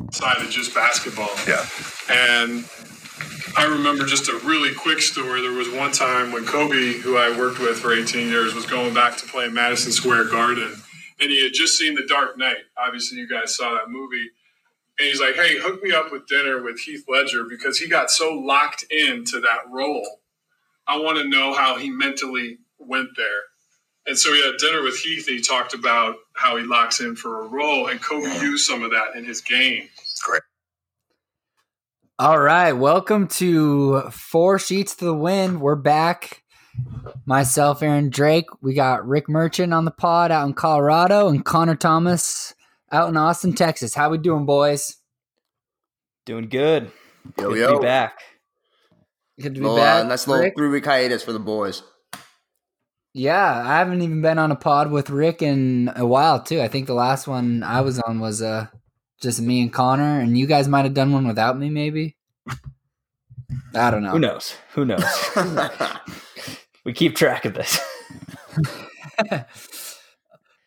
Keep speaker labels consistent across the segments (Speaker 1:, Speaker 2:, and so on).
Speaker 1: outside of just basketball.
Speaker 2: Yeah.
Speaker 1: And I remember just a really quick story. There was one time when Kobe, who I worked with for 18 years, was going back to play in Madison Square Garden. And he had just seen The Dark Knight. Obviously, you guys saw that movie. And he's like, hey, hook me up with dinner with Heath Ledger because he got so locked into that role. I want to know how he mentally went there. And so he had dinner with Heath and he talked about how he locks in for a role. And Kobe used some of that in his game.
Speaker 2: Great.
Speaker 3: All right, welcome to Four Sheets to the Wind. We're back. Myself, Aaron Drake. We got Rick Merchant on the pod out in Colorado, and Connor Thomas out in Austin, Texas. How we doing, boys?
Speaker 4: Doing good.
Speaker 5: Yo,
Speaker 4: Good to
Speaker 5: yo.
Speaker 4: be back.
Speaker 3: Good to be
Speaker 5: Little,
Speaker 3: back.
Speaker 5: uh, nice little
Speaker 3: Rick?
Speaker 5: three week hiatus for the boys.
Speaker 3: Yeah, I haven't even been on a pod with Rick in a while too. I think the last one I was on was uh just me and Connor, and you guys might have done one without me, maybe. I don't know.
Speaker 4: Who knows? Who knows? we keep track of this.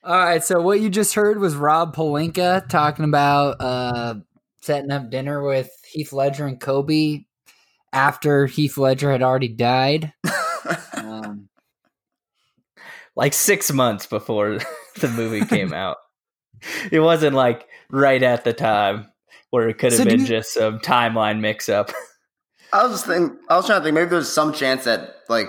Speaker 3: All right, so what you just heard was Rob Polinka talking about uh, setting up dinner with Heath Ledger and Kobe after Heath Ledger had already died. um,
Speaker 4: Like six months before the movie came out. It wasn't like right at the time where it could have
Speaker 3: So do
Speaker 4: been
Speaker 3: you-
Speaker 4: just some timeline mix up.
Speaker 5: I was think I was trying to think maybe there's some chance that like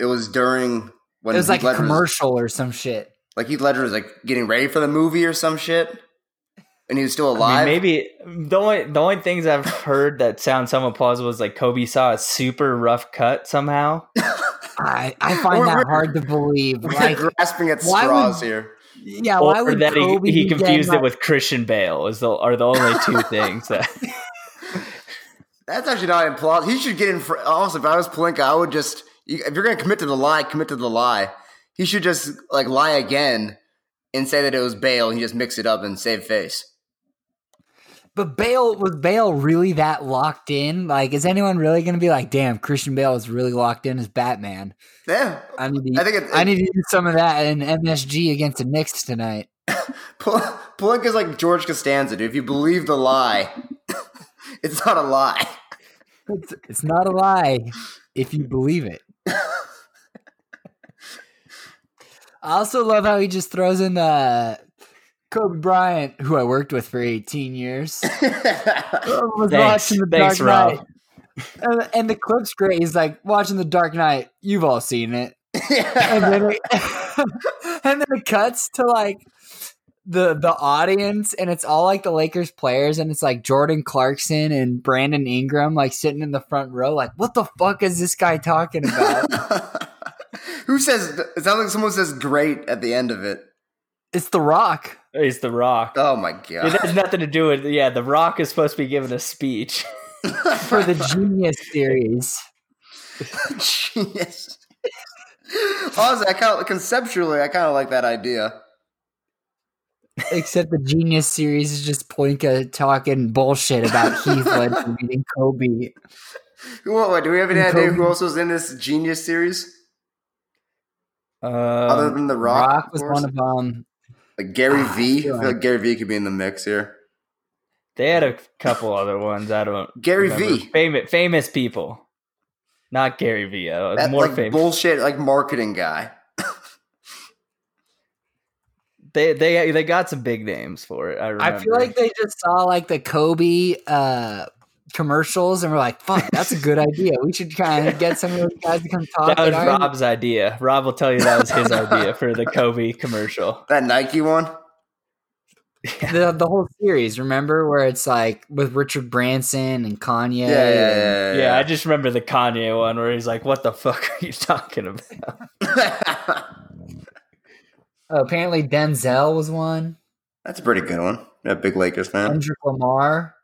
Speaker 5: it was during
Speaker 3: it
Speaker 5: when
Speaker 3: was like
Speaker 5: Heath
Speaker 3: a
Speaker 5: Ledger was-
Speaker 3: commercial or some shit.
Speaker 5: like Heath Ledger was like getting ready for the movie or some shit, and he was still alive.
Speaker 4: I mean, maybe the only the only things I've heard that sound somewhat plausible is like Kobe saw a super rough cut somehow.
Speaker 3: I, I find
Speaker 5: We're-
Speaker 3: that
Speaker 5: we're-
Speaker 3: hard to believe.
Speaker 5: we're
Speaker 3: Like,
Speaker 5: grasping at
Speaker 3: why
Speaker 5: straws
Speaker 3: would-
Speaker 5: here.
Speaker 3: yeah, why
Speaker 4: or
Speaker 3: would
Speaker 4: that he,
Speaker 3: Kobe
Speaker 4: he
Speaker 3: be dead
Speaker 4: confused
Speaker 3: by-
Speaker 4: it with Christian Bale is the are the only two things that
Speaker 5: That's actually not implausible. He should get in. Fr- Honestly, if I was Palinka, I would just you- if you're going to commit to the lie, commit to the lie. He should just like lie again and say that it was Bale, and he just mix it up and save face.
Speaker 3: But Bale was Bale really that locked in? Like, is anyone really going to be like, "Damn, Christian Bale is really locked in as Batman"?
Speaker 5: Yeah,
Speaker 3: I need to,
Speaker 5: I think it-
Speaker 3: I need to use some of that in MSG against the Knicks tonight.
Speaker 5: Pol- Palinka's like George Costanza, dude. If you believe the lie, it's not a lie.
Speaker 3: It's, it's not a lie if you believe it. I also love how he just throws in uh, Kobe Bryant, who I worked with for 18 years. Oh, was
Speaker 4: Thanks.
Speaker 3: watching the
Speaker 4: Thanks,
Speaker 3: Dark
Speaker 4: Rob.
Speaker 3: Knight. And, and the clip's great. He's like watching the Dark Knight. You've all seen it. and then it, and then it cuts to like the the audience and it's all like the Lakers players and it's like Jordan Clarkson and Brandon Ingram like sitting in the front row like what the fuck is this guy talking about?
Speaker 5: Who says? It sounds like someone says "great" at the end of it.
Speaker 3: it's The Rock.
Speaker 4: is the rock.
Speaker 5: Oh my
Speaker 4: It
Speaker 5: god!
Speaker 4: has nothing to do with yeah. The Rock is supposed to be giving a speech.
Speaker 3: For the Genius series,
Speaker 5: Genius. Honestly, I kind of conceptually, I kind of like that idea.
Speaker 3: except the Genius series is just Poinka talking bullshit about Heath Ledger beating Kobe.
Speaker 5: Who? What, do we have any
Speaker 3: And
Speaker 5: idea
Speaker 3: Kobe.
Speaker 5: who else was in this Genius series other
Speaker 4: Um,
Speaker 5: than the Rock?
Speaker 3: Rock,
Speaker 5: of
Speaker 3: was
Speaker 5: course?
Speaker 3: one of Ah, them.
Speaker 5: Like Gary V. I
Speaker 3: feel
Speaker 5: feel like Gary V. could be in the mix here.
Speaker 4: they had a couple other ones. I don't
Speaker 5: Gary
Speaker 4: remember.
Speaker 5: V.
Speaker 4: Famous famous people, not Gary V. uh,
Speaker 5: That
Speaker 4: more
Speaker 5: like
Speaker 4: famous.
Speaker 5: bullshit, like marketing guy.
Speaker 4: they they they got some big names for it. I remember.
Speaker 3: I feel like they just saw like the Kobe uh, commercials and were like, "Fuck, that's a good idea. We should kind of get some of those guys to come talk."
Speaker 4: that was
Speaker 3: at our-
Speaker 4: Rob's idea. Rob will tell you that was his idea for the Kobe commercial.
Speaker 5: That Nike one.
Speaker 3: the, the whole series, remember, where it's like with Richard Branson and Kanye.
Speaker 5: Yeah, yeah, yeah.
Speaker 3: and-
Speaker 5: yeah,
Speaker 4: Yeah, I just remember the Kanye one where he's like, "What the fuck are you talking about?"
Speaker 3: Oh, apparently, Denzel was one.
Speaker 5: That's a pretty good one. Yeah, big Lakers fan.
Speaker 3: Kendrick Lamar.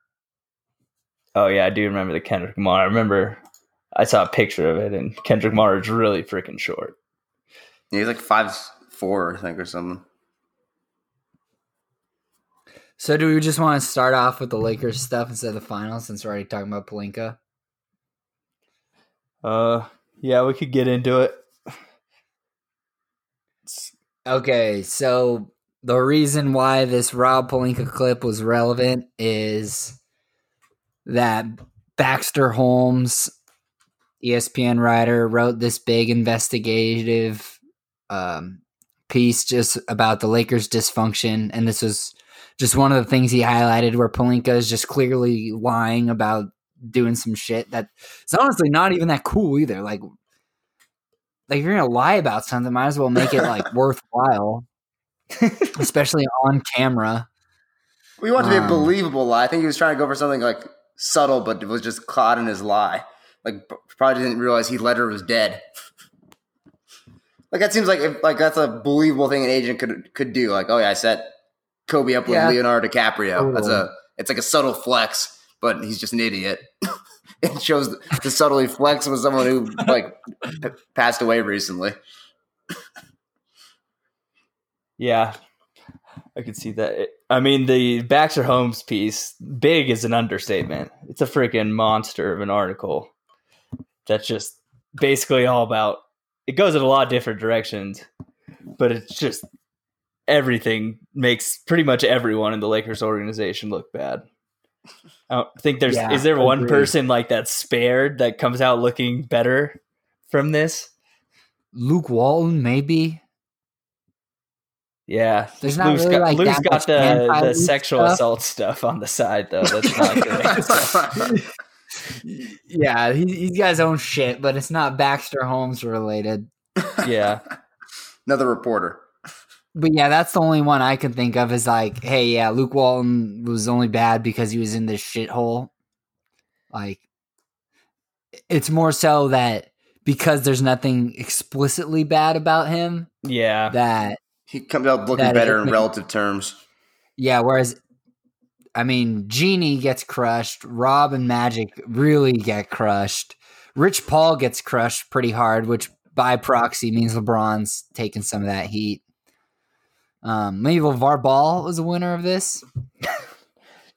Speaker 4: Oh yeah, I do remember the Kendrick Lamar. I remember I saw a picture of it, and Kendrick Lamar is really freaking short.
Speaker 5: Yeah, he's like five four, I think, or something.
Speaker 3: So, do we just want to start off with the Lakers stuff instead of the finals, since we're already talking about Palinka?
Speaker 4: Uh, yeah, we could get into it.
Speaker 3: Okay, so the reason why this Rob Polinka clip was relevant is that Baxter Holmes, E ESPN writer, wrote this big investigative um, piece just about the Lakers' dysfunction. And this was just one of the things he highlighted where Polinka is just clearly lying about doing some shit that it's honestly not even that cool either. Like, like if you're gonna lie about something, might as well make it like worthwhile, especially on camera.
Speaker 5: We want it to be a
Speaker 3: Um,
Speaker 5: believable lie. I think he was trying to go for something like subtle, but it was just caught in his lie. Like p- probably didn't realize Heath Ledger was dead. like that seems like if, like that's a believable thing an agent could could do. Like oh yeah, I set Kobe up with
Speaker 3: Yeah.
Speaker 5: Leonardo DiCaprio. That's
Speaker 3: Totally.
Speaker 5: a it's like a subtle flex, but he's just an idiot. it shows to subtly flex with someone who like p- passed away recently.
Speaker 4: Yeah, I could see that. It- I mean, the Baxter Holmes piece, big is an understatement. It's a freaking monster of an article. That's just basically all about. It goes in a lot of different directions, but it's just everything makes pretty much everyone in the Lakers organization look bad. I don't think there's
Speaker 3: Yeah,
Speaker 4: is there one
Speaker 3: agreed.
Speaker 4: person like that's spared that comes out looking better from this?
Speaker 3: Luke Walton, maybe.
Speaker 4: Yeah,
Speaker 3: There's not
Speaker 4: Lou's
Speaker 3: really
Speaker 4: got,
Speaker 3: like
Speaker 4: Lou's
Speaker 3: that
Speaker 4: got
Speaker 3: much
Speaker 4: the, the
Speaker 3: anti-Luke
Speaker 4: sexual
Speaker 3: stuff.
Speaker 4: assault stuff on the side though. That's not good.
Speaker 3: Yeah, he, he's got his own shit, but it's not Baxter Holmes related.
Speaker 4: yeah,
Speaker 5: Another reporter.
Speaker 3: But yeah, that's the only one I can think of is like, hey, yeah, Luke Walton was only bad because he was in this shithole. Like, it's more so that because there's nothing explicitly bad about him,
Speaker 4: yeah,
Speaker 3: that,
Speaker 5: He comes out looking
Speaker 3: That
Speaker 5: better
Speaker 3: is-
Speaker 5: in relative terms.
Speaker 3: yeah, whereas, I mean, Genie gets crushed, Rob and Magic really get crushed, Rich Paul gets crushed pretty hard, which by proxy means LeBron's taking some of that heat. Um, maybe LeVar Ball was the winner of this.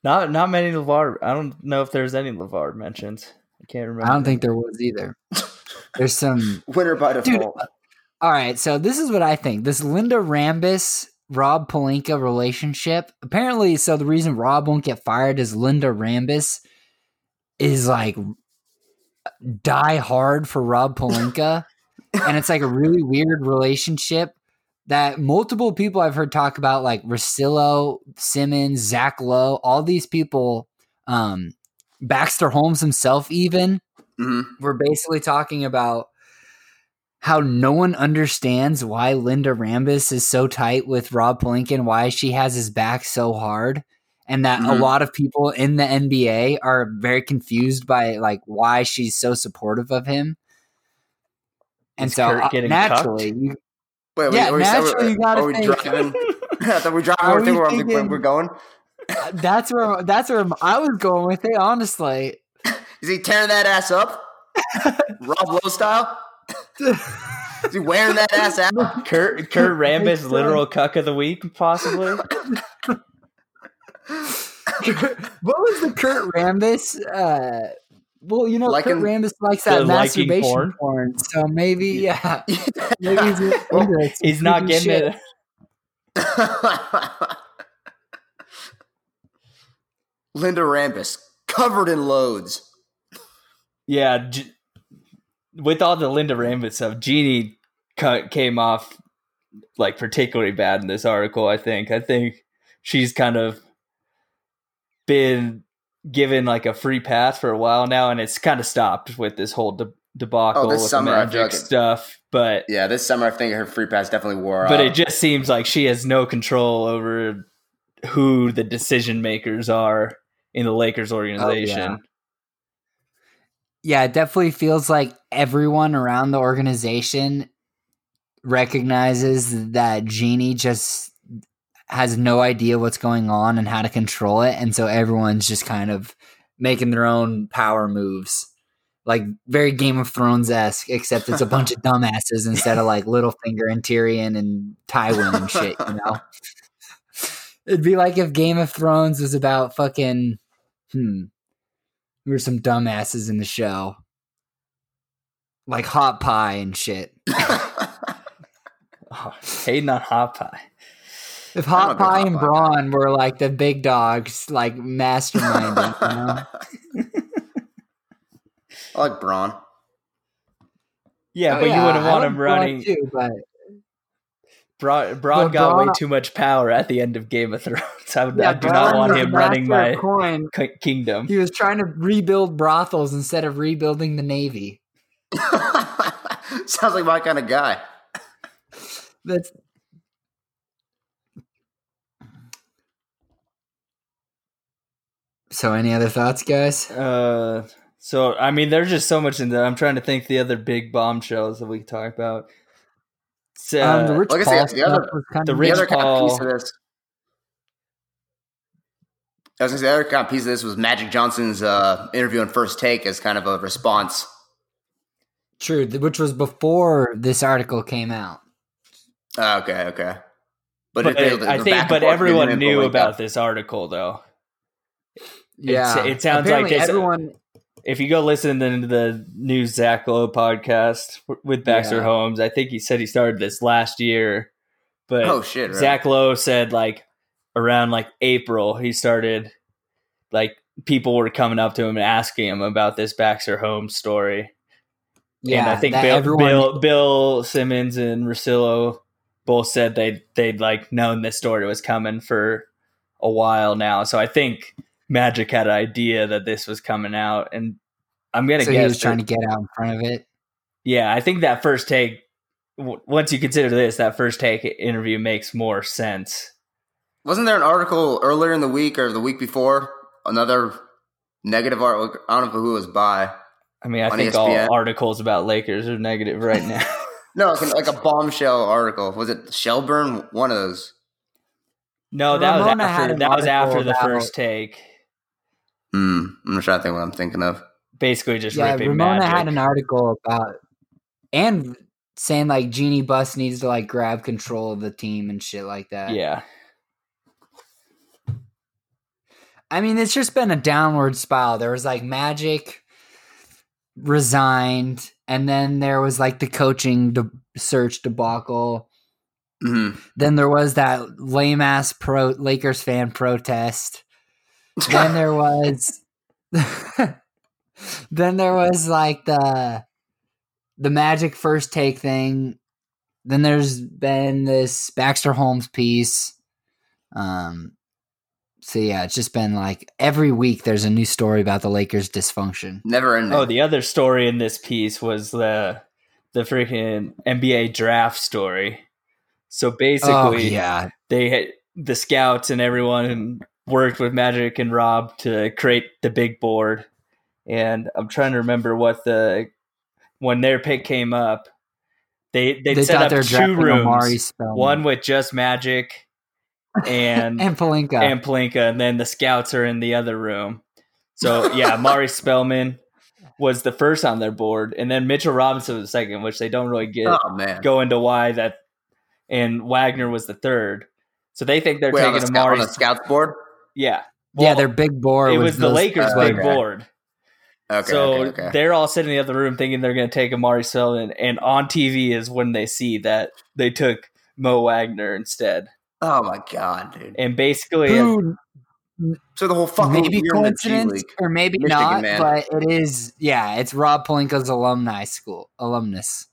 Speaker 4: not not many Levar. I don't know if there's any Levar mentioned. I can't remember.
Speaker 3: I don't think there was either. There's some.
Speaker 5: Winner by
Speaker 3: Dude, uh,
Speaker 5: default.
Speaker 3: All right, so this is what I think. This Linda Rambis Rob Palinka relationship. Apparently, so the reason Rob won't get fired is Linda Rambis is like die hard for Rob Palinka, and it's like a really weird relationship that multiple people I've heard talk about, like Rosillo, Simmons, Zach Lowe, all these people, um, Baxter Holmes himself, even
Speaker 5: hmm
Speaker 3: we're basically talking about how no one understands why Linda Rambis is so tight with Rob Palinka and why she has his back so hard. And that
Speaker 4: Mm-hmm.
Speaker 5: Mhm.
Speaker 3: a lot of people in the NBA are very confused by like why she's so supportive of him. And
Speaker 4: Is
Speaker 3: so
Speaker 4: Kurt
Speaker 3: uh,
Speaker 4: getting
Speaker 3: naturally, you,
Speaker 5: Wait,
Speaker 3: Yeah,
Speaker 5: we-
Speaker 3: naturally you gotta
Speaker 5: are we
Speaker 3: think.
Speaker 5: driving? I thought we driving.
Speaker 3: Are
Speaker 5: I think
Speaker 3: we
Speaker 5: we're, on the- where
Speaker 3: thinking-
Speaker 5: we're going.
Speaker 3: uh, that's where that's where I was going with it. Honestly,
Speaker 5: Is he tearing that ass up, Rob Lowe style? Is he wearing that ass out?
Speaker 4: Kurt Kurt
Speaker 3: Makes
Speaker 4: Rambis
Speaker 3: sense.
Speaker 4: literal cuck of the week possibly.
Speaker 3: what was the Kurt Rambis? Uh, well, you know,
Speaker 5: Liking-
Speaker 3: Kurt Rambis likes
Speaker 4: The
Speaker 3: that
Speaker 4: liking
Speaker 3: masturbation
Speaker 4: porn?
Speaker 3: porn. so maybe yeah, maybe he's, into it.
Speaker 4: He's not
Speaker 3: Freaking
Speaker 4: getting
Speaker 3: shit.
Speaker 4: it.
Speaker 5: Linda Rambis covered in loads.
Speaker 4: Yeah, G- with all the Linda Rambit stuff, Jeannie cut, came off like particularly bad in this article. I think. I think she's kind of been given like a free pass for a while now, and it's kind of stopped with this whole de- debacle
Speaker 5: Oh, this
Speaker 4: with
Speaker 5: summer,
Speaker 4: the
Speaker 5: I
Speaker 4: magic
Speaker 5: feel like it-
Speaker 4: stuff. But
Speaker 5: Yeah, this summer I think her free pass definitely wore
Speaker 4: but
Speaker 5: out.
Speaker 4: it just seems like she has no control over who the decision makers are in the Lakers
Speaker 5: Oh,
Speaker 4: organization.
Speaker 3: Yeah, it definitely feels like everyone around the organization recognizes that Jeannie just has no idea what's going on and how to control it, and so everyone's just kind of making their own power moves. Like very Game of Thrones esque, except it's a bunch of dumbasses instead of like Littlefinger and Tyrion and Tywin and shit, you know? It'd be like if Game of Thrones was about fucking hmm. There were some dumbasses in the show. Like hot pie and shit.
Speaker 4: Oh, hating on hot pie.
Speaker 3: If hot
Speaker 5: don't think
Speaker 3: pie
Speaker 5: hot
Speaker 3: and
Speaker 5: pie.
Speaker 3: brawn were like the big dogs, like masterminding, you know? Oh,
Speaker 5: I like Braun.
Speaker 4: Yeah,
Speaker 3: Oh,
Speaker 4: but you wouldn't
Speaker 3: I
Speaker 4: want
Speaker 3: like
Speaker 4: him
Speaker 3: Braun
Speaker 4: running.
Speaker 3: too, but
Speaker 4: Bra- Braun
Speaker 3: But
Speaker 4: got way
Speaker 3: Braun-
Speaker 4: too much power at the end of Game of Thrones. I, would I
Speaker 3: yeah,
Speaker 4: do
Speaker 3: Braun
Speaker 4: not want
Speaker 3: was
Speaker 4: him
Speaker 3: master
Speaker 4: running
Speaker 3: of
Speaker 4: my
Speaker 3: coin.
Speaker 4: ki- kingdom.
Speaker 3: He was trying to rebuild brothels instead of rebuilding the navy.
Speaker 5: Sounds like my kind of guy.
Speaker 3: That's so. Any other thoughts, guys?
Speaker 4: Uh, so I mean, there's just so much in there. I'm trying to think the other big bombshells that we could talk about. uh, So,
Speaker 3: um, the Rich
Speaker 5: like I
Speaker 3: Paul
Speaker 5: said, the other-
Speaker 3: stuff was kind
Speaker 4: the
Speaker 3: of
Speaker 5: the
Speaker 4: Rich
Speaker 5: other kind of piece
Speaker 4: Paul.
Speaker 5: of this. I was gonna say the other kind of piece of this was Magic Johnson's uh, interview on First Take as kind of a response.
Speaker 3: true, th- which was before this article came out.
Speaker 5: Uh, okay, okay. But,
Speaker 4: but uh,
Speaker 5: it-
Speaker 4: I
Speaker 5: the back
Speaker 4: think,
Speaker 5: and
Speaker 4: but
Speaker 5: forth
Speaker 4: everyone
Speaker 5: didn't
Speaker 4: knew
Speaker 5: link
Speaker 4: about
Speaker 5: up.
Speaker 4: this article though.
Speaker 3: Yeah,
Speaker 4: it sounds like uh,
Speaker 3: Apparently
Speaker 4: this-
Speaker 3: everyone.
Speaker 4: If you go listen to the new Zach Lowe podcast w- with Baxter
Speaker 3: Yeah.
Speaker 4: Holmes, I think he said he started this last year, but
Speaker 5: Oh shit! Right?
Speaker 4: Zach Lowe said like around like April he started like people were coming up to him and asking him about this Baxter Holmes story.
Speaker 3: Yeah,
Speaker 4: and I think
Speaker 3: that
Speaker 4: Bill,
Speaker 3: everyone.
Speaker 4: Bill Bill Simmons and Rosillo both said they they'd like known this story was coming for a while now. So I think Magic had an idea that this was coming out, and I'm gonna
Speaker 3: so he
Speaker 4: guess
Speaker 3: was trying
Speaker 4: that-
Speaker 3: to get out in front of it.
Speaker 4: yeah, I think that first take. W- once you consider this, that first take interview makes more sense.
Speaker 5: Wasn't there an article earlier in the week or the week before? Another negative article. I don't know who it was by.
Speaker 4: I mean, I
Speaker 5: On
Speaker 4: think
Speaker 5: ESPN.
Speaker 4: all articles about Lakers are negative right now.
Speaker 5: No, it's like a bombshell article. Was it Shelburne? One of those.
Speaker 4: no, that
Speaker 3: Ramona had
Speaker 4: was after
Speaker 3: an
Speaker 4: that was after
Speaker 3: article
Speaker 4: the
Speaker 3: about-
Speaker 4: first take.
Speaker 5: Hmm. I'm just trying to think what I'm thinking of.
Speaker 4: Basically, just
Speaker 3: yeah,
Speaker 4: ripping
Speaker 3: Ramona
Speaker 4: Magic.
Speaker 3: had an article about and saying like Genie Bus needs to like grab control of the team and shit like that.
Speaker 4: yeah,
Speaker 3: I mean, it's just been a downward spiral. There was like Magic resigned, and then there was like the coaching de- search debacle.
Speaker 5: hmm
Speaker 3: Then there was that lame ass pro Lakers fan protest. Then there was, then there was like the the Magic first take thing. Then there's been this Baxter Holmes piece. Um, so yeah, it's just been like every week there's a new story about the Lakers dysfunction.
Speaker 5: Never ending.
Speaker 4: Oh, the other story in this piece was the the freaking NBA draft story. So basically,
Speaker 3: Oh yeah,
Speaker 4: they had the scouts and everyone worked with Magic and Rob to create the big board. And I'm trying to remember what the when their pick came up, they they
Speaker 3: they
Speaker 4: set
Speaker 3: thought
Speaker 4: up
Speaker 3: they're
Speaker 4: two
Speaker 3: drafting
Speaker 4: rooms,
Speaker 3: Amari Spellman,
Speaker 5: Um,
Speaker 4: one with just Magic and
Speaker 3: and Palinka.
Speaker 4: and Palinka, and then the scouts are in the other room. So yeah, Mari Spellman was the first on their board, and then Mitchell Robinson was the second, which they don't really get
Speaker 5: Oh, man.
Speaker 4: go into why that. And Wagner was the third, so they think they're
Speaker 5: Wait, on the,
Speaker 4: taking
Speaker 5: scout, on
Speaker 4: Amari.
Speaker 5: the scouts board?
Speaker 4: Yeah,
Speaker 3: yeah,
Speaker 4: Well,
Speaker 3: their big board.
Speaker 4: it was, the
Speaker 3: those-
Speaker 4: Lakers'
Speaker 5: uh,
Speaker 4: big
Speaker 5: okay.
Speaker 4: board.
Speaker 5: Okay,
Speaker 4: so
Speaker 5: okay, okay.
Speaker 4: they're all sitting in the other room thinking they're going to take Amari Spellman, and on TV is when they see that they took Mo Wagner instead,
Speaker 5: Oh, my God, dude.
Speaker 4: and basically uh,
Speaker 3: Who
Speaker 5: So the whole fucking
Speaker 3: maybe
Speaker 5: year in the G
Speaker 3: coincidence
Speaker 5: League.
Speaker 3: or maybe
Speaker 5: Michigan,
Speaker 3: not,
Speaker 5: man.
Speaker 3: but it is. Yeah, it's Rob Palinka's alumni school alumnus.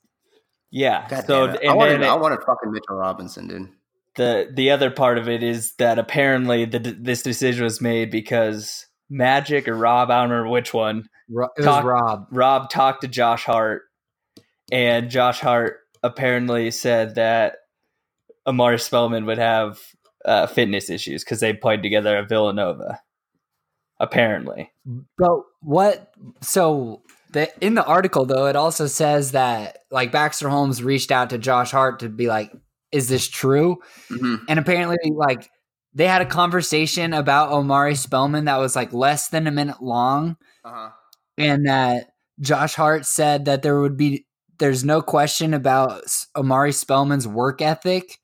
Speaker 4: yeah.
Speaker 5: God
Speaker 4: so
Speaker 5: damn it.
Speaker 4: and
Speaker 5: I, wanted,
Speaker 4: then it-
Speaker 5: I wanted fucking Mitchell Robinson, dude.
Speaker 4: the the other part of it is that apparently the, this decision was made because Magic or Rob, I don't remember which one.
Speaker 3: Ro- it was
Speaker 4: Talk-
Speaker 3: Rob.
Speaker 4: Rob talked to Josh Hart, and Josh Hart apparently said that Amari Spellman would have uh, fitness issues because they played together at Villanova. Apparently,
Speaker 3: But what? So the in the article though, it also says that like Baxter Holmes reached out to Josh Hart to be like, "Is this true?"
Speaker 5: hmm
Speaker 3: And apparently, like they had a conversation about Omari Spellman that was like less than a minute long,
Speaker 5: Uh-huh.
Speaker 3: and that Josh Hart said that there would be there's no question about S- Amari Spellman's work ethic.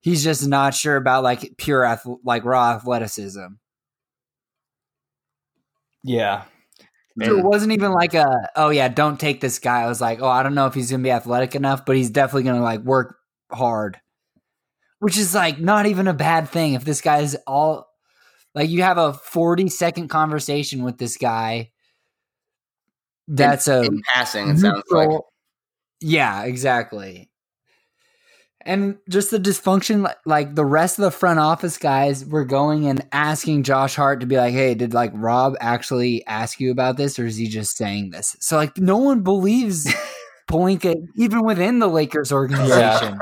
Speaker 3: He's just not sure about like pure ath- like raw athleticism.
Speaker 4: yeah,
Speaker 3: So it
Speaker 5: Mm.
Speaker 3: wasn't even like a oh yeah, don't take this guy. I was like, oh, I don't know if he's gonna be athletic enough, but he's definitely gonna like work hard. which is like not even a bad thing if this guy's all like you have a 40 second conversation with this guy that's a
Speaker 5: in passing. It sounds like
Speaker 3: neutral- yeah exactly and just the dysfunction li- like the rest of the front office guys were going and asking josh hart to be like hey did like rob actually ask you about this or is he just saying this so like no one believes Polinka even within the lakers organization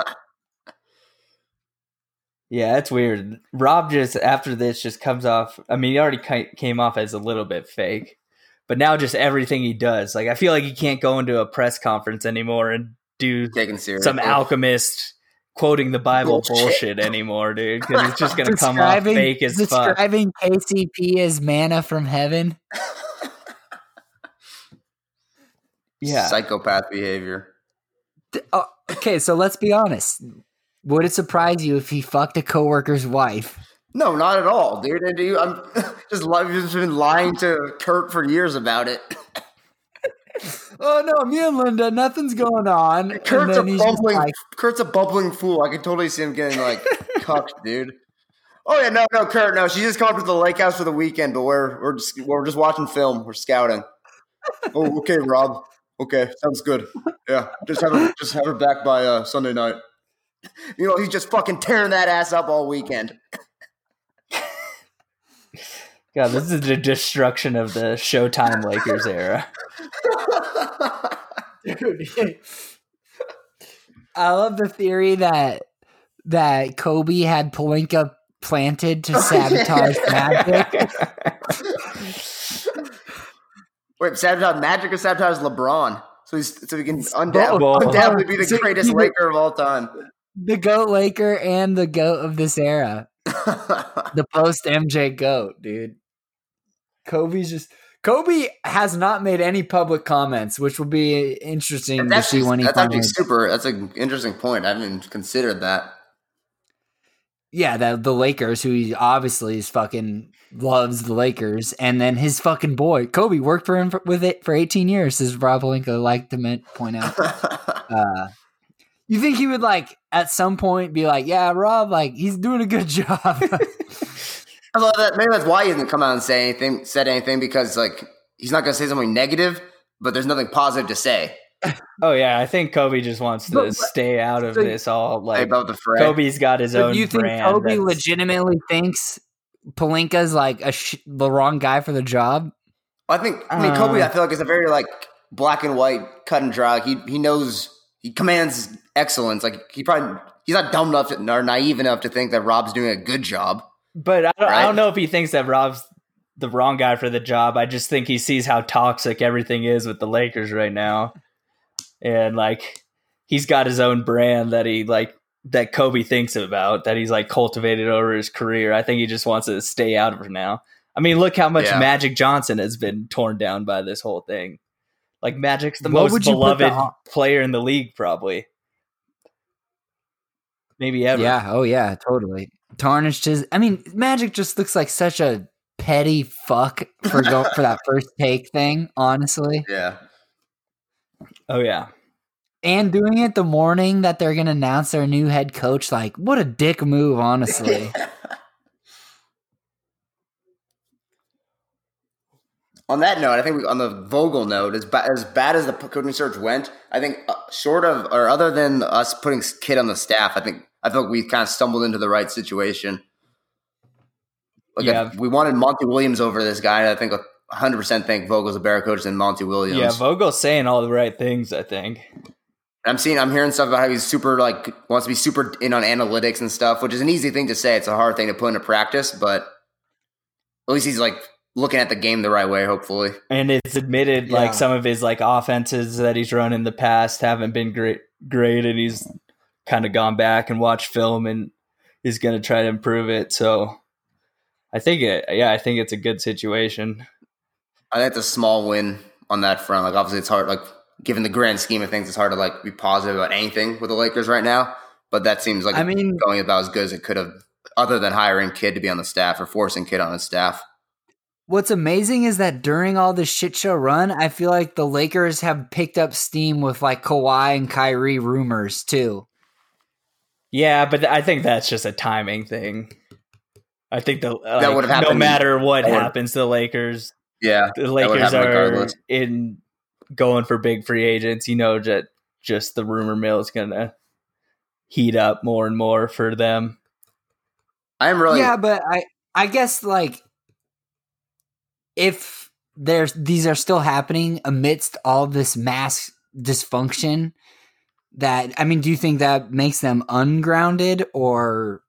Speaker 4: Yeah, that's weird. Rob just after this just comes off. I mean, he already ki- came off as a little bit fake, but now just everything he does, like I feel like he can't go into a press conference anymore and do
Speaker 5: taken seriously.
Speaker 4: some alchemist quoting the Bible
Speaker 5: Bullshit.
Speaker 4: bullshit anymore, dude. Because it's just gonna come off
Speaker 3: Describing-
Speaker 4: fake as fuck.
Speaker 3: describing kcp as manna from heaven
Speaker 4: Yeah,
Speaker 5: psychopath behavior.
Speaker 3: Th- oh, okay so let's be honest would it surprise you if he fucked a coworker's wife
Speaker 5: No, not at all, dude. I do. I'm just li- I've just been lying to Kurt for years about it.
Speaker 3: oh no, me and Linda, nothing's going on. And
Speaker 5: Kurt's a
Speaker 3: then he's just
Speaker 5: bumbling.
Speaker 3: like,
Speaker 5: Kurt's a bubbling fool. I can totally see him getting like cucked, dude. Oh yeah, no, no, Kurt, no. She just come up to the lake house for the weekend, but we're we're just we're just watching film. We're scouting. Oh, okay, Rob. Okay, sounds good. Yeah, just have her just have her back by uh, Sunday night. You know, he's just fucking tearing that ass up all weekend.
Speaker 4: God, this is the destruction of the Showtime Lakers era.
Speaker 3: I love the theory that that Kobe had Polinka planted
Speaker 5: Oh,
Speaker 3: to sabotage Magic.
Speaker 5: Wait, sabotage Magic or sabotage LeBron? So he's so he can undoubtedly,
Speaker 4: both.
Speaker 5: undoubtedly be the
Speaker 3: So
Speaker 5: greatest
Speaker 3: he-
Speaker 5: Laker of all time.
Speaker 3: The goat Laker and the goat of this era, the post MJ goat, dude. Kobe's just Kobe has not made any public comments, which will be interesting to
Speaker 5: that's
Speaker 3: see when he
Speaker 5: that's actually
Speaker 3: comments.
Speaker 5: super. That's an interesting point. I haven't considered that.
Speaker 3: yeah, the the Lakers, who he obviously is fucking loves the Lakers, and then his fucking boy Kobe worked for him for, with it for eighteen years, as Rob Palenka liked to men- point out. Uh, you think he would like at some point be like, "Yeah, Rob, like he's doing a good job."
Speaker 5: I love that. Maybe that's why he hasn't come out and say anything. Said anything because like he's not going to say something negative, but there's nothing positive to say
Speaker 4: Oh yeah, I think Kobe just wants to
Speaker 3: But- but-
Speaker 4: stay out of
Speaker 3: so-
Speaker 4: this all. Like
Speaker 5: about the fray.
Speaker 4: Kobe's got his
Speaker 3: so
Speaker 4: own
Speaker 3: do you think
Speaker 4: brand.
Speaker 3: Kobe
Speaker 4: that's-
Speaker 3: legitimately thinks Palinka's like a sh- the wrong guy for the job?
Speaker 5: I think. I mean, Kobe.
Speaker 4: Uh.
Speaker 5: I feel like is a very like black and white, cut and dry. He he knows. He commands excellence. Like he probably he's not dumb enough to, or naive enough to think that Rob's doing a good job.
Speaker 4: But I don't, I
Speaker 5: Right?
Speaker 4: don't know if he thinks that Rob's the wrong guy for the job. I just think he sees how toxic everything is with the Lakers right now, and like he's got his own brand that he like that Kobe thinks about that he's like cultivated over his career. I think he just wants to stay out of it now. I mean, look how much
Speaker 5: Yeah.
Speaker 4: Magic Johnson has been torn down by this whole thing. Like Magic's the
Speaker 3: What
Speaker 4: most
Speaker 3: would you put
Speaker 4: beloved
Speaker 3: the-
Speaker 4: player in the league, probably. Maybe ever.
Speaker 3: Yeah. Oh, yeah. Totally. Tarnished his. I mean, Magic just looks like such a petty fuck for go, for that first take thing. Honestly,
Speaker 5: Yeah.
Speaker 4: Oh yeah.
Speaker 3: and doing it the morning that they're gonna announce their new head coach. Like, what a dick move. Honestly.
Speaker 5: On that note, I think we, on the Vogel note, as, ba- as bad as the p- coaching search went, I think uh, short of or other than us putting Kid on the staff, I think I feel like we kind of stumbled into the right situation. Like
Speaker 4: Yeah.
Speaker 5: I- we wanted Monty Williams over this guy, and I think 100 percent think Vogel's a better coach than Monty Williams.
Speaker 4: Yeah, Vogel's saying all the right things, I think.
Speaker 5: I'm seeing, I'm hearing stuff about how he's super like wants to be super in on analytics and stuff, which is an easy thing to say. It's a hard thing to put into practice, but at least he's like looking at the game the right way. Hopefully,
Speaker 4: And it's admitted
Speaker 3: Yeah.
Speaker 4: like some of his like offenses that he's run in the past haven't been great great and he's kind of gone back and watched film and is going to try to improve it. So I think it yeah, I think it's a good situation.
Speaker 5: I think it's a small win on that front. Like obviously it's hard like given the grand scheme of things, it's hard to like be positive about anything with the Lakers right now. But that seems like
Speaker 3: I mean,
Speaker 5: going about as good as it could have other than hiring Kid to be on the staff or forcing Kid on his staff.
Speaker 3: what's amazing is that during all this shit show run, I feel like the Lakers have picked up steam with like Kawhi and Kyrie rumors too.
Speaker 4: Yeah, but I think that's just a timing thing. I think the like,
Speaker 5: would've
Speaker 4: no
Speaker 5: happened
Speaker 4: matter what
Speaker 5: before.
Speaker 4: happens to the Lakers,
Speaker 5: Yeah.
Speaker 4: the
Speaker 5: would've
Speaker 4: Lakers
Speaker 5: happened
Speaker 4: are
Speaker 5: regardless.
Speaker 4: in going for big free agents. You know that just the rumor mill is gonna heat up more and more for them.
Speaker 5: I am really.
Speaker 3: Yeah, but I I guess like if there's these are still happening amidst all this mass dysfunction that I mean, do you think that makes them ungrounded or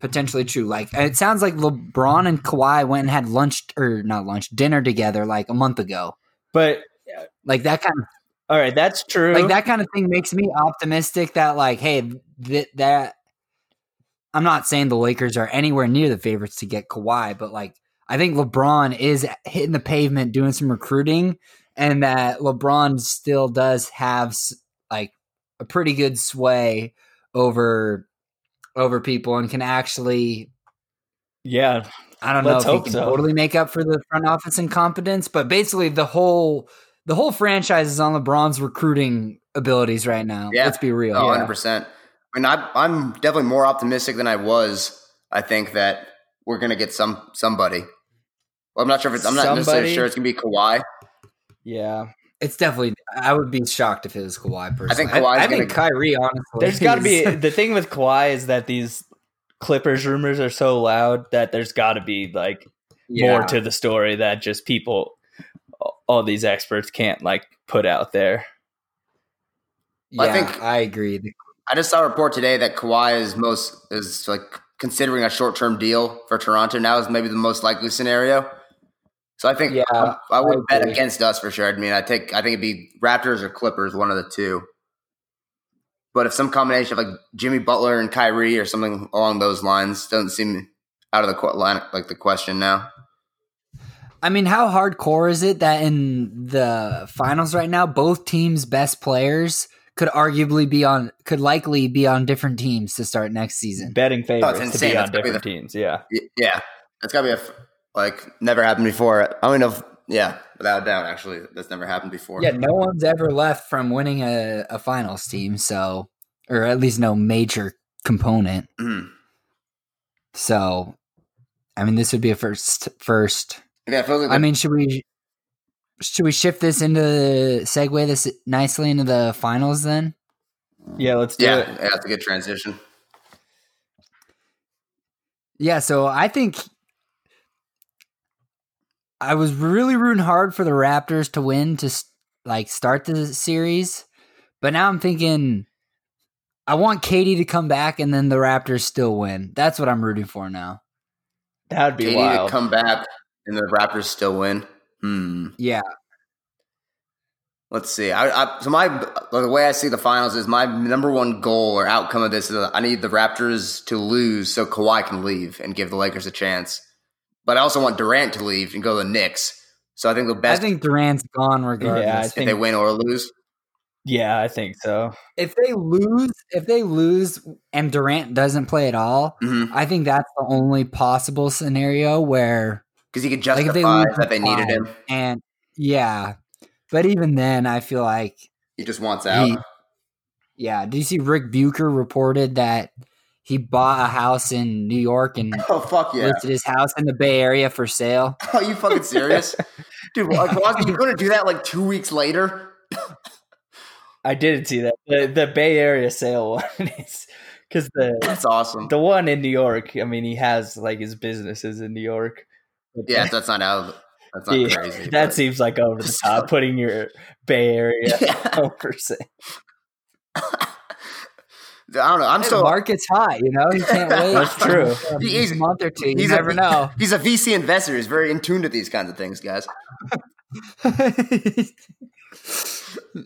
Speaker 3: potentially true? Like it sounds like LeBron and Kawhi went and had lunch or not lunch, dinner together like a month ago.
Speaker 4: But
Speaker 3: Like that kind of
Speaker 4: all right, that's true.
Speaker 3: like that kind of thing makes me optimistic that like hey th- that I'm not saying the Lakers are anywhere near the favorites to get Kawhi, but like I think LeBron is hitting the pavement doing some recruiting, and that LeBron still does have s- like a pretty good sway over over people and can actually
Speaker 4: yeah,
Speaker 3: I don't
Speaker 4: Let's
Speaker 3: know if
Speaker 4: hope
Speaker 3: he can
Speaker 4: so.
Speaker 3: totally make up for the front office incompetence, but basically the whole the whole franchise is on LeBron's recruiting abilities right now.
Speaker 5: Yeah.
Speaker 3: Let's be real.
Speaker 5: Oh, 100%. I mean, I, I'm definitely more optimistic than I was. I think that we're going to get some somebody. Well, I'm not sure if it's, I'm not necessarily
Speaker 4: Somebody?
Speaker 5: sure it's going to be Kawhi.
Speaker 4: yeah.
Speaker 3: It's definitely. I would be shocked if it was Kawhi. Personally,
Speaker 5: think Kawhi's
Speaker 3: I, think Kyrie. Honestly,
Speaker 4: There's got to be
Speaker 3: is-
Speaker 4: the thing with Kawhi is that these Clippers rumors are so loud that there's got to be like
Speaker 3: Yeah.
Speaker 4: more to the story that just people, all these experts can't like put out there.
Speaker 3: Yeah,
Speaker 5: I
Speaker 3: I
Speaker 5: think-
Speaker 3: agree. The-
Speaker 5: I just saw a report today that Kawhi is most, is like considering a short term deal for Toronto now is maybe the most likely scenario. So I think
Speaker 3: Yeah,
Speaker 5: I, I would
Speaker 3: I
Speaker 5: bet
Speaker 3: agree.
Speaker 5: against us for sure. I mean, I take I think it'd be Raptors or Clippers, one of the two. But if some combination of like Jimmy Butler and Kyrie or something along those lines doesn't seem out of the qu- line, like the question now.
Speaker 3: I mean, how hardcore is it that in the finals right now, both teams' best players could arguably be on, could likely be on different teams to start next season?
Speaker 4: Betting favorites to
Speaker 5: Oh, insane.
Speaker 4: be
Speaker 5: That's
Speaker 4: on
Speaker 5: gotta be
Speaker 4: different teams. Yeah,
Speaker 5: Y- Yeah, that's gotta be a f- like never happened before. I don't know. If, yeah, without a doubt, actually, that's never happened before.
Speaker 3: Yeah, no one's ever left from winning a, a finals team, so or at least no major component.
Speaker 5: Mhm.
Speaker 3: So, I mean, this would be a first. First,
Speaker 5: yeah. It feels like
Speaker 3: I mean, should we should we shift this into segue this nicely into the finals then?
Speaker 4: yeah. Let's do
Speaker 5: yeah,
Speaker 4: it.
Speaker 5: yeah, that's a good transition.
Speaker 3: Yeah, so I think I was really rooting hard for the Raptors to win to s- like start the series, but now I'm thinking I want Katie to come back and then the Raptors still win. That's what I'm rooting for now.
Speaker 4: That'd be
Speaker 5: Katie to
Speaker 4: wild.
Speaker 5: come back and the Raptors still win. Hmm.
Speaker 3: Yeah,
Speaker 5: Let's see. I, I so my the way I see the finals is my number one goal or outcome of this is I need the Raptors to lose so Kawhi can leave and give the Lakers a chance. But I also want Durant to leave and go to the Knicks. So I think the
Speaker 3: I
Speaker 5: best
Speaker 3: think Durant's gone regardless.
Speaker 4: Yeah, I
Speaker 5: if they
Speaker 4: think.
Speaker 5: win or lose.
Speaker 4: Yeah, I think so.
Speaker 3: if they lose, if they lose and Durant doesn't play at all,
Speaker 5: Because
Speaker 3: I think that's the only possible scenario where
Speaker 5: he could
Speaker 3: Like, if they
Speaker 5: justify
Speaker 3: lose
Speaker 5: that they
Speaker 3: by
Speaker 5: needed him.
Speaker 3: and yeah, but even then I feel like
Speaker 5: He just wants out.
Speaker 3: He- Yeah. Did you see Rick Bucher reported that he bought a house in New York and
Speaker 5: oh fuck yeah!
Speaker 3: listed his house in the Bay Area for sale?
Speaker 5: Are you fucking serious, dude? Like, Kawhi, you're gonna do that like two weeks later?
Speaker 4: I didn't see that the the Bay Area sale one is because the
Speaker 5: That's awesome.
Speaker 4: the one in New York. I mean, he has like his businesses in New York. But
Speaker 5: Yeah, so that's not out. That's not
Speaker 4: Yeah,
Speaker 5: crazy.
Speaker 4: that
Speaker 5: but-
Speaker 4: seems like over the top. Putting your Bay Area
Speaker 5: Yeah.
Speaker 4: home for sale.
Speaker 5: I don't know. I'm
Speaker 3: The
Speaker 5: still.
Speaker 3: market's hot, you know. You can't wait.
Speaker 4: That's true.
Speaker 3: He's
Speaker 5: He's-
Speaker 3: a month or two. You
Speaker 5: he's a-
Speaker 3: never know.
Speaker 5: He's a VC investor. He's very in tune to these kinds of things, guys.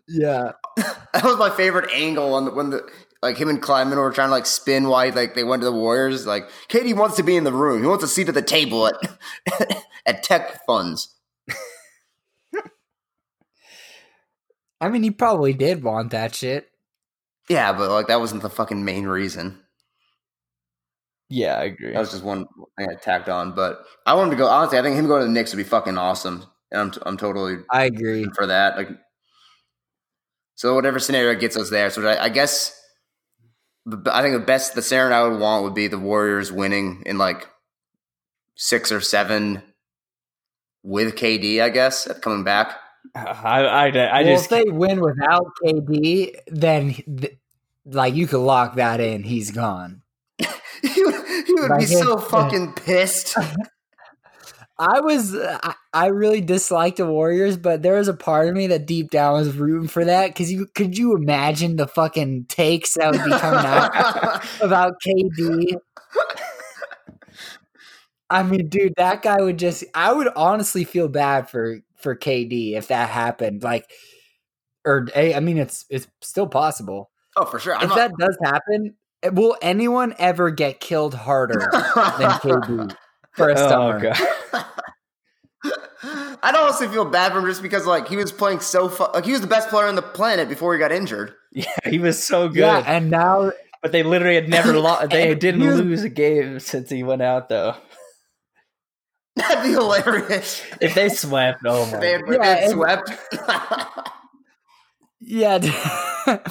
Speaker 3: yeah.
Speaker 5: That was my favorite angle on the when the like him and Kleiman were trying to like spin why like they went to the Warriors. Like Katie wants to be in the room. He wants a seat at the table at at tech funds.
Speaker 3: I mean, he probably did want that shit.
Speaker 5: Yeah, but like that wasn't the fucking main reason.
Speaker 4: Yeah, I agree.
Speaker 5: That was just one thing I tacked on. But I wanted to go honestly. I think him going to the Knicks would be fucking awesome, and I'm I'm totally
Speaker 3: I agree.
Speaker 5: for that. Like, so whatever scenario gets us there. So I, I guess the- I think the best the scenario I would want would be the Warriors winning in like six or seven with KD, I guess, at coming back.
Speaker 4: I I, I
Speaker 3: well,
Speaker 4: just
Speaker 3: if they win without KD, then th- like you could lock that in. He's gone.
Speaker 5: he would, he would be
Speaker 3: Right here.
Speaker 5: so fucking pissed.
Speaker 3: I was uh, I, I really disliked the Warriors, but there was a part of me that deep down was rooting for that because you could you imagine the fucking takes that would be coming out about KD. I mean, dude, that guy would just I would honestly feel bad for for KD if that happened. Like or I I mean it's it's still possible.
Speaker 5: oh, for sure. I'm
Speaker 3: if
Speaker 5: not-
Speaker 3: that does happen, eh, will anyone ever get killed harder than KD for a
Speaker 4: oh
Speaker 3: summer?
Speaker 4: god.
Speaker 5: I'd honestly feel bad for him just because like he was playing so fu- like he was the best player on the planet before he got injured.
Speaker 4: Yeah, he was so good.
Speaker 3: Yeah, and now
Speaker 4: But they literally had never lost. They
Speaker 3: And
Speaker 4: didn't
Speaker 3: you-
Speaker 4: lose a game since he went out, though.
Speaker 5: That'd be hilarious.
Speaker 4: If they swept, oh my!
Speaker 5: If they had, if they
Speaker 3: Yeah,
Speaker 5: had
Speaker 3: and-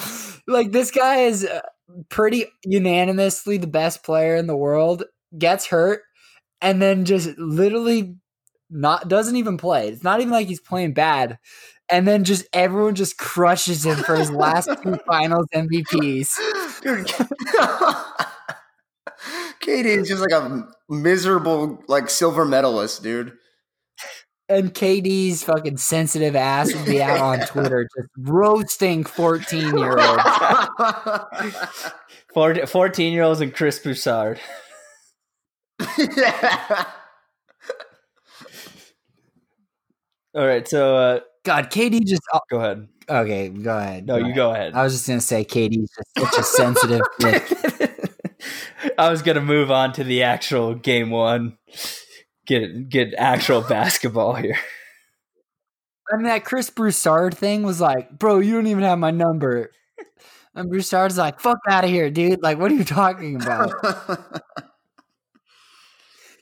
Speaker 5: swept.
Speaker 3: yeah, like this guy is uh, pretty unanimously the best player in the world. Gets hurt and then just literally not doesn't even play. It's not even like he's playing bad. And then just everyone just crushes him for his last two finals MVPs.
Speaker 5: Dude, KD is just like a miserable like silver medalist, dude.
Speaker 3: And KD's fucking sensitive ass would be out on Twitter just roasting 14 year olds.
Speaker 4: god! Fourteen year olds and Chris Broussard.
Speaker 5: yeah.
Speaker 4: All right, so uh,
Speaker 3: God, KD just. oh,
Speaker 4: go ahead.
Speaker 3: Okay, go ahead.
Speaker 4: No, you go ahead.
Speaker 3: I was just going to say KD's just such a sensitive bitch.
Speaker 4: I was gonna move on to the actual game one. Get get actual basketball here.
Speaker 3: I mean, that Chris Broussard thing was like, bro, you don't even have my number. And Broussard's like, fuck out of here, dude. Like, what are you talking about?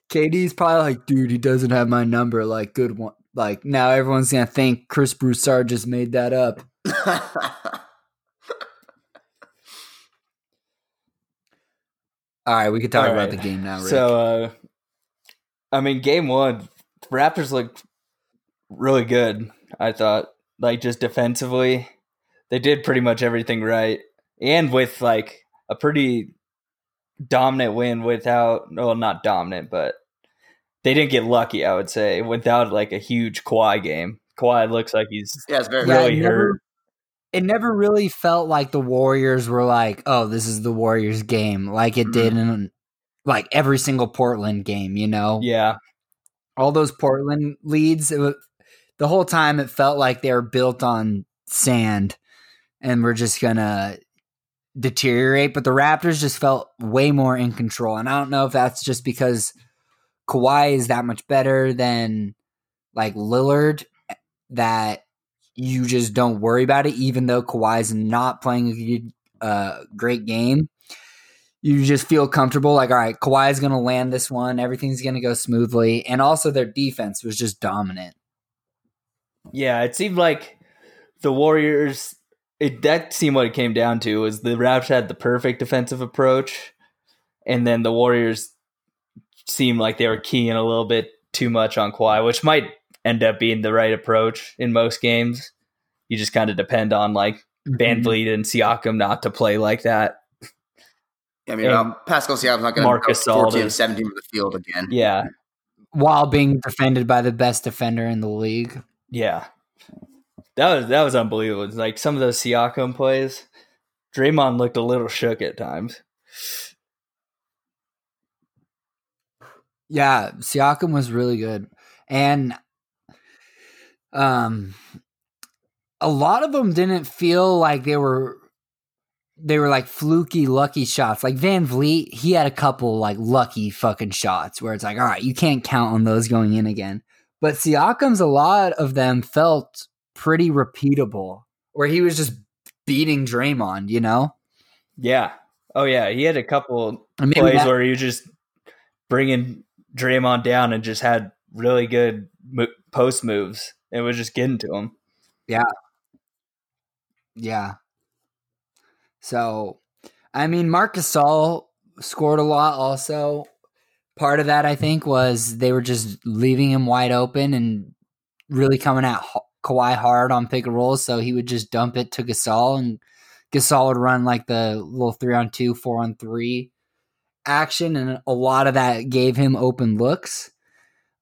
Speaker 3: KD's probably like, dude, he doesn't have my number. Like, good one. Like, now everyone's going to think Chris Broussard just made that up. All right, we could talk
Speaker 4: All
Speaker 3: about
Speaker 4: right.
Speaker 3: the game now, Rick.
Speaker 4: So, uh, I mean, game one, the Raptors looked really good. I thought, like, just defensively, they did pretty much everything right, and with like a pretty dominant win without, well, not dominant, but they didn't get lucky. I would say without like a huge Kawhi game. Kawhi looks like he's
Speaker 5: yeah, it's very
Speaker 3: Yeah,
Speaker 4: really
Speaker 3: it never-
Speaker 4: hurt.
Speaker 3: it never really felt like the Warriors were like, oh, this is the Warriors game, like it did in like every single Portland game, you know?
Speaker 4: Yeah,
Speaker 3: All those Portland leads, it wa- the whole time it felt like they were built on sand and we're just going to deteriorate. But the Raptors just felt way more in control. And I don't know if that's just because Kawhi is that much better than like Lillard eh, that you just don't worry about it, even though Kawhi's not playing a good- uh, great game. You just feel comfortable, like, all right, Kawhi's going to land this one. Everything's going to go smoothly. And also, their defense was just dominant.
Speaker 4: Yeah, it seemed like the Warriors. It that seemed what it came down to was the Raptors had the perfect defensive approach, and then the Warriors seemed like they were keying a little bit too much on Kawhi, which might end up being the right approach in most games. You just kind of depend on like
Speaker 3: Mm-hmm.
Speaker 4: Van Vliet and Siakam not to play like that.
Speaker 5: I mean,
Speaker 4: And
Speaker 5: um, Pascal Siakam's not going to go
Speaker 4: Marcus
Speaker 5: 14
Speaker 4: Aldridge.
Speaker 5: 17 with the field again.
Speaker 4: Yeah,
Speaker 3: While being defended by the best defender in the league.
Speaker 4: Yeah. That was that was unbelievable. It's like some of those Siakam plays, Draymond looked a little shook at times.
Speaker 3: Yeah, Siakam was really good. And um a lot of them didn't feel like they were they were like fluky lucky shots. Like Van Vliet, he had a couple like lucky fucking shots where it's like, all right, you can't count on those going in again. But Siakam's a lot of them felt pretty repeatable where he was just beating Draymond, you know?
Speaker 4: Yeah. Oh yeah, he had a couple
Speaker 3: I mean,
Speaker 4: plays
Speaker 3: that-
Speaker 4: where he was just bringing Draymond down and just had really good mo- post moves and was just getting to him.
Speaker 3: Yeah. So I mean, Marcus Gasol scored a lot. Also, part of that I think was they were just leaving him wide open and really coming at Ho- Kawhi hard on pick and rolls. So he would just dump it to Gasol, and Gasol would run like the little three on two, four on three action, and a lot of that gave him open looks.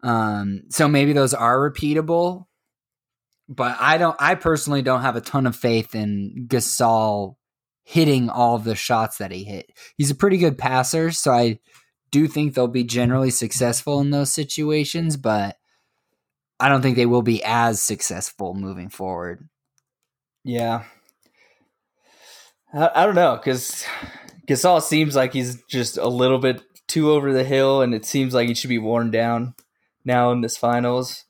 Speaker 3: Um, so maybe those are repeatable, but I don't. I personally don't have a ton of faith in Gasol hitting all of the shots that he hit. He's a pretty good passer, so I do think they'll be generally successful in those situations, but I don't think they will be as successful moving forward.
Speaker 4: Yeah. I, I don't know because Gasol seems like he's just a little bit too over the hill, and it seems like he should be worn down now in this finals.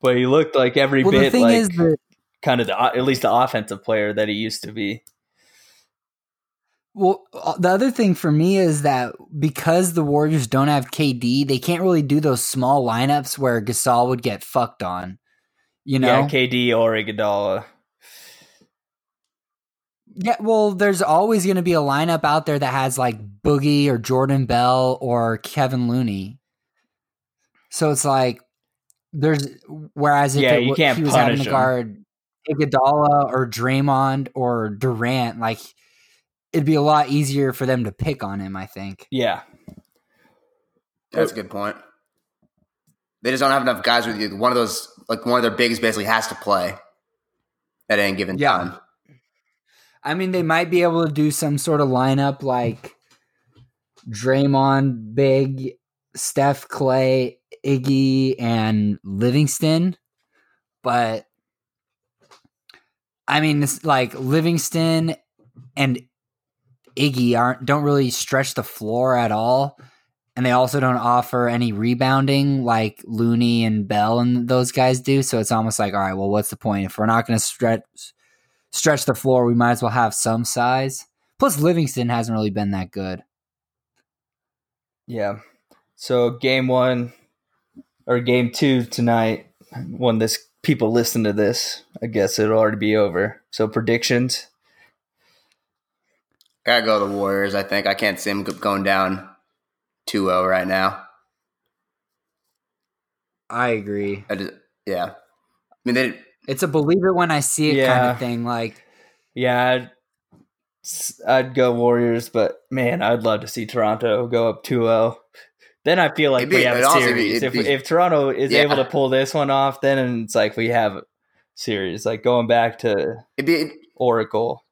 Speaker 4: But he looked like every
Speaker 3: Well, the
Speaker 4: bit
Speaker 3: thing
Speaker 4: like
Speaker 3: is that
Speaker 4: kind of the at least the offensive player that he used to be.
Speaker 3: well, uh, the other thing for me is that because the Warriors don't have KD, they can't really do those small lineups where Gasol would get fucked on. You know,
Speaker 4: Yeah, KD or Iguodala.
Speaker 3: Yeah, well, there's always going to be a lineup out there that has like Boogie or Jordan Bell or Kevin Looney. So it's like there's whereas if
Speaker 4: Yeah,
Speaker 3: it
Speaker 4: you
Speaker 3: wa-
Speaker 4: can't
Speaker 3: he was having
Speaker 4: punish
Speaker 3: to
Speaker 4: him.
Speaker 3: guard Iguodala or Draymond or Durant, like it'd be a lot easier for them to pick on him. I think.
Speaker 4: Yeah,
Speaker 5: That's a good point. They just don't have enough guys with you. One of those, like one of their bigs, basically has to play at any given
Speaker 3: Yeah.
Speaker 5: time.
Speaker 3: I mean, they might be able to do some sort of lineup like Draymond, Big, Steph, Clay, Iggy, and Livingston. But I mean, it's like Livingston and Iggy aren't don't really stretch the floor at all, and they also don't offer any rebounding like Looney and Bell and those guys do. So it's almost like, all right, well, what's the point if we're not going to stretch? stretch the floor, we might as well have some size. Plus, Livingston hasn't really been that good.
Speaker 4: yeah. So game one or game two tonight. When this people listen to this, I guess it'll already be over. So predictions.
Speaker 5: Gotta go the Warriors. I think I can't see them go- going down 2-0 right now.
Speaker 3: I agree.
Speaker 5: I just, yeah. I mean, they
Speaker 3: It's a believe it when I see it kind
Speaker 4: Yeah.
Speaker 3: of thing. Like,
Speaker 4: Yeah, I'd, s- I'd go Warriors, but man, I'd love to see Toronto go up 2-0. Then I feel like
Speaker 5: It'd be-
Speaker 4: we have
Speaker 5: it'd
Speaker 4: a
Speaker 5: also be-
Speaker 4: series.
Speaker 5: it'd
Speaker 4: if,
Speaker 5: be-
Speaker 4: if Toronto is
Speaker 5: Yeah.
Speaker 4: able to pull this one off, then it's like we have a series. Like going back to
Speaker 5: it'd be
Speaker 4: Oracle.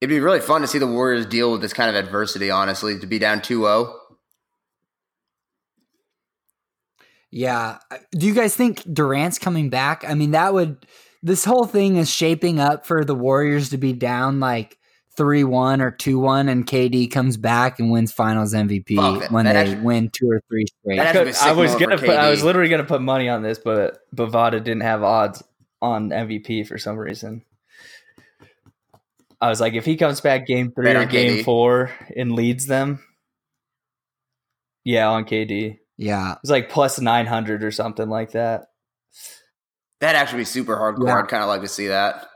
Speaker 5: it'd be really fun to see the Warriors deal with this kind of adversity. Honestly, to be down oh. 2-0.
Speaker 3: yeah. Do you guys think Durant's coming back? I mean, that would. This whole thing is shaping up for the Warriors to be down like 3 1 or 2 1, and KD comes back and wins finals MVP
Speaker 5: Fuck, that-
Speaker 3: when
Speaker 5: that
Speaker 3: they
Speaker 5: actually-
Speaker 3: win two or three straight.
Speaker 5: That has to be a sick
Speaker 4: I was
Speaker 5: moment for
Speaker 4: gonna put, I
Speaker 5: KD.
Speaker 4: was literally gonna put money on this, but Bavada didn't have odds on MVP for some reason. I was like, if he comes back game three
Speaker 5: Bet
Speaker 4: or
Speaker 5: on
Speaker 4: game
Speaker 5: KD.
Speaker 4: four and leads them, yeah, on KD.
Speaker 3: yeah.
Speaker 4: It's like plus 900 or something like that.
Speaker 5: That actually be super hardcore.
Speaker 3: Yeah.
Speaker 5: I'd kind of like to see that.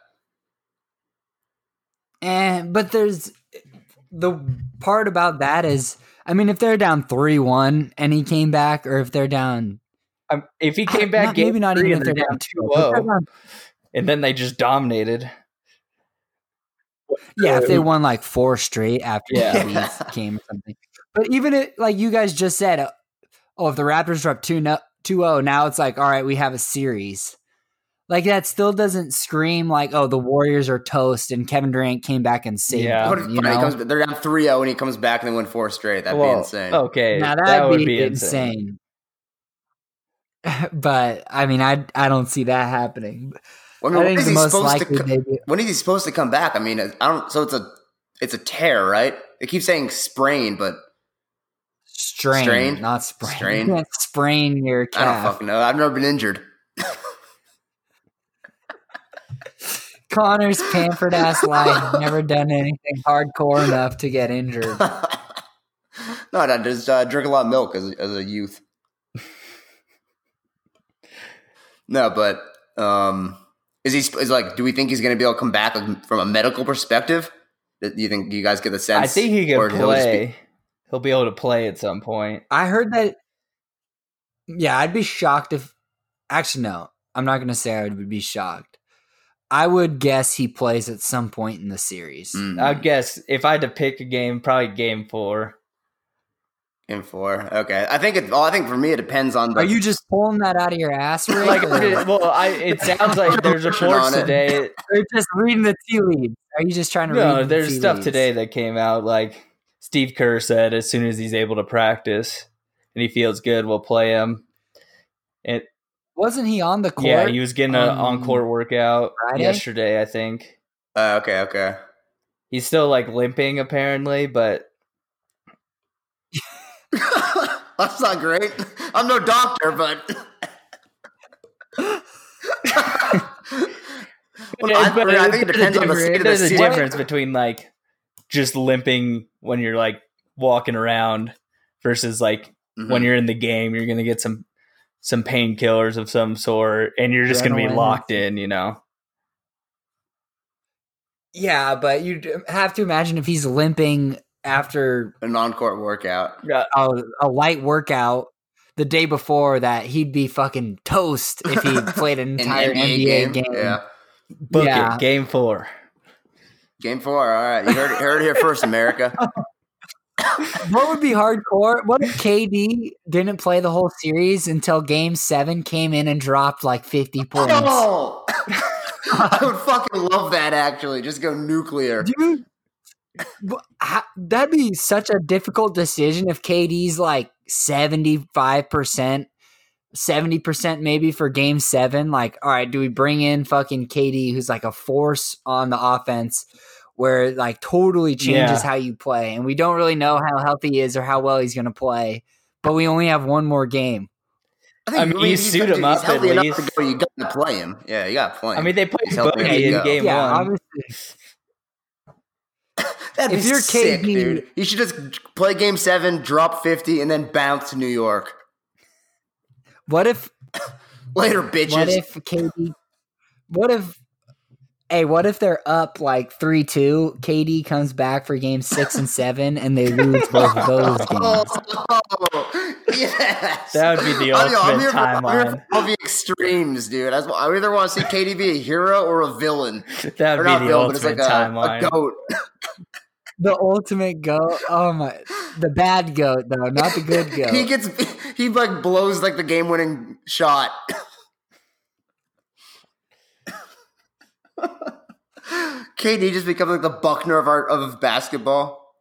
Speaker 3: And but there's the part about that is, I mean, if they're down three one and he came back, or if they're down,
Speaker 4: Um, if he came back,
Speaker 3: not-
Speaker 4: game
Speaker 3: maybe not
Speaker 4: three
Speaker 3: even
Speaker 4: and
Speaker 3: if they're down oh.
Speaker 4: two oh.
Speaker 3: if they're
Speaker 4: zero,
Speaker 3: down-
Speaker 4: and then they just dominated.
Speaker 3: yeah, if they won like four straight after
Speaker 4: Yeah.
Speaker 3: the Leafs came or something. But even if, like you guys just said, uh, oh, if the Raptors are up 2 no, 2-0, oh, now it's like, all right, we have a series. Like that still doesn't scream like, oh, the Warriors are toast and Kevin Durant came back and saved
Speaker 4: Yeah.
Speaker 5: What
Speaker 3: them.
Speaker 5: if
Speaker 3: You
Speaker 5: he
Speaker 3: know?
Speaker 5: comes, they're down 3-0 and he comes back and they win four straight. That'd
Speaker 4: Well,
Speaker 5: be insane.
Speaker 3: oh,
Speaker 4: Okay,
Speaker 3: Now that'd
Speaker 4: that would
Speaker 3: be,
Speaker 4: be,
Speaker 3: insane. but I mean, I I don't see that happening.
Speaker 5: Well,
Speaker 3: I
Speaker 5: I mean,
Speaker 3: think
Speaker 5: when is
Speaker 3: the
Speaker 5: he
Speaker 3: most
Speaker 5: supposed to?
Speaker 3: likely
Speaker 5: co-
Speaker 3: they do-
Speaker 5: When is he supposed to come back? I mean, I don't. So it's a it's a tear, right? They keep saying sprain, but
Speaker 3: strain,
Speaker 5: Strain?
Speaker 3: not sprain.
Speaker 5: Strain?
Speaker 3: You can't sprain your
Speaker 5: I don't
Speaker 3: calf.
Speaker 5: fucking know. I've never been injured.
Speaker 3: Connor's pampered ass life never done anything hardcore enough to get injured.
Speaker 5: no, no, just uh, drink a lot of milk as a, as a youth. no, but um, is he sp- is like? Do we think he's going to be able to come back like, from a medical perspective? Do you think you guys get the sense?
Speaker 4: I think he
Speaker 5: or
Speaker 4: can
Speaker 5: he'll just be-
Speaker 4: play. He'll be able to play at some point.
Speaker 3: I heard that. Yeah, I'd be shocked if. Actually, no, I'm not going to say I would be shocked. I would guess he plays at some point in the series.
Speaker 5: Mm,
Speaker 4: I guess if I had to pick a game, probably game four.
Speaker 5: in four. Okay, I think it. Well, I think for me it depends on. The,
Speaker 3: Are you just pulling that out of your ass, Rick?
Speaker 4: Like,
Speaker 3: or
Speaker 5: did-
Speaker 4: well, I, it sounds like there's reports
Speaker 5: On it.
Speaker 4: today.
Speaker 3: or just reading the tea leaves? Are you just trying to read
Speaker 4: No,
Speaker 3: the
Speaker 4: there's
Speaker 3: tea
Speaker 4: stuff
Speaker 3: leaves?
Speaker 4: today that came out. Like Steve Kerr said, as soon as he's able to practice and he feels good, we'll play him. And
Speaker 3: Wasn't he on the court?
Speaker 4: yeah, he was getting an
Speaker 5: Um,
Speaker 3: on
Speaker 4: on court workout
Speaker 3: Friday?
Speaker 4: yesterday, I think.
Speaker 5: Uh, okay, okay.
Speaker 4: He's still like limping apparently, but
Speaker 5: That's not great. I'm no doctor, but. Well, I,
Speaker 4: But
Speaker 5: I think it
Speaker 4: there's a
Speaker 5: depends on the
Speaker 4: difference-
Speaker 5: state of the
Speaker 4: There's a
Speaker 5: city.
Speaker 4: difference between like just limping when you're like walking around versus like
Speaker 5: Mhm.
Speaker 4: when you're in the game, you're gonna get some some painkillers of some sort, and you're just gonna be
Speaker 3: Adrenaline.
Speaker 4: locked in. You know,
Speaker 3: Yeah, but you have to imagine if he's limping after
Speaker 5: a non-court workout.
Speaker 3: a, a light workout the day before that, he'd be fucking toast if he played an
Speaker 5: An
Speaker 3: entire
Speaker 5: NBA, game. Yeah.
Speaker 4: book
Speaker 3: Yeah.
Speaker 4: it, game four.
Speaker 5: Game four. All right. You heard it, heard it here first, America.
Speaker 3: What would be hardcore? What if KD didn't play the whole series until game seven came in and dropped like 50 points?
Speaker 5: Oh! I would fucking love that, actually. Just go nuclear.
Speaker 3: Dude, wha- how- that'd be such a difficult decision if KD's like 75%, 70% maybe for game seven. Like, all right, do we bring in fucking KD, who's like a force on the offense? Where it like totally changes
Speaker 4: Yeah.
Speaker 3: how you play, and we don't really know how healthy he is or how well he's going to play, but we only have one more game.
Speaker 4: I mean, you
Speaker 5: he's-
Speaker 4: suit
Speaker 5: dude,
Speaker 4: him up
Speaker 5: he's healthy
Speaker 4: at
Speaker 5: enough to
Speaker 4: least.
Speaker 5: go. You got to play him. Yeah, you got to play him.
Speaker 4: I mean, they played
Speaker 5: He's helping
Speaker 4: Bogey
Speaker 5: you
Speaker 4: in
Speaker 5: go.
Speaker 4: game
Speaker 3: yeah,
Speaker 4: one.
Speaker 3: obviously.
Speaker 5: That'd
Speaker 3: if
Speaker 5: be
Speaker 3: you're
Speaker 5: sick,
Speaker 3: KD
Speaker 5: dude. You should just play game seven, drop 50, and then bounce to New York.
Speaker 3: What if
Speaker 5: Later, bitches.
Speaker 3: what if KD what if hey, what if they're up like three two? KD comes back for game six and seven and they lose both of those
Speaker 5: Oh,
Speaker 3: games.
Speaker 5: yes.
Speaker 4: That would be the
Speaker 5: I'm- I'm
Speaker 4: ultimate
Speaker 5: here for- I'm here for
Speaker 4: timeline.
Speaker 5: all the extremes, dude. That's what, I either want to see KD be a hero or a villain.
Speaker 4: That
Speaker 5: Or
Speaker 4: would be
Speaker 5: not
Speaker 4: the
Speaker 5: villain, but it's
Speaker 4: ultimate
Speaker 5: like a,
Speaker 4: timeline.
Speaker 5: a goat.
Speaker 3: The ultimate goat. Oh my the bad goat though, not the good
Speaker 5: He
Speaker 3: goat.
Speaker 5: gets he like blows like the game winning shot. KD just becomes like the Buckner of our of basketball.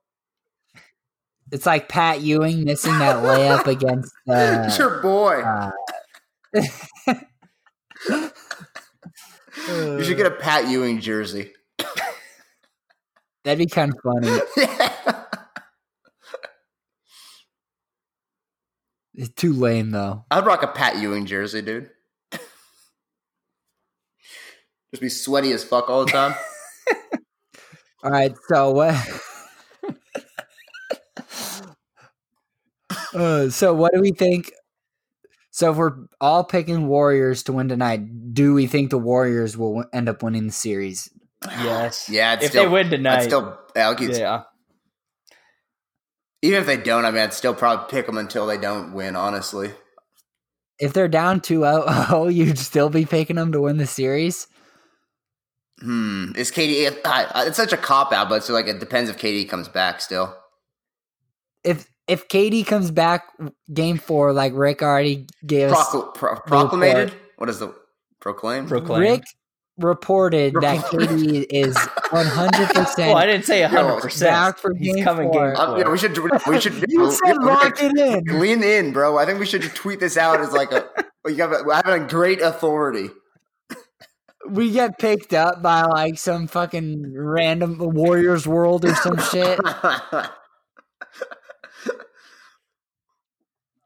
Speaker 3: It's like Pat Ewing missing that layup against uh,
Speaker 5: it's your boy.
Speaker 3: uh,
Speaker 5: you should get a Pat Ewing jersey.
Speaker 3: that'd be kind of funny. It's too lame though.
Speaker 5: I'd rock a Pat Ewing jersey, dude. Just be sweaty as fuck all the time.
Speaker 3: All right, so what? uh, so what do we think? So if we're all picking Warriors to win tonight, do we think the Warriors will w- end up winning the series?
Speaker 4: yes.
Speaker 5: yeah, I'd
Speaker 4: If
Speaker 5: still,
Speaker 4: they win
Speaker 5: I'd
Speaker 4: tonight,
Speaker 5: still, yeah, I'll keep-
Speaker 4: yeah.
Speaker 5: even if they don't, I mean, I'd still probably pick them until they don't win. Honestly,
Speaker 3: If they're down 2-0, you'd still be picking them to win the series?
Speaker 5: hmm, is KD? If, I, I- it's such a cop out, but so like it depends if KD comes back still.
Speaker 3: If if KD comes back game 4 like Rick already gave us
Speaker 5: Procl- pro- proclamated. What is the proclaim?
Speaker 4: Proclaim.
Speaker 3: Rick reported that
Speaker 5: Reported.
Speaker 3: KD is 100%
Speaker 4: well, I didn't say hundred
Speaker 3: back
Speaker 4: percent.
Speaker 3: for
Speaker 4: He's
Speaker 3: game
Speaker 4: coming
Speaker 3: four.
Speaker 4: game
Speaker 5: Uh,
Speaker 4: four.
Speaker 5: yeah, we should. We should.
Speaker 3: You said lock it in.
Speaker 5: Lean in, bro. I think we should tweet this out as like a. You have a, I have a great authority.
Speaker 3: we get picked up by like some fucking random Warriors World or some Oh, shit.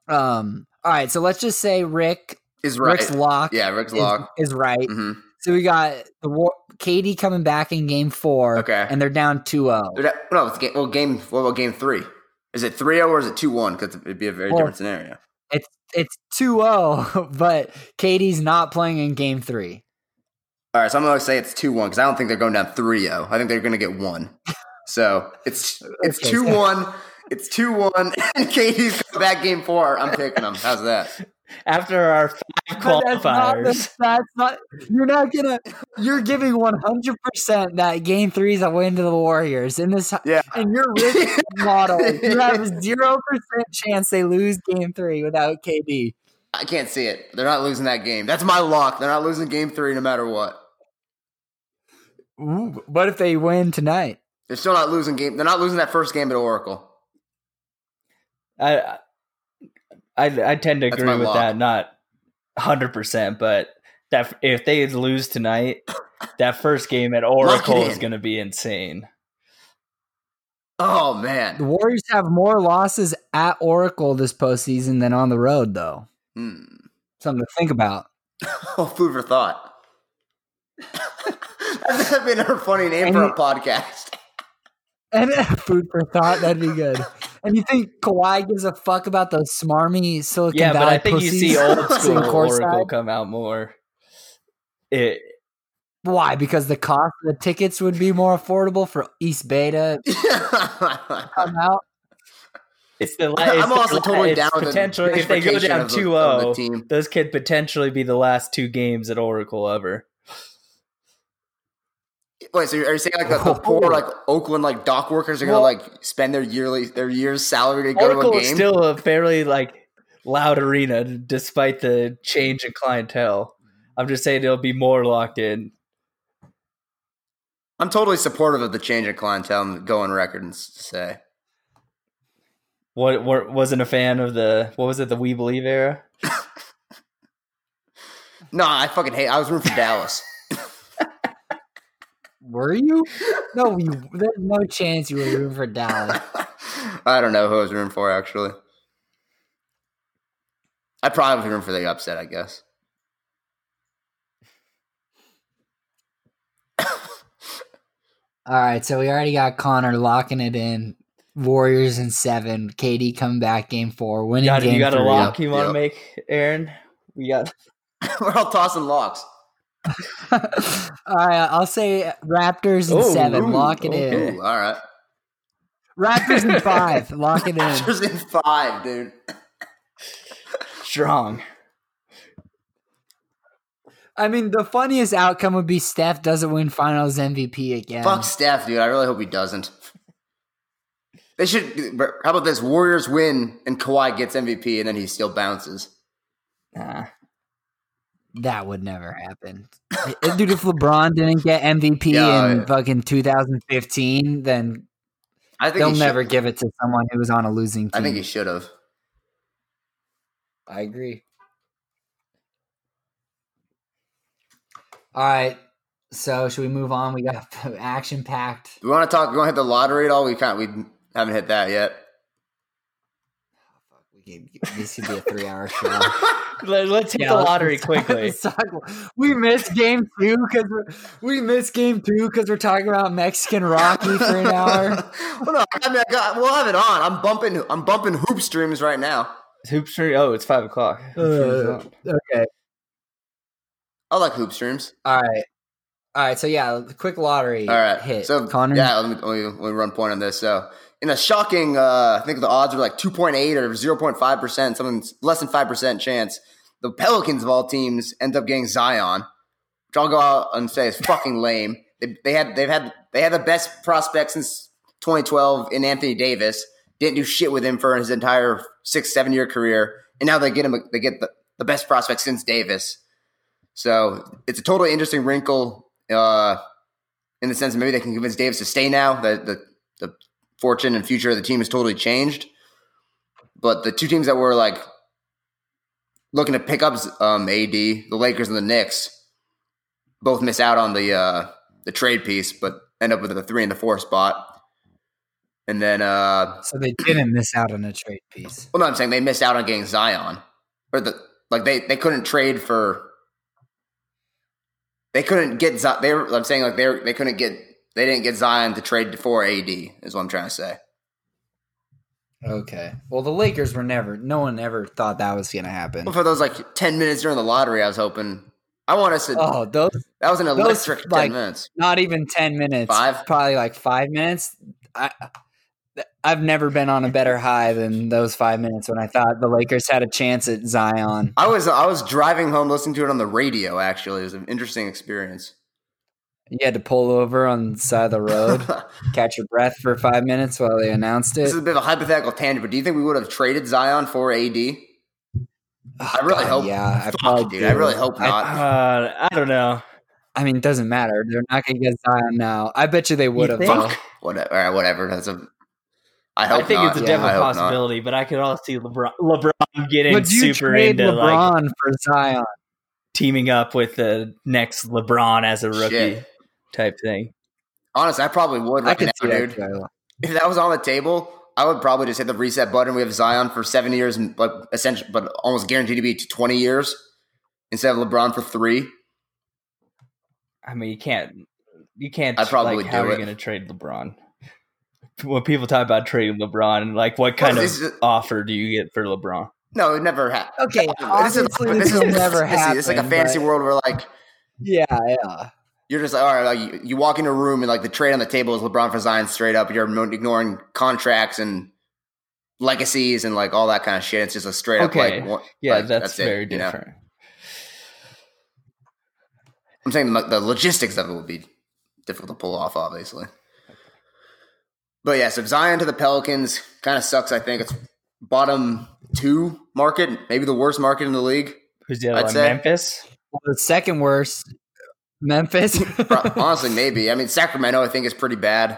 Speaker 3: Um. All right, so let's just say Rick
Speaker 5: is right.
Speaker 3: Rick's lock
Speaker 5: yeah, Rick's
Speaker 3: is,
Speaker 5: log.
Speaker 3: is right.
Speaker 5: hmm
Speaker 3: So we got the war- Katie coming back in game four.
Speaker 5: Okay.
Speaker 3: and they're down oh. 2-0.
Speaker 5: uh, No, it's game. Well, game. What about game three? Is it 3 0 or is it 2 1? Because it'd be a very
Speaker 3: Well-
Speaker 5: different scenario.
Speaker 3: It's it's 2-0, but Katie's not playing in game three.
Speaker 5: oh. All right, so I'm going to say it's 2 1 because I don't think they're going down 3 0. I think they're going to get 1. So it's it's
Speaker 3: Okay,
Speaker 5: two
Speaker 3: so-
Speaker 5: one. It's two one. And Katie's coming back game four. I'm picking them. How's that?
Speaker 4: After our five
Speaker 3: But that's not the-
Speaker 4: qualifiers,
Speaker 3: that's not. You're not gonna. You're giving 100 percent that game three's a win to the Warriors in this.
Speaker 5: Yeah.
Speaker 3: In your risk model, you have a zero percent chance they lose game three without KD.
Speaker 5: I can't see it. They're not losing that game. That's my lock. They're not losing game three no matter what.
Speaker 3: Ooh, what if they win tonight?
Speaker 5: They're still not losing game. They're not losing that first game at Oracle.
Speaker 4: I, I I tend to
Speaker 5: That's
Speaker 4: agree
Speaker 5: my
Speaker 4: with
Speaker 5: lock.
Speaker 4: that. Not hundred percent, but that if they lose tonight, that first game at Oracle is
Speaker 5: in.
Speaker 4: going to be insane.
Speaker 5: Oh
Speaker 3: The
Speaker 5: man.
Speaker 3: Warriors have more losses at Oracle this postseason than on the road, though.
Speaker 5: Hmm.
Speaker 3: Something to think about.
Speaker 5: Oh, food for thought. That's been a funny name for a podcast.
Speaker 3: And food for thought, that'd be good. And you think Kawhi gives a fuck about those smarmy Silicon
Speaker 4: yeah,
Speaker 3: Valley
Speaker 4: but I think you see
Speaker 3: pussies
Speaker 4: old
Speaker 3: sitting
Speaker 4: school
Speaker 3: courtside?
Speaker 4: Oracle come out more. It,
Speaker 3: Why? Because the cost of the tickets would be more affordable for East Bay to come out.
Speaker 4: it's the. la- it's
Speaker 5: I'm
Speaker 4: the
Speaker 5: also
Speaker 4: la-
Speaker 5: totally
Speaker 4: it's
Speaker 5: down with
Speaker 4: potential
Speaker 5: the
Speaker 4: if they go
Speaker 5: gentrification
Speaker 4: down oh?
Speaker 5: of the-
Speaker 4: 2-0,
Speaker 5: of the team.
Speaker 4: those could potentially be the last two games at Oracle ever.
Speaker 5: Wait, so are you saying like the, the poor like Oakland like dock workers are gonna
Speaker 4: Well-
Speaker 5: like spend their yearly their year's salary to go
Speaker 4: Oracle
Speaker 5: to a
Speaker 4: is
Speaker 5: game?
Speaker 4: still a fairly like loud arena despite the change in clientele. I'm just saying it'll be more locked in.
Speaker 5: I'm totally supportive of the change in clientele and going record and s- say.
Speaker 4: What, what wasn't a fan of the what was it the We Believe era?
Speaker 5: No, I fucking hate I was rooting for Dallas.
Speaker 3: Were you? No, you, there's no chance you were rooting for Dallas.
Speaker 5: I don't know who I was rooting for actually. I probably was rooting for the upset, I guess.
Speaker 3: All right, so we already got Connor locking it in. Warriors in seven. KD come back game four. Winning
Speaker 4: Got
Speaker 3: game
Speaker 4: you got a
Speaker 3: three.
Speaker 4: lock you want to
Speaker 5: Yep.
Speaker 4: make, Aaron? We got
Speaker 5: We're all tossing locks.
Speaker 3: All right, I'll say Raptors in
Speaker 4: Ooh,
Speaker 3: seven.
Speaker 4: Oh, ooh,
Speaker 3: Lock it
Speaker 4: okay.
Speaker 3: in.
Speaker 5: Ooh, all right.
Speaker 3: Raptors in five. Lock it in.
Speaker 5: Raptors in five, dude.
Speaker 4: strong.
Speaker 3: I mean, the funniest outcome would be Steph doesn't win Finals MVP again.
Speaker 5: Fuck Steph, dude. I really hope he doesn't. They should. How about this? Warriors win and Kawhi gets MVP and then he still bounces.
Speaker 4: Nah.
Speaker 3: That would never happen. Dude, if LeBron didn't get MVP
Speaker 5: Yeah,
Speaker 3: in
Speaker 5: yeah.
Speaker 3: fucking 2015, then
Speaker 5: I think
Speaker 3: they'll
Speaker 5: he should-
Speaker 3: never give it to someone who was on a losing team.
Speaker 5: I think he should have.
Speaker 3: I agree. All right. So, should we move on? We got action packed.
Speaker 5: Do we want to talk? We want to hit the lottery at all? We can't. We haven't hit that yet.
Speaker 3: We could, this could be a three hour show.
Speaker 4: Let, us hit
Speaker 3: Yeah,
Speaker 4: the
Speaker 3: let's-
Speaker 4: lottery
Speaker 3: let's-
Speaker 4: quickly.
Speaker 3: let's talk- we missed game two because we missed game two because we're talking about Mexican Rocky for an hour.
Speaker 5: well, no. I mean, I got, we'll have it on. I'm bumping. I'm bumping hoop streams right now.
Speaker 4: Hoop stream. Oh, it's five o'clock.
Speaker 3: Uh, okay.
Speaker 5: I like hoop streams.
Speaker 3: All right. All right. So yeah, quick lottery.
Speaker 5: All right.
Speaker 3: Hit.
Speaker 5: So
Speaker 3: Connor.
Speaker 5: Yeah. Let me, let me, let me run point on this. So in a shocking, uh, I think the odds were like two point eight or zero point five percent, something less than five percent chance. The Pelicans of all teams end up getting Zion, which I'll go out and say is fucking lame. They, they had they've had they had the best prospect since 2012 in Anthony Davis. Didn't do shit with him for his entire six seven year career, and now they get him they get the, the best prospect since Davis. So it's a totally interesting wrinkle. Uh, in the sense that maybe they can convince Davis to stay now that the, the fortune and future of the team has totally changed. But the two teams that were like looking to pick up um, AD, the Lakers and the Knicks, both miss out on the uh, the trade piece, but end up with the three and the four spot. And then, uh,
Speaker 3: so they didn't miss out on a trade piece.
Speaker 5: well, no, I'm saying they missed out on getting Zion, or the like they they couldn't trade for. They couldn't get Zion. They were, I'm saying like they were, they couldn't get they didn't get Zion to trade for AD is what I'm trying to say.
Speaker 3: Okay. Well, the Lakers were never. No one ever thought that was going to happen.
Speaker 5: Well, for those like ten minutes during the lottery, I was hoping. I want us to.
Speaker 3: Oh, those
Speaker 5: that was an electric ten
Speaker 3: like-
Speaker 5: minutes.
Speaker 3: not even ten minutes.
Speaker 5: Five?
Speaker 3: Probably like five minutes. I, I've never been on a better high than those five minutes when I thought the Lakers had a chance at Zion.
Speaker 5: I was I was driving home listening to it on the radio. Actually, it was an interesting experience.
Speaker 3: You had to pull over on the side of the road,
Speaker 5: this
Speaker 3: catch your breath for five minutes while they announced it.
Speaker 5: is a bit of a hypothetical tangent, but do you think we would have traded Zion for AD?
Speaker 3: Oh,
Speaker 5: I really hope-
Speaker 3: Yeah, I
Speaker 5: Fuck,
Speaker 3: probably
Speaker 5: dude,
Speaker 3: do.
Speaker 5: I really hope not.
Speaker 4: Uh, I don't know.
Speaker 3: I mean, it doesn't matter. They're not going to get Zion now. I bet you they would have.
Speaker 4: think?
Speaker 3: though.
Speaker 5: Fuck. Whatever. All right, whatever. That's a. I
Speaker 4: I
Speaker 5: hope
Speaker 4: think
Speaker 5: not.
Speaker 4: it's a
Speaker 5: Yeah,
Speaker 4: definite
Speaker 5: I hope not.
Speaker 4: possibility, but I could also see LeBron, LeBron getting
Speaker 3: Would you
Speaker 4: super
Speaker 3: trade
Speaker 4: into like
Speaker 3: LeBron for Zion?
Speaker 4: teaming up with the next LeBron as a rookie
Speaker 5: Shit.
Speaker 4: type thing.
Speaker 5: Honestly, I probably would
Speaker 3: I
Speaker 5: right
Speaker 3: could see
Speaker 5: now,
Speaker 3: that.
Speaker 5: dude.
Speaker 3: too.
Speaker 5: If that was on the table, I would probably just hit the reset button. We have Zion for seven years, and like essentially, but almost guaranteed to be to twenty years instead of LeBron for three.
Speaker 4: I mean, you can't. You can't.
Speaker 5: I'd probably
Speaker 4: like, how
Speaker 5: do
Speaker 4: are you
Speaker 5: it.
Speaker 4: going to trade LeBron? When people talk about trading LeBron, like what kind
Speaker 5: Well,
Speaker 4: of
Speaker 5: this is-
Speaker 4: offer do you get for LeBron?
Speaker 5: No, it never happened.
Speaker 3: Okay,
Speaker 5: This is,
Speaker 3: obviously
Speaker 5: this
Speaker 3: this
Speaker 5: is
Speaker 3: will never
Speaker 5: fantasy.
Speaker 3: happen.
Speaker 5: It's like a fantasy
Speaker 3: but-
Speaker 5: world where like
Speaker 3: Yeah, yeah.
Speaker 5: you're just like, all right, like you, you walk into a room and like the trade on the table is LeBron for Zion straight up. You're ignoring contracts and legacies and like all that kind of shit. It's just a straight up
Speaker 4: Okay.
Speaker 5: like, one-
Speaker 4: Yeah,
Speaker 5: like,
Speaker 4: that's,
Speaker 5: it,
Speaker 4: very
Speaker 5: you know?
Speaker 4: different.
Speaker 5: I'm saying the, the logistics of it would be difficult to pull off, obviously. But yeah, so Zion to the Pelicans kind of sucks. I think it's bottom two market, maybe the worst market in the league.
Speaker 4: Who's the other
Speaker 5: I'd
Speaker 4: one?
Speaker 5: say-
Speaker 4: Memphis.
Speaker 3: Well, the second worst, Memphis.
Speaker 5: Pro- Honestly, maybe. I mean, Sacramento, I think, is pretty bad.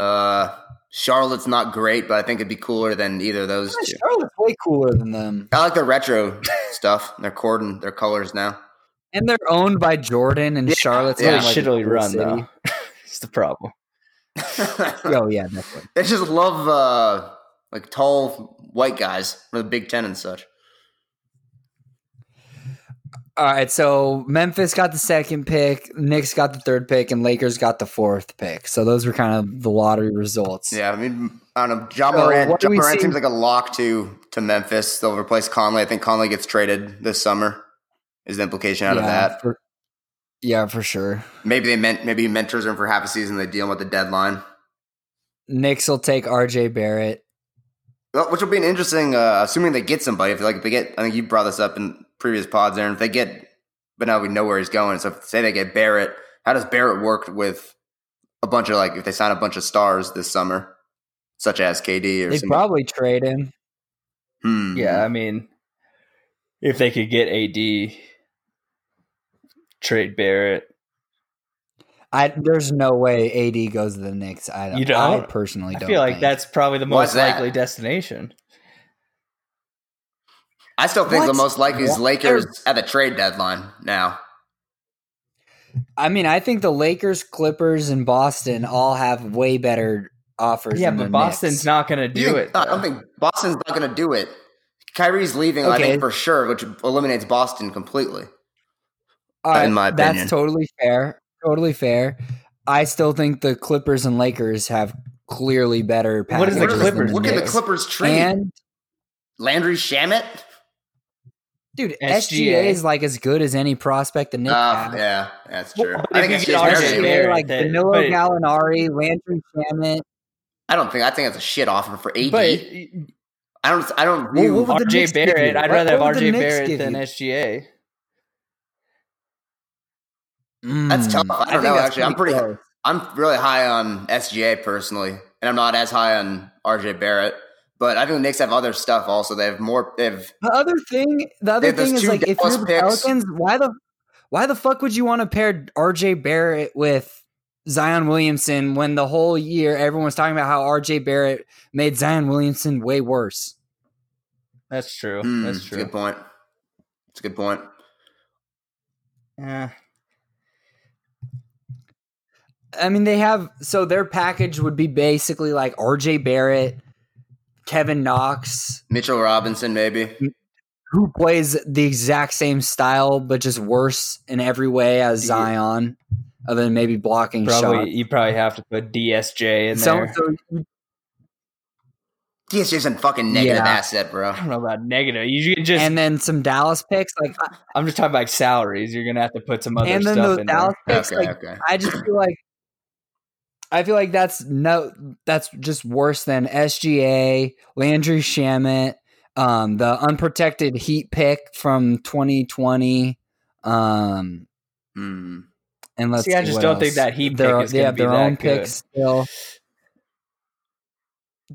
Speaker 5: Uh, Charlotte's not great, but I think it'd be cooler than either of those two.
Speaker 3: Charlotte's way cooler than them,
Speaker 5: I like their retro stuff. They're cordon, their colors now.
Speaker 3: and they're owned by Jordan and Charlotte's.
Speaker 5: yeah.
Speaker 4: Yeah,
Speaker 3: not like a
Speaker 4: shittily
Speaker 3: cool
Speaker 4: run
Speaker 3: city.
Speaker 4: though. it's the problem.
Speaker 5: they
Speaker 3: Oh yeah, definitely.
Speaker 5: just love uh, like tall white guys from the Big Ten and such.
Speaker 3: All right, so Memphis got the second pick, Knicks got the third pick, and Lakers got the fourth pick. So those were kind of the lottery results.
Speaker 5: Yeah, I mean, I don't know. John
Speaker 3: So,
Speaker 5: Morant,
Speaker 3: what do
Speaker 5: John
Speaker 3: we
Speaker 5: Morant
Speaker 3: see-
Speaker 5: seems like a lock to to Memphis. They'll replace Conley. I think Conley gets traded this summer. Is the implication out of
Speaker 3: Yeah,
Speaker 5: that?
Speaker 3: for- yeah, for sure.
Speaker 5: Maybe they meant maybe he mentors him for half a season. They deal him at the deadline,
Speaker 3: Knicks will take R.J. Barrett.
Speaker 5: Well, which will be an interesting. Uh, assuming they get somebody, if like if they get, I think you brought this up in previous pods, Aaron. If they get, but now we know where he's going. So if, say they get Barrett, how does Barrett work with a bunch of like if they sign a bunch of stars this summer, such as KD or
Speaker 3: They'd
Speaker 5: somebody?
Speaker 3: probably trade him.
Speaker 5: Hmm.
Speaker 4: Yeah, I mean, if they could get AD, trade Barrett.
Speaker 3: I there's no way AD goes to the Knicks. I don't.
Speaker 4: You don't?
Speaker 3: I personally
Speaker 4: I
Speaker 3: don't.
Speaker 4: feel like
Speaker 3: think.
Speaker 4: that's probably the
Speaker 5: Why's
Speaker 4: most
Speaker 5: that?
Speaker 4: likely destination.
Speaker 5: I still think
Speaker 3: What?
Speaker 5: the most likely is
Speaker 3: What?
Speaker 5: Lakers at the trade deadline now.
Speaker 3: I mean, I think the Lakers, Clippers, and Boston all have way better offers.
Speaker 4: Yeah,
Speaker 3: than
Speaker 4: but
Speaker 3: the
Speaker 4: Boston's
Speaker 3: Knicks.
Speaker 4: not going to do
Speaker 5: You think-
Speaker 4: it.
Speaker 5: I don't
Speaker 4: though.
Speaker 5: think Boston's not going to do it. Kyrie's leaving, I
Speaker 3: Okay.
Speaker 5: think, for sure, which eliminates Boston completely.
Speaker 3: All
Speaker 5: in my opinion.
Speaker 3: That's totally fair. Totally fair. I still think the Clippers and Lakers have clearly better.
Speaker 4: What is the
Speaker 5: Look at
Speaker 3: packages than
Speaker 4: Clippers?
Speaker 5: Look at the
Speaker 4: Knicks?
Speaker 5: Clippers trade.
Speaker 3: And
Speaker 5: Landry Shamit.
Speaker 3: dude,
Speaker 4: SGA.
Speaker 3: SGA. is like as good as any prospect the
Speaker 5: Oh,
Speaker 3: Knicks have.
Speaker 5: yeah, that's true.
Speaker 4: Well,
Speaker 5: I think
Speaker 4: if
Speaker 5: it's
Speaker 4: you
Speaker 5: just
Speaker 4: get
Speaker 5: Barrett.
Speaker 4: RJ
Speaker 5: anyway.
Speaker 4: Barrett,
Speaker 3: like
Speaker 4: that-
Speaker 3: Danilo
Speaker 4: but-
Speaker 3: Gallinari, Landry Shamet.
Speaker 5: I don't think. I think that's a shit offer for AD.
Speaker 4: But
Speaker 5: I don't. I don't view.
Speaker 3: what would the Knicks
Speaker 4: RJ
Speaker 3: give
Speaker 4: Barrett,
Speaker 3: you?
Speaker 4: I'd
Speaker 3: What-
Speaker 4: rather have
Speaker 3: what would the
Speaker 4: RJ
Speaker 3: Knicks
Speaker 4: Barrett
Speaker 3: give
Speaker 4: than
Speaker 3: you?
Speaker 4: SGA.
Speaker 5: that's tough.
Speaker 3: Mm,
Speaker 5: I don't
Speaker 3: think
Speaker 5: know.
Speaker 3: that's
Speaker 5: Actually, I'm pretty.
Speaker 3: close.
Speaker 5: I'm really high on SGA personally, and I'm not as high on RJ Barrett. But I think the Knicks have other stuff also. They have more. They have
Speaker 3: The other thing, the
Speaker 5: They
Speaker 3: other
Speaker 5: have those
Speaker 3: thing is
Speaker 5: two
Speaker 3: like if
Speaker 5: Dallas
Speaker 3: you're the
Speaker 5: picks.
Speaker 3: Pelicans, why the why the fuck would you want to pair RJ Barrett with Zion Williamson when the whole year everyone was talking about how RJ Barrett made Zion Williamson way worse?
Speaker 4: That's true.
Speaker 5: Hmm,
Speaker 4: That's true.
Speaker 5: Good point. It's a good point.
Speaker 4: Yeah.
Speaker 3: I mean, they have so their package would be basically like RJ Barrett, Kevin Knox,
Speaker 5: Mitchell Robinson, maybe.
Speaker 3: who plays the exact same style but just worse in every way as
Speaker 4: Yeah.
Speaker 3: Zion, other than maybe blocking
Speaker 4: Probably
Speaker 3: shots.
Speaker 4: you probably have to put DSJ in
Speaker 3: So,
Speaker 4: there.
Speaker 3: so
Speaker 5: DSJ's a fucking negative
Speaker 3: Yeah.
Speaker 5: asset, bro.
Speaker 4: I don't know about negative. You can just
Speaker 3: and then some Dallas picks like uh,
Speaker 4: I'm just talking about salaries. You're gonna have to put some other
Speaker 3: and then
Speaker 4: stuff
Speaker 3: those
Speaker 4: in
Speaker 3: Dallas
Speaker 4: there.
Speaker 3: picks
Speaker 5: Okay,
Speaker 3: like
Speaker 5: okay.
Speaker 3: I just feel like I feel like that's no, that's just worse than SGA, Landry Shamit, um, the unprotected heat pick from 2020. Um,
Speaker 5: Hmm.
Speaker 3: and let's
Speaker 4: See, I
Speaker 3: see
Speaker 4: just
Speaker 3: what
Speaker 4: don't think
Speaker 3: else.
Speaker 4: that heat
Speaker 3: They're-
Speaker 4: pick is
Speaker 3: they
Speaker 4: going to
Speaker 3: have
Speaker 4: be
Speaker 3: their
Speaker 4: that
Speaker 3: own
Speaker 4: good.
Speaker 3: picks still.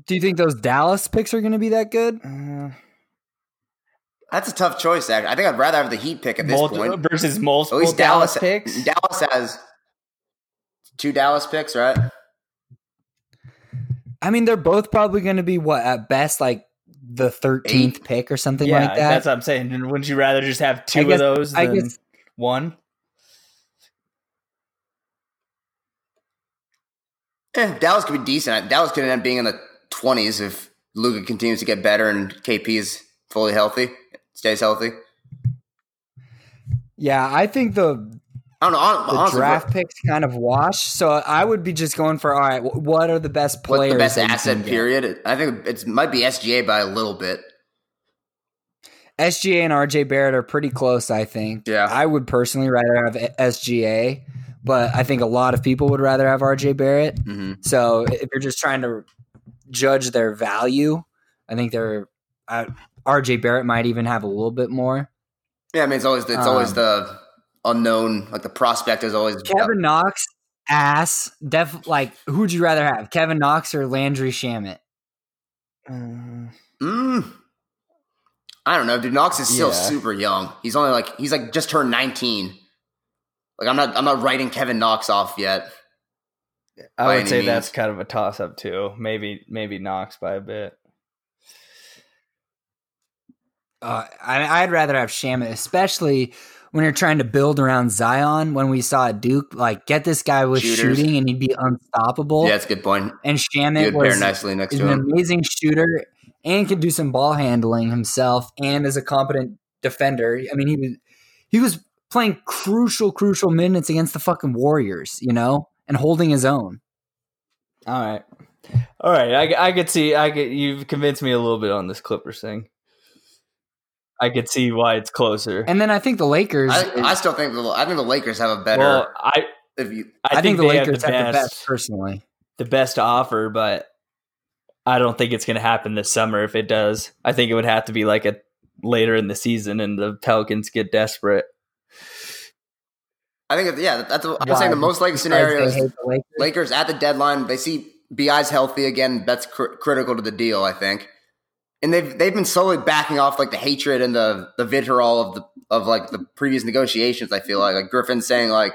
Speaker 3: Do you think those Dallas picks are going to be that good?
Speaker 4: Uh,
Speaker 5: That's a tough choice. Actually, I think I'd rather have the Heat pick at this
Speaker 4: multi-
Speaker 5: point.
Speaker 4: versus multiple
Speaker 5: At least
Speaker 4: Dallas,
Speaker 5: Dallas,
Speaker 4: picks.
Speaker 5: Dallas has two Dallas picks, right?
Speaker 3: I mean, they're both probably going to be what at best like the 13th pick or something
Speaker 4: yeah,
Speaker 3: like that.
Speaker 4: that's what I'm saying. And Wouldn't you rather just have two
Speaker 3: guess-
Speaker 4: of those
Speaker 3: I
Speaker 4: than
Speaker 3: guess-
Speaker 4: one?
Speaker 5: Eh, Dallas could be decent. Dallas could end up being in the twenties if Luca continues to get better and KP is fully healthy, stays healthy.
Speaker 3: yeah, I think the
Speaker 5: I don't know. hon-
Speaker 3: the
Speaker 5: honestly,
Speaker 3: draft picks kind of wash. So I would be just going for all right. wh- What are the best
Speaker 5: what's
Speaker 3: players?
Speaker 5: the best
Speaker 3: that you can
Speaker 5: asset?
Speaker 3: get?
Speaker 5: Period. I think it might be SGA by a little bit.
Speaker 3: SGA and RJ Barrett are pretty close. I think.
Speaker 5: Yeah.
Speaker 3: I would personally rather have SGA, but I think a lot of people would rather have RJ Barrett.
Speaker 5: hmm
Speaker 3: So if you're just trying to judge their value, I think they're uh, RJ Barrett might even have a little bit more.
Speaker 5: Yeah, I mean it's always the, it's always
Speaker 3: Um,
Speaker 5: the unknown. Like the prospect is always
Speaker 3: Kevin Knox ass. Def like who'd you rather have, Kevin Knox or Landry Shamit?
Speaker 4: Uh,
Speaker 5: Mm. I don't know, dude. Knox is still
Speaker 4: Yeah.
Speaker 5: super young. He's only like he's like just turned nineteen. Like I'm not I'm not writing Kevin Knox off yet.
Speaker 4: I
Speaker 5: By
Speaker 4: would
Speaker 5: any
Speaker 4: say
Speaker 5: means.
Speaker 4: that's kind of a toss up too. Maybe maybe Knox by a bit.
Speaker 3: Uh, I, I'd rather have Shamit, especially when you're trying to build around Zion. When we saw at Duke, like get this guy with
Speaker 5: Shooters.
Speaker 3: shooting and he'd be unstoppable.
Speaker 5: Yeah, that's a good point.
Speaker 3: And
Speaker 5: You
Speaker 3: Shamit
Speaker 5: would pair
Speaker 3: was
Speaker 5: nicely next
Speaker 3: is an
Speaker 5: to him.
Speaker 3: amazing shooter and can do some ball handling himself and is a competent defender. I mean, he was he was playing crucial, crucial minutes against the fucking Warriors, you know, and holding his own.
Speaker 4: All right, all right. I, I could see. I could. You've convinced me a little bit on this Clippers thing. I could see why it's closer.
Speaker 3: And then I think the Lakers.
Speaker 5: I, I still think the I think the Lakers have a better.
Speaker 4: well, I
Speaker 5: if you,
Speaker 4: I,
Speaker 3: I think, the
Speaker 4: they
Speaker 3: Lakers
Speaker 4: have, the, best,
Speaker 3: personally.
Speaker 4: the best offer, but I don't think it's going to happen this summer. If it does, I think it would have to be like a later in the season, and the Pelicans get desperate.
Speaker 5: I think if, yeah, that's what I'm
Speaker 3: Why?
Speaker 5: saying. The most likely
Speaker 3: Besides,
Speaker 5: scenario
Speaker 3: they
Speaker 5: is
Speaker 3: hate the Lakers.
Speaker 5: Lakers at the deadline. They see Bi's healthy again. That's cr- critical to the deal, I think. And they've they've been slowly backing off like the hatred and the the vitriol of the of like the previous negotiations. I feel like like Griffin saying like.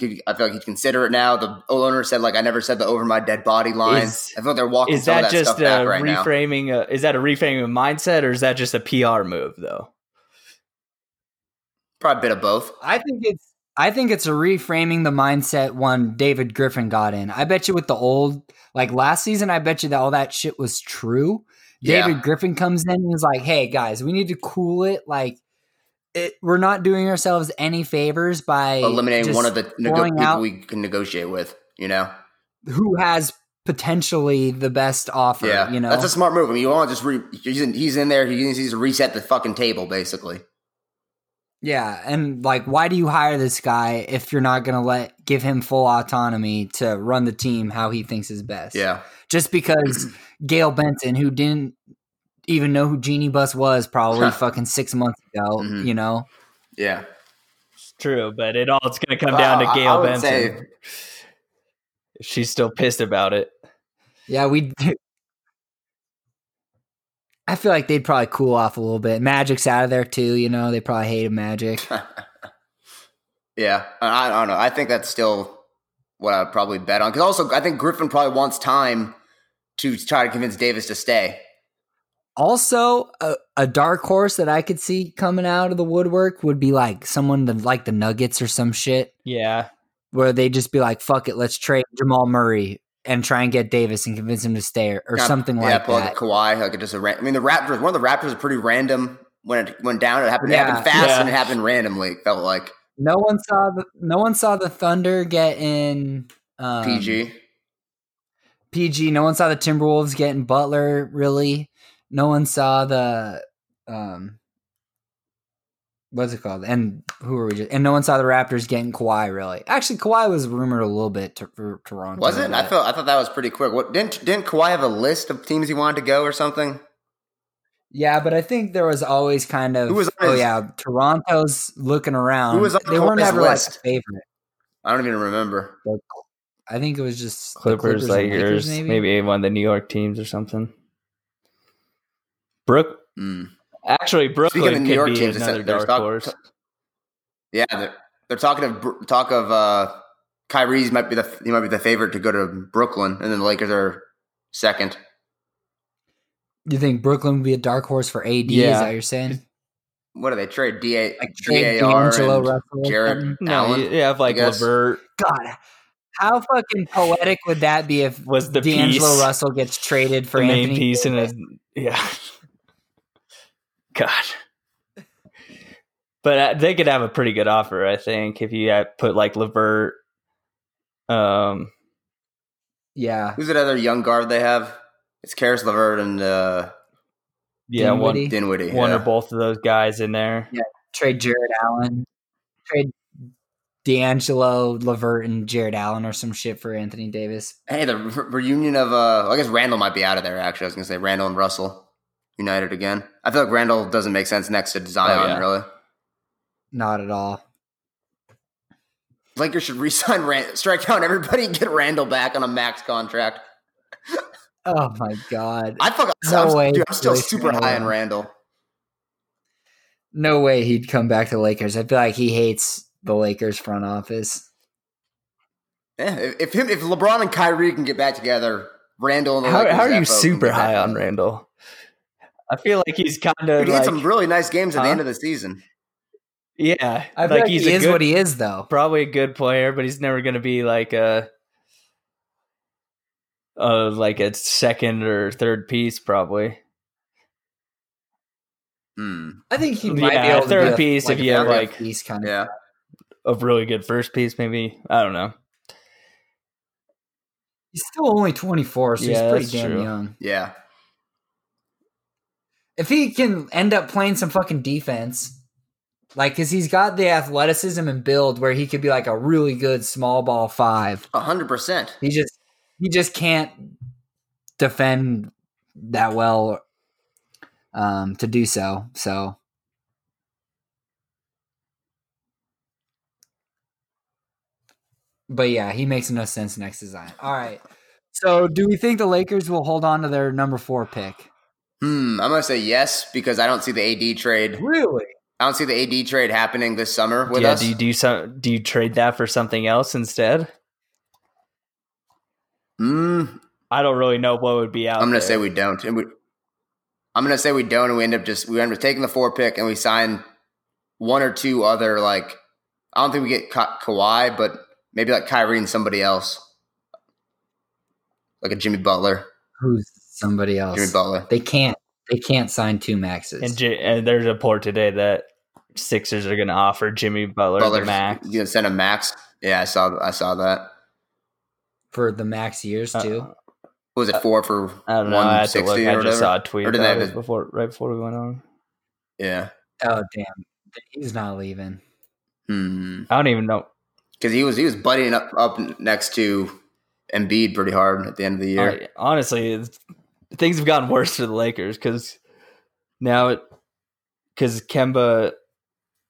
Speaker 5: I feel like he'd consider it now. The owner said, "Like I never said the over my dead body line."
Speaker 4: Is-
Speaker 5: I feel like they're walking
Speaker 4: Is
Speaker 5: some
Speaker 4: that,
Speaker 5: of that
Speaker 4: just
Speaker 5: stuff
Speaker 4: a
Speaker 5: back right now.
Speaker 4: reframing? uh is that a reframing of mindset, or is that just a PR move, though?
Speaker 5: Probably a bit of both.
Speaker 3: I think it's I think it's a reframing the mindset one David Griffin got in. I bet you with the old like last season, I bet you that all that shit was true.
Speaker 5: Yeah.
Speaker 3: David Griffin comes in and is like, "Hey guys, we need to cool it. Like, it, we're not doing ourselves any favors by
Speaker 5: Eliminating
Speaker 3: just
Speaker 5: one of the nego-
Speaker 3: throwing
Speaker 5: people
Speaker 3: out-
Speaker 5: we can negotiate with. You know,
Speaker 3: who has potentially the best offer.
Speaker 5: yeah,
Speaker 3: you know,
Speaker 5: that's a smart move. I mean, you want to just re- he's in, he's in there. He needs to reset the fucking table, basically.
Speaker 3: Yeah, and like, why do you hire this guy if you're not gonna let give him full autonomy to run the team how he thinks is best?
Speaker 5: Yeah,
Speaker 3: just because Gail Benson, who didn't even know who Genie Bus was, probably fucking six months ago,
Speaker 5: Mhm.
Speaker 3: you know,
Speaker 5: yeah.
Speaker 4: It's true, but it all it's going to come down
Speaker 5: Well,
Speaker 4: to
Speaker 5: I-
Speaker 4: Gail
Speaker 5: I would
Speaker 4: Benson.
Speaker 5: say-
Speaker 4: If She's still pissed about it.
Speaker 3: yeah, we. I feel like they'd probably cool off a little bit. Magic's out of there too, you know. They probably hated Magic.
Speaker 5: yeah, I, I don't know. I think that's still what I'd probably bet on. Because also, I think Griffin probably wants time to try to convince Davis to stay.
Speaker 3: Also, a, a dark horse that I could see coming out of the woodwork would be like someone that like the Nuggets or some shit.
Speaker 4: Yeah,
Speaker 3: where they just be like, "Fuck it, let's trade Jamal Murray and try and get Davis and convince him to stay or, or
Speaker 5: Kinda-
Speaker 3: something
Speaker 5: yeah,
Speaker 3: like
Speaker 5: pull out
Speaker 3: that."
Speaker 5: Kawhi, like just a ran- I mean, the Raptors. One of the Raptors is pretty random when it went down. It happened. It happened
Speaker 3: Yeah.
Speaker 5: fast
Speaker 4: Yeah.
Speaker 5: and it happened randomly. It felt like
Speaker 3: No one saw the no one saw the Thunder get in um,
Speaker 5: PG.
Speaker 3: PG. No one saw the Timberwolves getting Butler. Really, no one saw the um, what's it called? And who are we? Just, and no one saw the Raptors getting Kawhi. Really, actually, Kawhi was rumored a little bit to, for Toronto.
Speaker 5: Was it? I
Speaker 3: but-
Speaker 5: thought I thought that was pretty quick. What didn't didn't Kawhi have a list of teams he wanted to go or something?
Speaker 3: Yeah, but I think there was always kind of
Speaker 5: Who was on
Speaker 3: oh
Speaker 5: his-
Speaker 3: yeah, Toronto's looking around.
Speaker 5: Who was on
Speaker 3: they weren't
Speaker 5: Kawhi's
Speaker 3: ever
Speaker 5: list?
Speaker 3: like a favorite.
Speaker 5: I don't even remember.
Speaker 3: but I think it was just the
Speaker 4: Clippers,
Speaker 3: and
Speaker 4: Lakers, maybe? one of the New York teams or something. Brook,
Speaker 3: Hmm.
Speaker 5: Mm.
Speaker 4: actually, Brooklyn
Speaker 5: of
Speaker 4: could
Speaker 5: New York
Speaker 4: be
Speaker 5: teams, it's-
Speaker 4: another
Speaker 5: there's
Speaker 4: dark
Speaker 5: talk-
Speaker 4: horse.
Speaker 5: Yeah, they're, they're talking of Br- talk of uh, Kyrie's might be the he might be the favorite to go to Brooklyn, and then the Lakers are second.
Speaker 3: You think Brooklyn would be a dark horse for AD? Is
Speaker 4: Yeah.
Speaker 3: that you're saying?
Speaker 5: What do they trade? Da
Speaker 3: Like
Speaker 5: DAR
Speaker 3: D'Angelo
Speaker 5: and
Speaker 3: Russell or
Speaker 5: Jarrett.
Speaker 3: something?
Speaker 4: No,
Speaker 5: Allen,
Speaker 4: you, you have like
Speaker 5: guess.
Speaker 4: Levert
Speaker 3: God, how fucking poetic would that be if
Speaker 4: was the
Speaker 3: D'Angelo
Speaker 4: piece,
Speaker 3: Russell gets traded for
Speaker 4: the main
Speaker 3: Anthony?
Speaker 4: piece, in a yeah. God, but uh, they could have a pretty good offer, I think, if you uh, put like Levert. Um,
Speaker 3: Yeah,
Speaker 5: Who's that other young guard they have? It's Karis Levert and uh,
Speaker 4: yeah, one,
Speaker 3: Dinwiddie.
Speaker 5: Dinwiddie.
Speaker 4: one
Speaker 5: yeah.
Speaker 4: or both of those guys in there.
Speaker 3: trade Jared Allen, trade D'Angelo Levert and Jared Allen or some shit for Anthony Davis.
Speaker 5: Hey, the re- reunion of uh, I guess Randall might be out of there. Actually, I was gonna say Randall and Russell united again. I feel like Randall doesn't make sense next to Zion.
Speaker 4: yeah.
Speaker 5: Really,
Speaker 3: Not at all.
Speaker 5: Lakers should resign Rand, strike down everybody, and get Randall back on a max contract.
Speaker 3: Oh my god.
Speaker 5: I fuck.
Speaker 3: No
Speaker 5: I'm,
Speaker 3: way
Speaker 5: dude, I'm
Speaker 3: it's
Speaker 5: still
Speaker 3: really
Speaker 5: super
Speaker 3: Randall.
Speaker 5: high on Randall.
Speaker 3: no way he'd come back to Lakers. I feel like he hates the Lakers front office.
Speaker 5: Yeah, if, if him, if LeBron and Kyrie can get back together, Randall and the
Speaker 4: How,
Speaker 5: Lakers
Speaker 4: how are you
Speaker 5: FO can
Speaker 4: super
Speaker 5: get back
Speaker 4: high on
Speaker 5: together.
Speaker 4: Randall? I feel like he's kind
Speaker 5: Dude,
Speaker 4: of
Speaker 5: he had some
Speaker 4: like,
Speaker 5: really nice games at the
Speaker 4: Huh?
Speaker 5: end of the season.
Speaker 4: yeah,
Speaker 3: I feel like, he is what he is, though.
Speaker 4: probably a good player, but he's never going to be like a, uh, like a second or third piece, probably.
Speaker 5: Hmm.
Speaker 3: I think he might be
Speaker 4: Yeah,
Speaker 3: able to
Speaker 4: third
Speaker 3: be a-
Speaker 4: piece
Speaker 3: like
Speaker 4: if you have,
Speaker 3: third
Speaker 4: like-
Speaker 3: piece kind of.
Speaker 5: Yeah,
Speaker 4: A really good first piece, maybe. I don't know.
Speaker 3: He's still only twenty four, so
Speaker 4: Yeah,
Speaker 3: he's
Speaker 4: that's
Speaker 3: pretty damn
Speaker 4: true.
Speaker 3: young.
Speaker 5: yeah.
Speaker 3: If he can end up playing some fucking defense, like, cause he's got the athleticism and build where he could be like a really good small ball five.
Speaker 5: hundred percent.
Speaker 3: He just he just can't defend that well um, to do so. So But yeah, he makes no sense next to Zion. All right. So do we think the Lakers will hold on to their number four pick?
Speaker 5: Hmm. I'm gonna say yes because I don't see the AD trade.
Speaker 3: Really?
Speaker 5: I don't see the AD trade happening this summer with
Speaker 4: yeah,
Speaker 5: us.
Speaker 4: do you do some? Do you trade that for something else instead?
Speaker 5: Hmm.
Speaker 4: I don't really know what would be out.
Speaker 5: I'm gonna
Speaker 4: there.
Speaker 5: say we don't, and we. I'm gonna say we don't, and we end up just we end up taking the four pick, and we sign one or two other like. I don't think we get Ka- Kawhi, but maybe like Kyrie and somebody else, like a Jimmy Butler.
Speaker 3: Who's somebody
Speaker 5: Jimmy
Speaker 3: else?
Speaker 5: Butler.
Speaker 3: They can't they can't sign two maxes.
Speaker 4: And, J- and there's a report today that Sixers are going to offer Jimmy Butler,
Speaker 5: Butler
Speaker 4: the max.
Speaker 5: You know, send a max. Yeah, I saw. I saw that.
Speaker 3: for the max years
Speaker 4: Uh,
Speaker 3: too.
Speaker 5: What was it four for?
Speaker 4: I don't know. I had to
Speaker 5: 160
Speaker 4: look.
Speaker 5: or
Speaker 4: I
Speaker 5: whatever?
Speaker 4: just saw a tweet
Speaker 5: Or did they
Speaker 4: about
Speaker 5: have
Speaker 4: it
Speaker 5: it-
Speaker 4: before, right before we went on.
Speaker 5: Yeah.
Speaker 3: oh damn. He's not leaving.
Speaker 5: Hmm.
Speaker 4: I don't even know.
Speaker 5: Because he was he was buddying up up next to Embiid pretty hard at the end of the year.
Speaker 4: Hon- Honestly, it's- things have gotten worse for the Lakers because now it because Kemba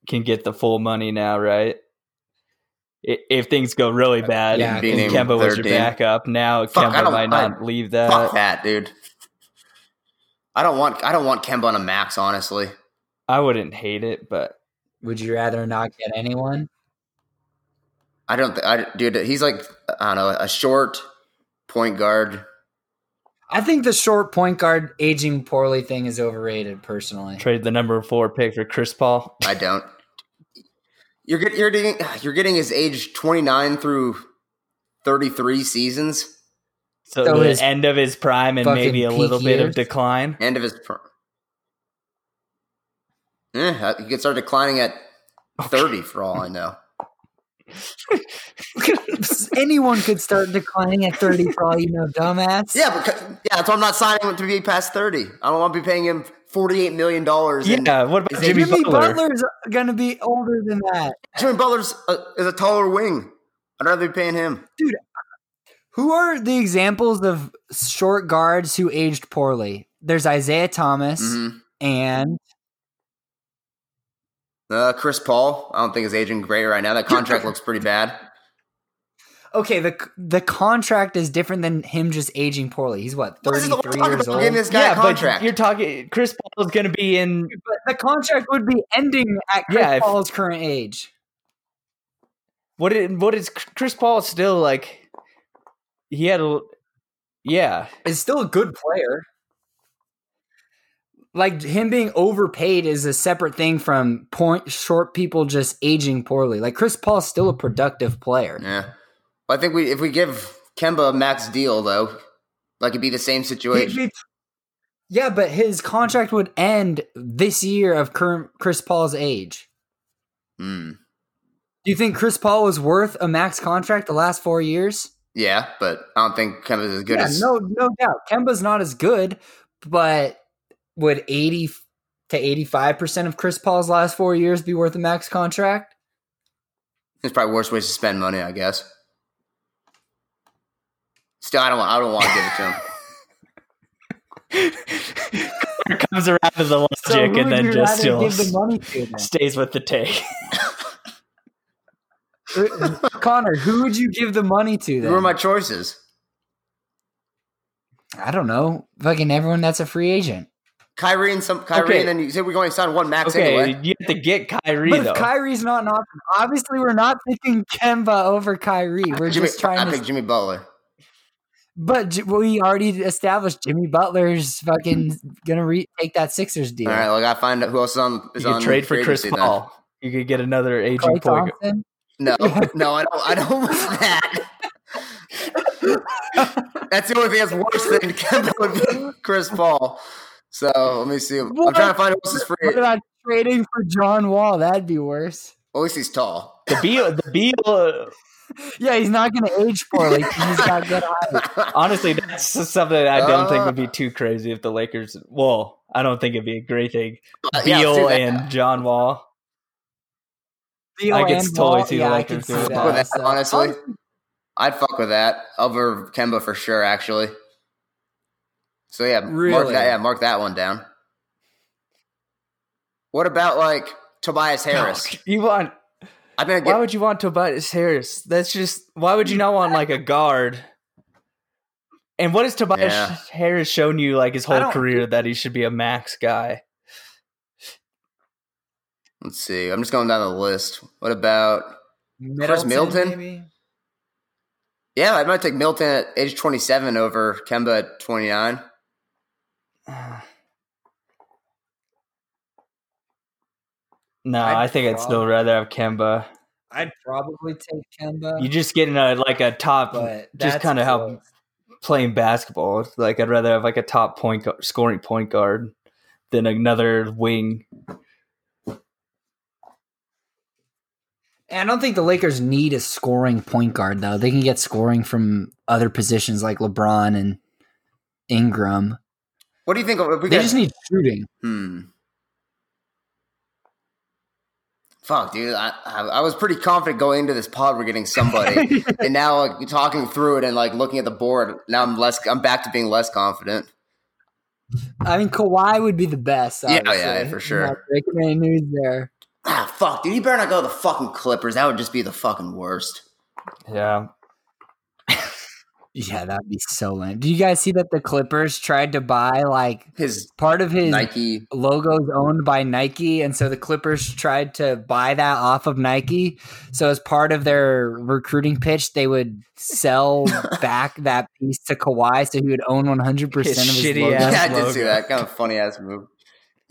Speaker 4: can get the full money now, right? I- If things go really bad,
Speaker 3: Yeah,
Speaker 4: and
Speaker 5: Uh, being named
Speaker 4: Kemba was your
Speaker 5: 13.
Speaker 4: backup. Now
Speaker 5: Fuck, I
Speaker 4: Kemba
Speaker 5: don't-
Speaker 4: might not
Speaker 5: I-
Speaker 4: leave
Speaker 5: Fuck
Speaker 4: that.
Speaker 5: that, dude. I don't want I don't want Kemba on a max, honestly.
Speaker 4: I wouldn't hate it, but
Speaker 3: Would you rather not get anyone?
Speaker 5: I don't, th- I dude. He's like I don't know a short point guard.
Speaker 3: I think the short point guard aging poorly thing is overrated personally.
Speaker 4: trade the number four pick for Chris Paul.
Speaker 5: I don't. You're get, you're getting you're getting his age twenty nine through thirty three seasons.
Speaker 4: So,
Speaker 3: So his
Speaker 4: the end of his prime and
Speaker 3: fucking
Speaker 4: maybe a
Speaker 3: peak
Speaker 4: little bit of
Speaker 3: years?
Speaker 4: decline.
Speaker 5: End of his. Per- yeah, he could start declining at thirty for all I know.
Speaker 3: Anyone could start declining at 30 for all you know, dumbass.
Speaker 5: Yeah, because, yeah, that's why I'm not signing him to be past thirty. I don't want to be paying him forty-eight million dollars. Yeah.
Speaker 4: Yeah, what about
Speaker 5: Is it
Speaker 4: Jimmy,
Speaker 3: Jimmy
Speaker 4: Butler?
Speaker 3: Butler's gonna be older than that.
Speaker 5: Jimmy Butler's a, is a taller wing. I'd rather be paying him.
Speaker 3: Who are the examples of short guards who aged poorly? There's Isaiah Thomas
Speaker 5: Mhm.
Speaker 3: and
Speaker 5: Uh, Chris Paul. I don't think is aging great right now. That contract looks pretty bad.
Speaker 3: okay, the the contract is different than him just aging poorly. He's what
Speaker 5: What is
Speaker 3: thirty
Speaker 5: it that we're
Speaker 3: three
Speaker 5: talking
Speaker 3: years
Speaker 5: about?
Speaker 3: old.
Speaker 5: Give me this guy a
Speaker 4: yeah,
Speaker 5: contract.
Speaker 4: but you're talking. Chris Paul is going to be in.
Speaker 3: But the contract would be ending at Chris
Speaker 4: Yeah, if-
Speaker 3: Paul's current age.
Speaker 4: What? Is, what is Chris Paul is still like? He had a. Yeah,
Speaker 3: Is still a good player. Like him being overpaid is a separate thing from point short people just aging poorly. Like Chris Paul's still a productive player.
Speaker 5: Yeah. Well, I think we if we give Kemba a max deal though, like it'd be the same
Speaker 3: He'd
Speaker 5: situation.
Speaker 3: be- yeah, but his contract would end this year of current Chris Paul's age.
Speaker 5: Hmm.
Speaker 3: Do you think Chris Paul was worth a max contract the last four years?
Speaker 5: Yeah, but I don't think Kemba's as good
Speaker 3: yeah,
Speaker 5: as
Speaker 3: no, no doubt. Kemba's not as good, but would eighty to eighty-five percent of Chris Paul's last four years be worth a max contract?
Speaker 5: It's probably worse ways to spend money, I guess. Still, I don't want. I don't want to give it to him.
Speaker 4: comes around to the logic
Speaker 3: So who
Speaker 4: and
Speaker 3: would
Speaker 4: then
Speaker 3: you rather
Speaker 4: just still
Speaker 3: give the money to then?
Speaker 4: stays with the take.
Speaker 3: Connor, who would you give the money to then?
Speaker 5: Who are my choices?
Speaker 3: I don't know. Fucking everyone that's a free agent.
Speaker 5: Kyrie and some Kyrie,
Speaker 4: Okay.
Speaker 5: and then you said we only signed one max
Speaker 4: Okay,
Speaker 5: anyway.
Speaker 4: you have to get Kyrie
Speaker 3: But
Speaker 4: though.
Speaker 3: if Kyrie's not an option, obviously we're not picking Kemba over Kyrie. We're
Speaker 5: Jimmy,
Speaker 3: just trying
Speaker 5: I
Speaker 3: to.
Speaker 5: picked Jimmy Butler.
Speaker 3: But J- we already established Jimmy Butler's fucking gonna re- take that Sixers deal.
Speaker 5: All right, look, I find out who else is on.
Speaker 4: you
Speaker 5: Is
Speaker 4: could
Speaker 5: on
Speaker 4: trade for
Speaker 5: free
Speaker 4: Chris
Speaker 5: agency
Speaker 4: Paul. You could get another
Speaker 3: Klay
Speaker 4: aging point. guard.
Speaker 3: Thompson.
Speaker 5: Then. No, no, I don't. I don't want that. that's the only thing that's worse than Kemba would be Chris Paul. So let me see. I'm
Speaker 3: What?
Speaker 5: trying to find who else is free.
Speaker 3: What about trading for John Wall? That'd be worse.
Speaker 5: Well, at least he's tall.
Speaker 4: The Beal, the Beal. uh,
Speaker 3: Yeah, he's not gonna age poorly. 'cause He's got good
Speaker 4: Uh,
Speaker 3: height.
Speaker 4: Honestly, that's something that I don't think
Speaker 5: Uh.
Speaker 4: would be too crazy if the Lakers. Well, I don't think it'd be a great thing.
Speaker 5: Uh, yeah, let's do
Speaker 4: Beal
Speaker 5: that.
Speaker 4: and John Wall.
Speaker 3: Beal
Speaker 4: I could
Speaker 3: and
Speaker 4: totally
Speaker 3: Wall,
Speaker 4: see the
Speaker 3: yeah, I
Speaker 4: Lakers
Speaker 3: could see
Speaker 4: doing
Speaker 3: that.
Speaker 5: Fuck with that,
Speaker 3: So-
Speaker 5: honestly. I'd fuck with that over Kemba for sure, actually. So yeah, mark
Speaker 3: Really?
Speaker 5: that, yeah, mark that one down. What about like Tobias Harris?
Speaker 4: You want?
Speaker 5: I'm gonna
Speaker 4: Why
Speaker 5: get
Speaker 4: would you want Tobias Harris? That's just. Why would you not want like a guard? And what has Tobias
Speaker 5: Yeah.
Speaker 4: Harris shown you like his
Speaker 3: I
Speaker 4: whole
Speaker 3: don't-
Speaker 4: career that he should be a max guy?
Speaker 5: let's see. I'm just going down the list. What about Chris Middleton?
Speaker 3: maybe?
Speaker 5: yeah, I might take Milton at age 27 over Kemba at 29.
Speaker 4: No,
Speaker 3: I'd
Speaker 4: i think I'd still
Speaker 3: prob-
Speaker 4: rather have Kemba.
Speaker 3: I'd probably take
Speaker 4: You
Speaker 3: Kemba,
Speaker 4: just get in a like a top,
Speaker 3: but
Speaker 4: just
Speaker 3: that's
Speaker 4: kind of how
Speaker 3: close.
Speaker 4: playing basketball. It's Like I'd rather have like a top point gu- scoring point guard than another wing.
Speaker 3: And I don't think the Lakers need a scoring point guard though. They can get scoring from other positions like LeBron and Ingram.
Speaker 5: What do you think? If we
Speaker 3: They
Speaker 5: got-
Speaker 3: just need shooting.
Speaker 5: hmm. Fuck, dude. I, I I was pretty confident going into this pod we're getting somebody. and now like talking through it and like looking at the board, now I'm less. I'm back to being less confident.
Speaker 3: I mean, Kawhi would be the best.
Speaker 5: Yeah, oh,
Speaker 3: Obviously.
Speaker 5: yeah, for sure.
Speaker 3: Not breaking any news there.
Speaker 5: Ah, fuck, dude, you better not go to the fucking Clippers. That would just be the fucking worst.
Speaker 4: Yeah,
Speaker 3: Yeah, that'd be so lame. Do you guys see that the Clippers tried to buy like
Speaker 5: His
Speaker 3: part of
Speaker 4: Mm.
Speaker 3: his
Speaker 5: Nike.
Speaker 3: logos owned by Nike, and so the Clippers tried to buy that off of Nike. So as part of their recruiting pitch, they would sell back that piece to Kawhi, so he would own one hundred percent of
Speaker 4: His
Speaker 3: his
Speaker 4: shitty
Speaker 3: logo.
Speaker 4: ass.
Speaker 5: Yeah, I
Speaker 4: logo.
Speaker 5: did see that. Kind of funny ass move.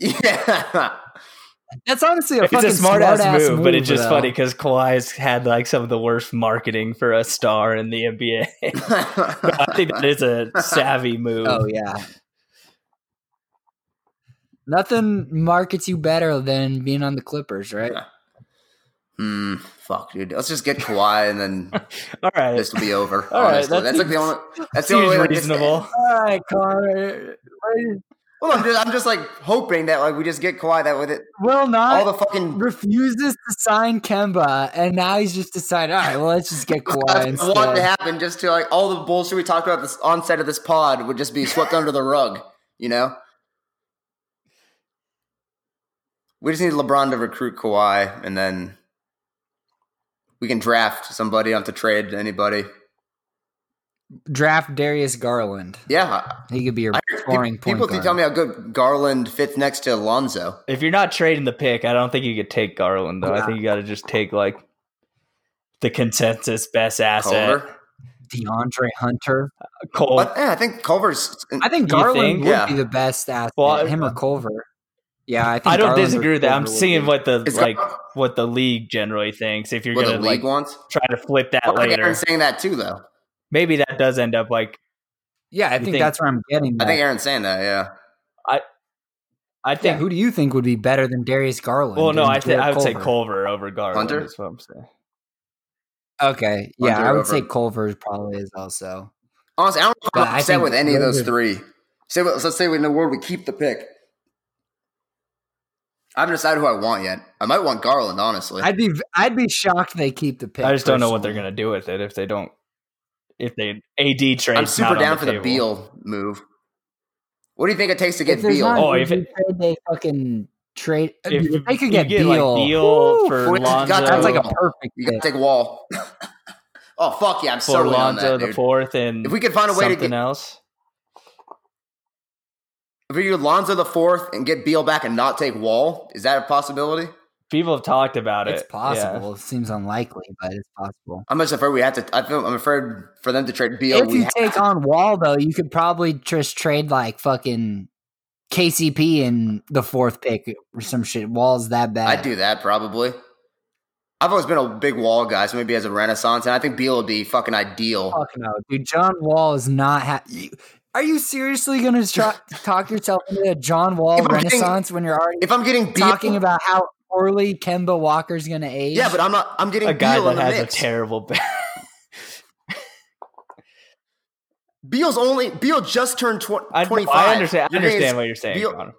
Speaker 5: Yeah.
Speaker 3: That's honestly a
Speaker 4: it's
Speaker 3: fucking
Speaker 4: a smart, ass, move, but it's just
Speaker 3: though.
Speaker 4: funny because Kawhi's had like some of the worst marketing for a star in the NBA. I think that is a savvy move.
Speaker 3: Oh yeah. Nothing markets you better than being on the Clippers, right?
Speaker 5: Hmm, fuck, dude. Let's just get Kawhi and then
Speaker 4: All right,
Speaker 5: this will be over.
Speaker 4: All right,
Speaker 5: honestly. that's
Speaker 4: that
Speaker 5: like the
Speaker 4: seems-
Speaker 5: only. That's the
Speaker 4: seems
Speaker 5: only way. to get-
Speaker 4: reasonable.
Speaker 3: All right, Connor. What do you-
Speaker 5: Well, I'm just, I'm just like hoping that like we just get Kawhi that with it.
Speaker 3: Will
Speaker 5: All the
Speaker 3: not
Speaker 5: fucking
Speaker 3: refuses to sign Kemba, and now he's just decided. All right, well, let's just get Kawhi
Speaker 5: that's what
Speaker 3: instead.
Speaker 5: happened just to like all the bullshit we talked about at this onset of this pod would just be swept under the rug. You know. We just need LeBron to recruit Kawhi, and then we can draft somebody. Don't have to trade anybody.
Speaker 3: Draft Darius Garland.
Speaker 5: Yeah,
Speaker 3: He could be your
Speaker 5: I-
Speaker 3: scoring
Speaker 5: people
Speaker 3: point guard.
Speaker 5: keep telling me how good Garland fits next to Alonzo.
Speaker 4: If you're not trading the pick, I don't think you could take Garland though. I think you got to just take like the consensus best asset,
Speaker 5: Culver.
Speaker 3: DeAndre Hunter.
Speaker 4: Cole.
Speaker 5: But, yeah, I think Culver's.
Speaker 3: I think
Speaker 4: You
Speaker 3: Garland
Speaker 4: think?
Speaker 3: would
Speaker 5: Yeah.
Speaker 3: be the best asset.
Speaker 4: Well, I-
Speaker 3: him or Culver. Yeah, I think
Speaker 4: I don't
Speaker 3: Garland or
Speaker 4: disagree with that. I'm
Speaker 3: Culver would
Speaker 4: seeing
Speaker 3: be-
Speaker 4: what the
Speaker 5: It's
Speaker 4: like
Speaker 5: got-
Speaker 4: what the league generally thinks. If you're
Speaker 5: what the
Speaker 4: gonna
Speaker 5: league
Speaker 4: like
Speaker 5: wants.
Speaker 4: try to flip that
Speaker 5: Mark
Speaker 4: later,
Speaker 5: Aaron's saying that too, though.
Speaker 4: maybe that does end up like
Speaker 3: Yeah, I
Speaker 4: You
Speaker 3: think,
Speaker 4: think-
Speaker 3: that's where I'm getting.
Speaker 5: I
Speaker 3: at.
Speaker 5: think Aaron's saying that. Yeah,
Speaker 4: I
Speaker 3: Yeah,
Speaker 4: think.
Speaker 3: who do you think would be better than Darius Garland?
Speaker 4: well, no,
Speaker 3: and
Speaker 4: I th-
Speaker 3: Jared
Speaker 4: I would say
Speaker 3: Culver?
Speaker 4: Culver over Garland.
Speaker 5: Hunter?
Speaker 4: Is what I'm saying.
Speaker 3: Okay, yeah,
Speaker 5: Hunter
Speaker 3: I would
Speaker 5: over-
Speaker 3: say Culver probably is also.
Speaker 5: honestly, I don't know
Speaker 3: But
Speaker 5: if I'm
Speaker 3: I
Speaker 5: upset
Speaker 3: think
Speaker 5: with any of
Speaker 3: those
Speaker 5: those
Speaker 3: are-
Speaker 5: three. Say, what- let's say in the world we keep the pick. I haven't decided who I want yet. I might want Garland, honestly.
Speaker 3: I'd be I'd be shocked they keep the pick.
Speaker 4: I just don't know what they're
Speaker 3: personally.
Speaker 4: gonna do with it if they don't. If they AD trade,
Speaker 5: I'm super down for the Beal move. What do you think it takes to get
Speaker 3: If there's
Speaker 5: Beal?
Speaker 3: not,
Speaker 4: Oh,
Speaker 3: would
Speaker 4: if
Speaker 3: you
Speaker 4: it-
Speaker 3: trade, they fucking trade. I
Speaker 4: If
Speaker 3: mean, if they
Speaker 4: you
Speaker 3: could get,
Speaker 4: get,
Speaker 3: Beal,
Speaker 4: like, Beal
Speaker 3: woo,
Speaker 4: for
Speaker 5: Well, it's got
Speaker 4: Lonzo-
Speaker 3: that's like a
Speaker 5: Lonzo.
Speaker 3: perfect.
Speaker 5: you gotta
Speaker 3: pick.
Speaker 5: take Wall. oh fuck yeah, I'm
Speaker 4: for
Speaker 5: so on
Speaker 4: Lonzo
Speaker 5: that,
Speaker 4: the
Speaker 5: dude.
Speaker 4: fourth and
Speaker 5: If we could find a way to
Speaker 4: something
Speaker 5: get
Speaker 4: else.
Speaker 5: If we do Lonzo the fourth and get Beal back and not take Wall, is that a possibility?
Speaker 4: People have talked about it.
Speaker 3: It's possible. It seems unlikely, but it's possible.
Speaker 5: I'm just afraid we have to. I feel, I'm afraid for them to trade Beal.
Speaker 3: If
Speaker 5: We
Speaker 3: you
Speaker 5: have,
Speaker 3: take on Wall though, you could probably just trade like fucking KCP in the fourth pick or some shit. Wall's that bad.
Speaker 5: I'd do that probably. I've always been a big Wall guy, so maybe as a renaissance, and I think Beal would be fucking ideal.
Speaker 3: Fuck no, dude. John Wall is not. Ha- you, are you seriously going to try- talk yourself into a John Wall
Speaker 5: If I'm getting-
Speaker 3: renaissance when you're already
Speaker 5: If I'm getting Beal,
Speaker 3: talking about how poorly Kemba Walker's going to age?
Speaker 5: yeah, but I'm not. I'm getting
Speaker 4: A guy
Speaker 5: Beal
Speaker 4: that
Speaker 5: in the
Speaker 4: has
Speaker 5: mix.
Speaker 4: a terrible back.
Speaker 5: Beal's only Beal just turned tw-
Speaker 4: I,
Speaker 5: 25.
Speaker 4: I understand. I
Speaker 5: You're getting-
Speaker 4: understand what you're saying.
Speaker 5: Beal-
Speaker 4: Connor.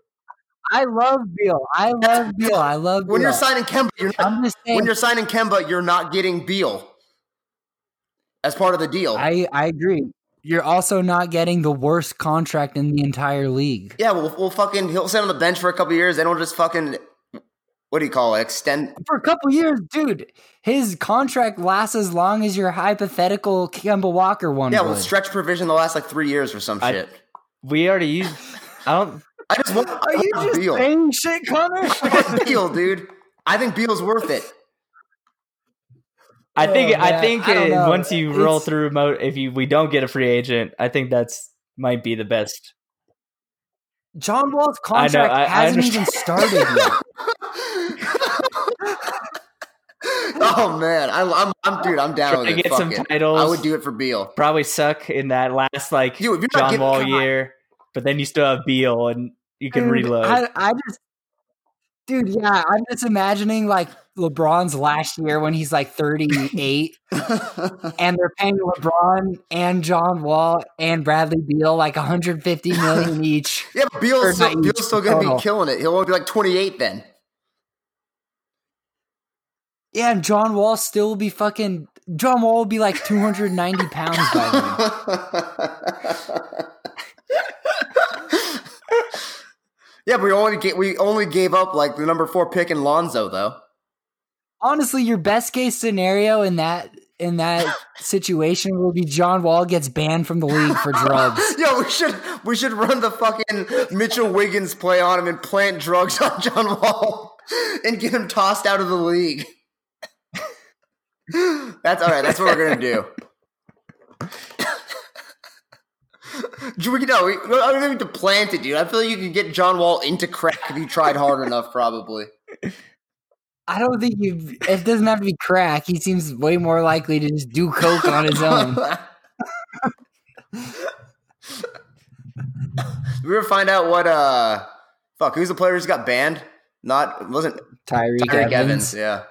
Speaker 3: I love Beal. I love Beal. I love Beal.
Speaker 5: When you're signing Kemba, you're not,
Speaker 3: I'm just saying.
Speaker 5: when you're signing Kemba, you're not getting Beal as part of the deal.
Speaker 3: I I agree. You're also not getting the worst contract in the entire league.
Speaker 5: Yeah, we'll, we'll fucking he'll sit on the bench for a couple years. They don't just fucking what do you call it? Extend.
Speaker 3: For a couple years, dude, his contract lasts as long as your hypothetical Kemba Walker one.
Speaker 5: Yeah,
Speaker 3: would.
Speaker 5: well, stretch provision the last like three years or some
Speaker 4: I-
Speaker 5: shit.
Speaker 4: We already used. I don't.
Speaker 5: I just want
Speaker 3: Are you just
Speaker 5: Beal.
Speaker 3: saying shit, Connor?
Speaker 5: Beal, dude. I think Beal's worth it.
Speaker 4: I think.
Speaker 3: Oh,
Speaker 4: I
Speaker 3: man,
Speaker 4: think
Speaker 3: I don't
Speaker 4: it-
Speaker 3: know.
Speaker 4: once you roll
Speaker 3: It's-
Speaker 4: through, mo- if you we don't get a free agent, I think that's might be the best.
Speaker 3: John Wall's
Speaker 4: I
Speaker 3: contract
Speaker 4: know, I- I
Speaker 3: hasn't even started yet.
Speaker 5: Oh man, I, I'm, I'm dude. I'm down
Speaker 4: Try
Speaker 5: with
Speaker 4: to
Speaker 5: it.
Speaker 4: get
Speaker 5: Fuck
Speaker 4: some
Speaker 5: it.
Speaker 4: titles.
Speaker 5: I would do it for Beal.
Speaker 4: Probably suck in that last like
Speaker 5: You- if you're not
Speaker 4: John
Speaker 5: getting-
Speaker 4: Wall
Speaker 5: come on.
Speaker 4: year, but then you still have Beal and you can
Speaker 3: Dude,
Speaker 4: reload.
Speaker 3: I, I just, dude, yeah, I'm just imagining like LeBron's last year when he's like 38, and they're paying LeBron and John Wall and Bradley Beal like 150 million each.
Speaker 5: Yeah, but
Speaker 3: Or
Speaker 5: Beal's
Speaker 3: not
Speaker 5: still,
Speaker 3: you,
Speaker 5: Beal's still gonna
Speaker 3: total.
Speaker 5: be killing it. He'll only be like 28 then.
Speaker 3: Yeah, and John Wall still will be fucking. John Wall will be like 290 pounds by then.
Speaker 5: yeah, but we only ga- we only gave up like the number four pick in Lonzo though.
Speaker 3: Honestly, your best case scenario in that in that situation will be John Wall gets banned from the league for drugs.
Speaker 5: Yo, we should we should run the fucking Mitchell Wiggins play on him and plant drugs on John Wall and get him tossed out of the league. That's all right. That's what we're gonna do. Do we no? We, I don't even need to plant it, dude. I feel like you could get John Wall into crack if you tried hard enough, probably.
Speaker 3: I don't think you. It doesn't have to be crack. He seems way more likely to just do coke on his own.
Speaker 5: Did we ever find out what uh fuck who's the player who's got banned? Not wasn't
Speaker 3: Tyreek,
Speaker 5: Eric
Speaker 3: Evans.
Speaker 5: Evans, yeah.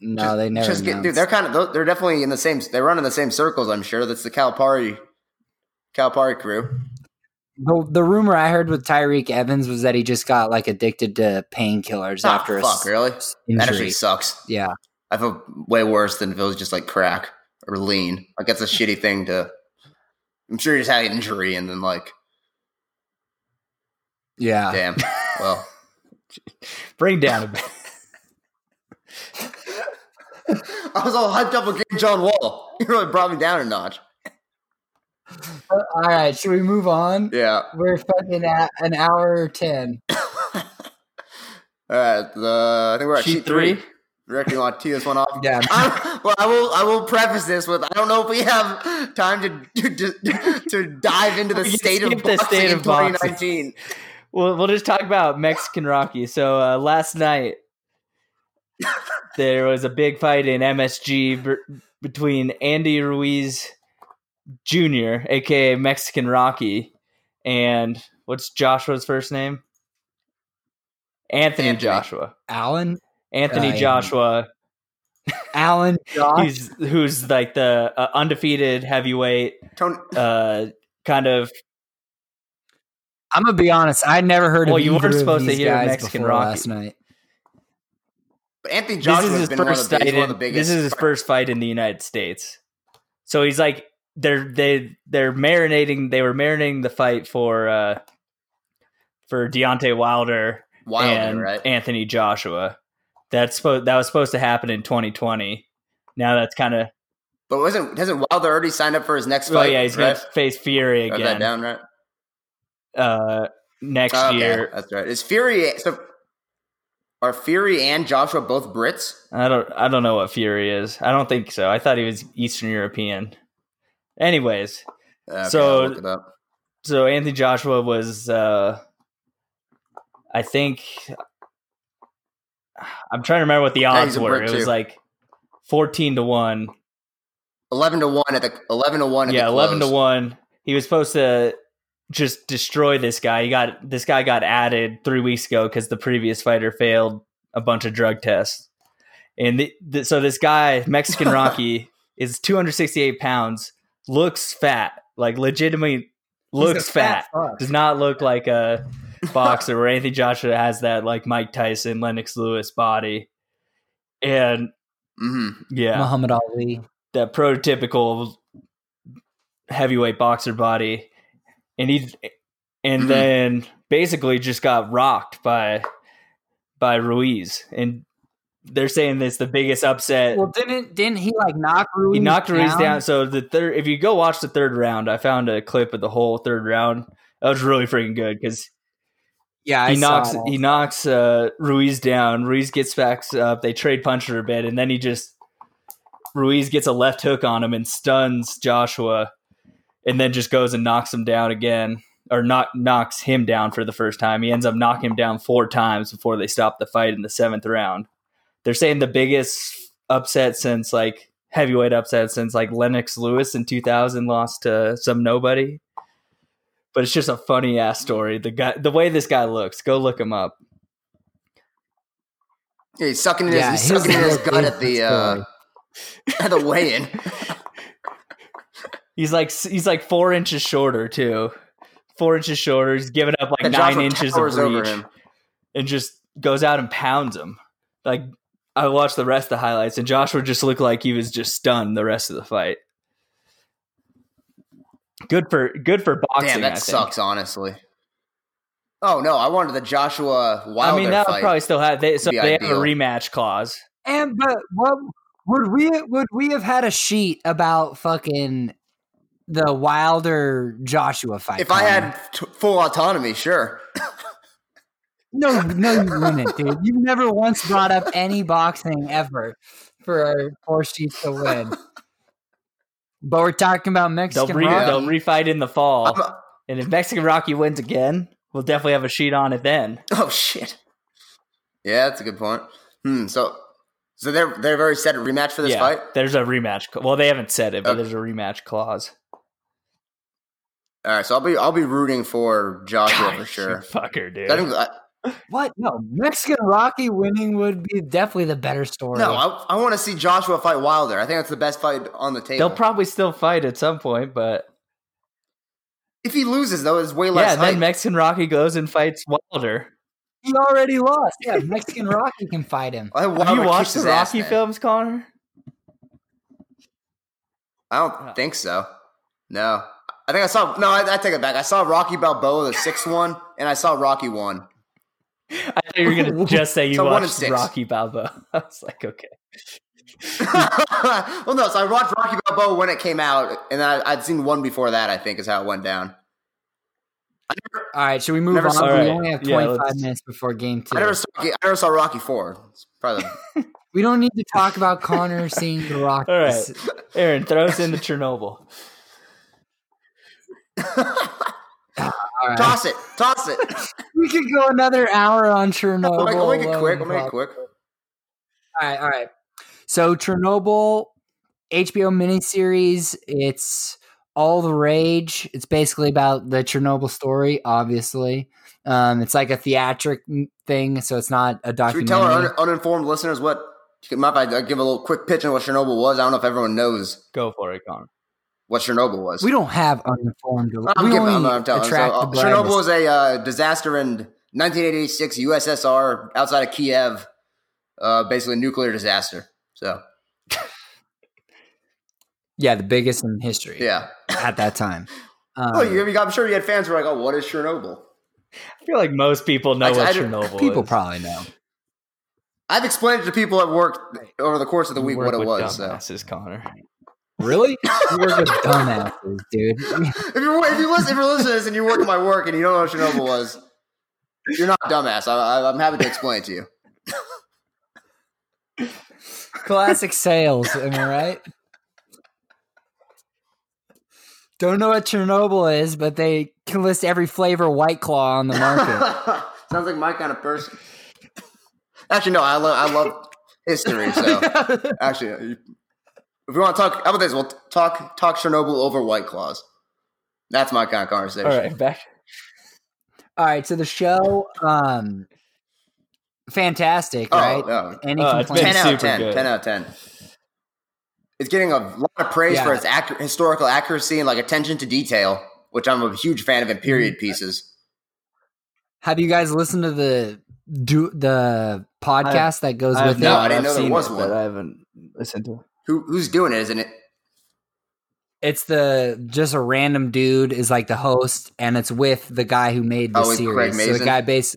Speaker 3: No, they never.
Speaker 5: Just get, dude,
Speaker 3: announced.
Speaker 5: they're kind of they're definitely in the same. They run in the same circles. I'm sure that's the Calipari, Calipari crew.
Speaker 3: The, the rumor I heard with Tyreek Evans was that he just got like addicted to painkillers
Speaker 5: Ah,
Speaker 3: after a
Speaker 5: fuck,
Speaker 3: s-
Speaker 5: really? That
Speaker 3: injury.
Speaker 5: actually sucks.
Speaker 3: Yeah.
Speaker 5: I feel way worse than if it was just like crack or lean. Like that's a shitty thing to. I'm sure he just had an injury and then like,
Speaker 3: Yeah.
Speaker 5: damn. Well,
Speaker 4: Bring down a bit.
Speaker 5: I was all hyped up with getting John Wall. You really brought me down a notch.
Speaker 3: All right. Should we move on?
Speaker 5: Yeah.
Speaker 3: We're fucking at an hour or 10.
Speaker 5: All right. Uh, I think we're at sheet,
Speaker 4: Sheet three.
Speaker 5: Directly want to tee this one off.
Speaker 3: Yeah.
Speaker 5: I, well, I will. I will preface this with I don't know if we have time to to, to dive into the
Speaker 4: We can
Speaker 5: state of
Speaker 4: skip
Speaker 5: boxing
Speaker 4: the state
Speaker 5: in
Speaker 4: of boxing.
Speaker 5: 2019.
Speaker 4: We'll, we'll just talk about Mexican Rocky. So uh, last night, there was a big fight in MSG b- between Andy Ruiz Jr., aka Mexican Rocky, and what's Joshua's first name? Anthony,
Speaker 5: Anthony.
Speaker 4: Joshua.
Speaker 3: Alan?
Speaker 4: Anthony
Speaker 3: Uh, yeah.
Speaker 4: Joshua.
Speaker 3: Alan Josh?
Speaker 4: He's who's like the uh, undefeated heavyweight.
Speaker 5: Tony,
Speaker 4: Uh, kind of.
Speaker 3: I'm going to be honest. I never heard
Speaker 4: Well,
Speaker 3: of
Speaker 4: you
Speaker 3: either
Speaker 4: weren't
Speaker 3: of
Speaker 4: supposed to
Speaker 3: these
Speaker 4: hear
Speaker 3: guys
Speaker 4: Mexican
Speaker 3: before
Speaker 4: Rocky.
Speaker 3: last night.
Speaker 5: but Anthony Joshua
Speaker 4: this
Speaker 5: has
Speaker 4: is
Speaker 5: been
Speaker 4: his
Speaker 5: one of,
Speaker 4: first
Speaker 5: the, big-
Speaker 4: fight.
Speaker 5: he's one of
Speaker 4: in-
Speaker 5: the biggest.
Speaker 4: this is his first fight in the United States. So he's like they're they they're marinating. They were marinating the fight for uh for Deontay Wilder,
Speaker 5: Wilder,
Speaker 4: and
Speaker 5: right?
Speaker 4: Anthony Joshua. That's supposed that was supposed to happen in 2020. Now that's kind of
Speaker 5: but wasn't hasn't Wilder already signed up for his next
Speaker 4: oh
Speaker 5: fight?
Speaker 4: yeah he's
Speaker 5: right?
Speaker 4: gonna face Fury
Speaker 5: Write that
Speaker 4: again
Speaker 5: down, right?
Speaker 4: uh next
Speaker 5: Oh, okay.
Speaker 4: year.
Speaker 5: That's right. Is Fury so? Are Fury and Joshua both Brits?
Speaker 4: I don't I don't know what Fury is. I don't think so. I thought he was Eastern European. Anyways,
Speaker 5: Okay,
Speaker 4: So-
Speaker 5: I'll look it up.
Speaker 4: so Anthony Joshua was uh I think I'm trying to remember what the
Speaker 5: Yeah,
Speaker 4: odds
Speaker 5: he's a
Speaker 4: were.
Speaker 5: Brit
Speaker 4: It
Speaker 5: too.
Speaker 4: was like 14 to 1.
Speaker 5: eleven to one at the eleven to one. At
Speaker 4: yeah,
Speaker 5: the
Speaker 4: 11 to
Speaker 5: close.
Speaker 4: 1. He was supposed to just destroy this guy. He got this guy got added 3 weeks ago cuz the previous fighter failed a bunch of drug tests. And the, th so this guy, Mexican Rocky, is 268 pounds, looks fat, like legitimately
Speaker 3: He's a
Speaker 4: looks fat.
Speaker 3: fuck.
Speaker 4: does not look like a boxer where Anthony Joshua has that like Mike Tyson, Lennox Lewis body. And
Speaker 5: Mhm.
Speaker 4: yeah,
Speaker 3: Muhammad Ali.
Speaker 4: that prototypical heavyweight boxer body. And he and
Speaker 5: Mhm.
Speaker 4: then basically just got rocked by by Ruiz. And they're saying that's the biggest upset.
Speaker 3: Well, didn't didn't he like knock Ruiz?
Speaker 4: he knocked Ruiz down. So the third, if you go watch the third round, I found a clip of the whole third round. That was really freaking good because
Speaker 3: Yeah, I
Speaker 4: he
Speaker 3: saw
Speaker 4: knocks
Speaker 3: it.
Speaker 4: he knocks uh, Ruiz down. Ruiz gets back up. They trade puncher a bit, and then he just Ruiz gets a left hook on him and stuns Joshua, and then just goes and knocks him down again, or not knocks him down for the first time. He ends up knocking him down four times before they stop the fight in the seventh round. They're saying the biggest upset since like heavyweight upset since like Lennox Lewis in 2000 lost to some nobody but it's just a funny ass story. The guy, the way this guy looks, go look him up.
Speaker 5: Yeah, he's sucking in
Speaker 3: Yeah,
Speaker 5: his, he's
Speaker 3: his
Speaker 5: sucking in his
Speaker 3: look
Speaker 5: gut
Speaker 3: is
Speaker 5: at the uh, at the weigh-in.
Speaker 4: He's like he's like four inches shorter too, four inches shorter. He's giving up like
Speaker 5: And
Speaker 4: nine
Speaker 5: Joshua
Speaker 4: inches
Speaker 5: towers
Speaker 4: of
Speaker 5: over
Speaker 4: reach
Speaker 5: him.
Speaker 4: and just goes out and pounds him. Like I watched the rest of the highlights, and Joshua just looked like he was just stunned the rest of the fight. Good for good for boxing.
Speaker 5: Damn,
Speaker 4: I
Speaker 5: that
Speaker 4: think.
Speaker 5: sucks. Honestly. Oh no, I wanted the Joshua Wilder
Speaker 4: I mean, that would
Speaker 5: fight.
Speaker 4: probably still have they. So
Speaker 5: Be
Speaker 4: they have a
Speaker 5: ideal.
Speaker 4: rematch clause.
Speaker 3: And but what would we would we have had a sheet about fucking the Wilder Joshua fight?
Speaker 5: if I
Speaker 3: Connor?
Speaker 5: had t- full autonomy, sure.
Speaker 3: no, no, you wouldn't, dude. You've never once brought up any boxing ever for our four sheets to win. But we're talking about
Speaker 4: They'll,
Speaker 3: Mexican
Speaker 4: re,
Speaker 3: Rocky.
Speaker 4: they'll refight in the fall.
Speaker 5: I'm a-
Speaker 4: And if Mexican Rocky wins again, we'll definitely have a sheet on it then.
Speaker 5: oh shit. Yeah, that's a good point. Hmm. So, so they're they're very set rematch for this
Speaker 4: yeah,
Speaker 5: fight.
Speaker 4: there's a rematch. cla- Well, they haven't said it, but
Speaker 5: Okay.
Speaker 4: there's a rematch clause.
Speaker 5: All right, so I'll be I'll be rooting for Joshua
Speaker 4: God,
Speaker 5: for
Speaker 4: you
Speaker 5: sure.
Speaker 4: fucker, dude.
Speaker 5: I think, I,
Speaker 3: What? No, Mexican Rocky winning would be definitely the better story.
Speaker 5: no, I, I want to see Joshua fight Wilder. I think that's the best fight on the table.
Speaker 4: They'll probably still fight at some point, but
Speaker 5: If he loses, though, it's way
Speaker 4: Yeah,
Speaker 5: less.
Speaker 4: then
Speaker 5: hype.
Speaker 4: Mexican Rocky goes and fights Wilder.
Speaker 3: He already lost. Yeah, Mexican Rocky can fight him.
Speaker 5: I,
Speaker 4: Have you watched the
Speaker 5: his ass
Speaker 4: Rocky
Speaker 5: then.
Speaker 4: films, Connor?
Speaker 5: I don't think so. No, I think I saw. No, I, I take it back. I saw Rocky Balboa, the sixth one, and I saw Rocky one.
Speaker 4: I thought you were gonna just say you
Speaker 5: So one and
Speaker 4: watched
Speaker 5: six.
Speaker 4: Rocky Balboa. I was like, okay.
Speaker 5: well, no, so I watched Rocky Balboa when it came out, and then I, I'd seen one before that. I think is how it went down.
Speaker 3: All right, should we move
Speaker 5: Never
Speaker 3: on?
Speaker 5: saw-
Speaker 3: We
Speaker 4: All right.
Speaker 3: only have
Speaker 4: Yeah,
Speaker 3: 25
Speaker 4: let's-
Speaker 3: minutes before game two.
Speaker 5: I never saw. I never saw Rocky four. It's probably
Speaker 3: We don't need to talk about Connor seeing the Rock.
Speaker 4: All right. Aaron throws into Chernobyl.
Speaker 5: toss it, toss it.
Speaker 3: We could go another hour on
Speaker 5: we'll,
Speaker 3: Chernobyl.
Speaker 5: make, we'll make it
Speaker 3: alone,
Speaker 5: quick. We'll make
Speaker 3: probably.
Speaker 5: it quick.
Speaker 3: All right, all right. So Chernobyl HBO miniseries, it's all the rage. It's basically about the Chernobyl story, obviously. Um, it's like a theatric m- thing, so it's not a
Speaker 5: Should we
Speaker 3: documentary.
Speaker 5: tell our un- uninformed listeners what? Mind if I give a little quick pitch on what Chernobyl was? I don't know if everyone knows
Speaker 4: Go for it, Connor.
Speaker 5: what Chernobyl was.
Speaker 3: we don't have uninformed.
Speaker 5: I'm
Speaker 3: we
Speaker 5: giving,
Speaker 3: only
Speaker 5: I'm, I'm telling. So,
Speaker 3: attract
Speaker 5: uh,
Speaker 3: the blindest.
Speaker 5: Chernobyl was a uh, disaster in 1986 USSR outside of Kiev, uh, basically a nuclear disaster. So
Speaker 3: yeah, the biggest in history
Speaker 4: Uh,
Speaker 5: yeah,
Speaker 3: at that time. Um,
Speaker 5: well, you, you- I'm sure you had fans who were like, "Oh, what is Chernobyl?"
Speaker 4: I feel like most people know
Speaker 5: I-
Speaker 4: what
Speaker 5: I don't-
Speaker 4: Chernobyl
Speaker 3: people
Speaker 4: is.
Speaker 3: probably know.
Speaker 5: I've explained it to people at work over the course of the
Speaker 4: You
Speaker 5: week
Speaker 4: work
Speaker 5: what it
Speaker 4: with
Speaker 5: was. So.
Speaker 4: dumbasses, Connor.
Speaker 3: Really? you were just dumbasses, dude.
Speaker 5: If you're if you listen if you're listening to this and you work at my work and you don't know what Chernobyl was, you're not a dumbass. I, I, I'm happy to explain it to you.
Speaker 3: Classic sales, am I right? Don't know what Chernobyl is, but they can list every flavor of White Claw on the market.
Speaker 5: Sounds like my kind of person. Actually, no, I love I love history. So actually, you- if we want to talk, how about this? We'll t- talk talk Chernobyl over White Claws. That's my kind of conversation.
Speaker 4: All right, back.
Speaker 3: All right, so the show, um, fantastic,
Speaker 5: Oh,
Speaker 3: right?
Speaker 5: no.
Speaker 3: Any
Speaker 4: Oh, it's been
Speaker 5: ten
Speaker 3: complaints?
Speaker 5: out
Speaker 4: super
Speaker 5: of ten.
Speaker 4: good.
Speaker 5: Ten out of ten. It's getting a lot of praise
Speaker 3: Yeah.
Speaker 5: for its accur- historical accuracy and like attention to detail, which I'm a huge fan of in period pieces.
Speaker 3: Have you guys listened to the do the podcast that goes
Speaker 4: I have
Speaker 3: with
Speaker 5: No,
Speaker 3: it?
Speaker 5: I didn't
Speaker 4: I've
Speaker 5: know there
Speaker 4: seen
Speaker 5: was
Speaker 4: it,
Speaker 5: one.
Speaker 4: but I haven't listened to it.
Speaker 5: Who who's doing it? Isn't it?
Speaker 3: It's the just a random dude is like the host, and it's with the guy who made the
Speaker 5: Oh, with Craig
Speaker 3: series. So the
Speaker 5: Mazin?
Speaker 3: guy base,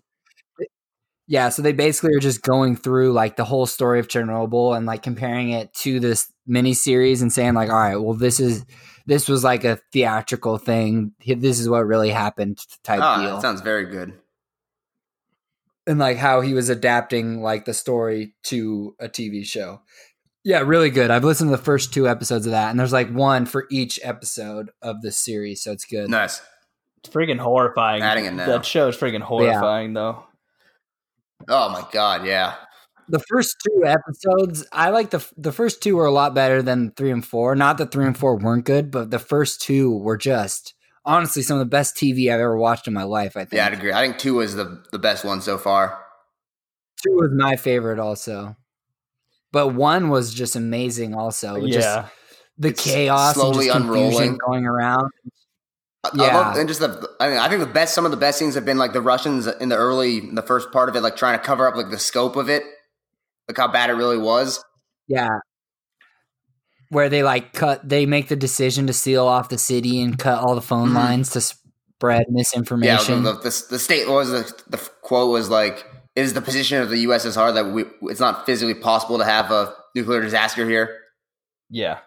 Speaker 3: yeah. So they basically are just going through like the whole story of Chernobyl and like comparing it to this miniseries and saying like, all right, well, this is this was like a theatrical thing. This is what really happened type
Speaker 5: Ah,
Speaker 3: deal,
Speaker 5: that sounds very good.
Speaker 3: and like how he was adapting like the story to a TV show. Yeah, really good. I've listened to the first two episodes of that, and there's like one for each episode of this series, so it's good.
Speaker 5: Nice.
Speaker 4: It's friggin' horrifying.
Speaker 5: Adding it now.
Speaker 4: That show is friggin' horrifying, though.
Speaker 5: Oh my god, yeah.
Speaker 3: the first two episodes i like the the first two were a lot better than three and four not that three and four weren't good but the first two were just honestly some of the best tv i've ever watched in my life i think
Speaker 5: Yeah, I'd agree. I think two is the the best one so far.
Speaker 3: two was my favorite also but one was just amazing also
Speaker 4: yeah,
Speaker 3: just the
Speaker 5: It's
Speaker 3: chaos
Speaker 5: slowly
Speaker 3: and just confusion
Speaker 5: unrolling.
Speaker 3: going around
Speaker 5: I- I
Speaker 3: Yeah.
Speaker 5: love, and just the I, mean, I think the best some of the best scenes have been like the Russians in the early in the first part of it, like trying to cover up like the scope of it, like how bad it really was.
Speaker 3: yeah where they like cut they make the decision to seal off the city and cut all the phone
Speaker 5: Mhm.
Speaker 3: lines to spread
Speaker 5: Yeah,
Speaker 3: misinformation
Speaker 5: the, the, the, the state what was the, the quote was like, "It "Is the position of the USSR that we it's not physically possible to have a nuclear disaster here?"
Speaker 4: yeah.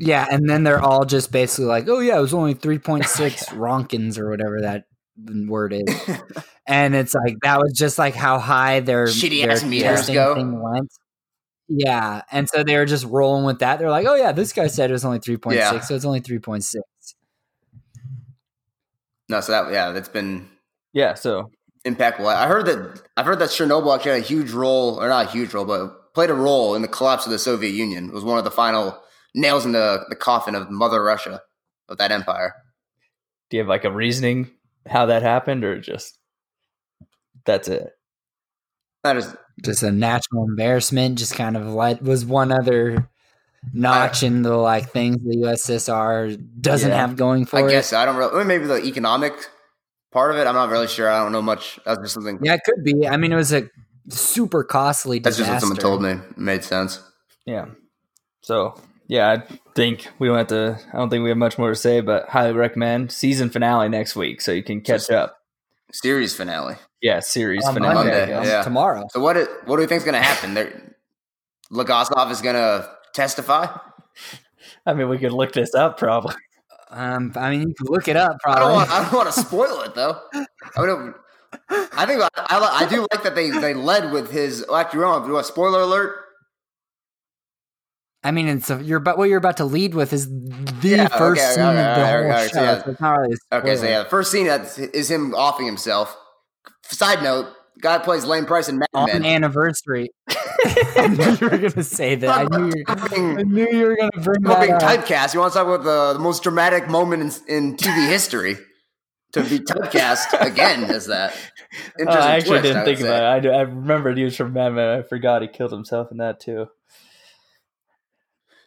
Speaker 3: Yeah, and then they're all just basically like, "Oh yeah, it was only three point six ronkins or whatever that word is," and it's like that was just like how high their
Speaker 5: Shitty
Speaker 3: their
Speaker 5: ass meters
Speaker 3: testing
Speaker 5: go.
Speaker 3: thing went. Yeah, and so they were just rolling with that. They're like, "Oh yeah, this guy said it was only three point
Speaker 5: Yeah.
Speaker 3: six, so it's only three point six.
Speaker 5: No, so that yeah, that's been
Speaker 4: Yeah, so
Speaker 5: impactful. I heard that I've heard that Chernobyl actually had a huge role, or not a huge role, but played a role in the collapse of the Soviet Union. It was one of the final nails in the, the coffin of Mother Russia of that empire.
Speaker 4: do you have like a reasoning how that happened, or just that's it?
Speaker 5: That is
Speaker 3: Just a national embarrassment. Just kind of like was one other notch in the like things the USSR doesn't
Speaker 5: Yeah.
Speaker 3: have going for
Speaker 5: I
Speaker 3: it.
Speaker 5: guess so. I don't really. Maybe the economic part of it. I'm not really sure. I don't know much. That's just something.
Speaker 3: Yeah, it could be. I mean, it was a super costly
Speaker 5: that's
Speaker 3: disaster.
Speaker 5: just what someone told me. It made sense.
Speaker 4: Yeah. So yeah, I think we don't have to. I don't think we have much more to say, but highly recommend season finale next week so you can catch up.
Speaker 5: Series finale.
Speaker 4: Yeah, series
Speaker 3: On
Speaker 4: finale.
Speaker 5: Monday,
Speaker 3: Monday,
Speaker 5: yeah.
Speaker 3: um, tomorrow.
Speaker 5: So what? It, what do we think's going to happen? There, Lagosov is going to testify.
Speaker 4: I mean, we could look this up probably.
Speaker 3: Um, I mean, you can look it up.
Speaker 5: I
Speaker 3: Probably.
Speaker 5: don't want. I don't want to spoil it though. I mean, I think I, I, li- I do like that they they led with his. well, Actually, wrong. Do you want spoiler alert?
Speaker 3: I mean, it's a, you're about what you're about to lead with is the
Speaker 5: Yeah,
Speaker 3: first
Speaker 5: okay,
Speaker 3: scene
Speaker 5: okay,
Speaker 3: of the
Speaker 5: okay,
Speaker 3: whole
Speaker 5: okay,
Speaker 3: show.
Speaker 5: so yeah.
Speaker 3: so it's not really a
Speaker 5: Okay, so
Speaker 3: spoiler.
Speaker 5: yeah, the first scene that's, is him offing himself. Side note: Guy plays Lane Price in Mad
Speaker 4: Oh,
Speaker 3: on
Speaker 5: Men.
Speaker 3: anniversary. I knew you were gonna say that. I knew you were, I
Speaker 5: Fucking-
Speaker 3: knew you were gonna bring
Speaker 5: Well,
Speaker 3: that
Speaker 4: uh,
Speaker 5: being
Speaker 3: up.
Speaker 5: typecast, you want to talk about the, the most dramatic moment in, in TV history to be typecast again is that.
Speaker 4: Oh, I actually
Speaker 5: twist,
Speaker 4: didn't
Speaker 5: would
Speaker 4: think
Speaker 5: say.
Speaker 4: about it. I, do- I remembered he was from Mad Men. I forgot he killed himself in that too.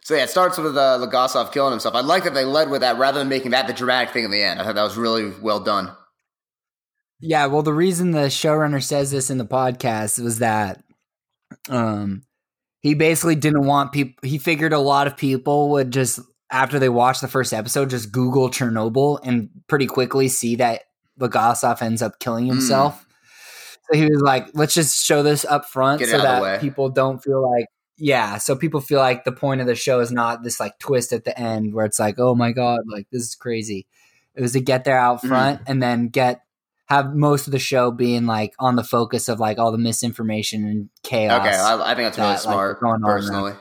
Speaker 5: So yeah, it starts with uh, Lagosov killing himself. I like that they led with that rather than making that the dramatic thing in the end. I thought that was really well done.
Speaker 3: Yeah, well, the reason the showrunner says this in the podcast was that um he basically didn't want people he figured a lot of people would just after they watch the first episode just google Chernobyl and pretty quickly see that Bogosov ends up
Speaker 5: Hmm.
Speaker 3: killing himself. So he was like, let's just show this up front
Speaker 5: Get it
Speaker 3: so
Speaker 5: out of the way.
Speaker 3: that people don't feel like yeah, so people feel like the point of the show is not this like twist at the end where it's like, "Oh my god, like this is crazy." It was to get there out
Speaker 5: Mhm.
Speaker 3: front and then get have most of the show being like on the focus of like all the misinformation and chaos.
Speaker 5: Okay, I, I think that's really
Speaker 3: That, like,
Speaker 5: smart
Speaker 3: going on now.
Speaker 5: personally.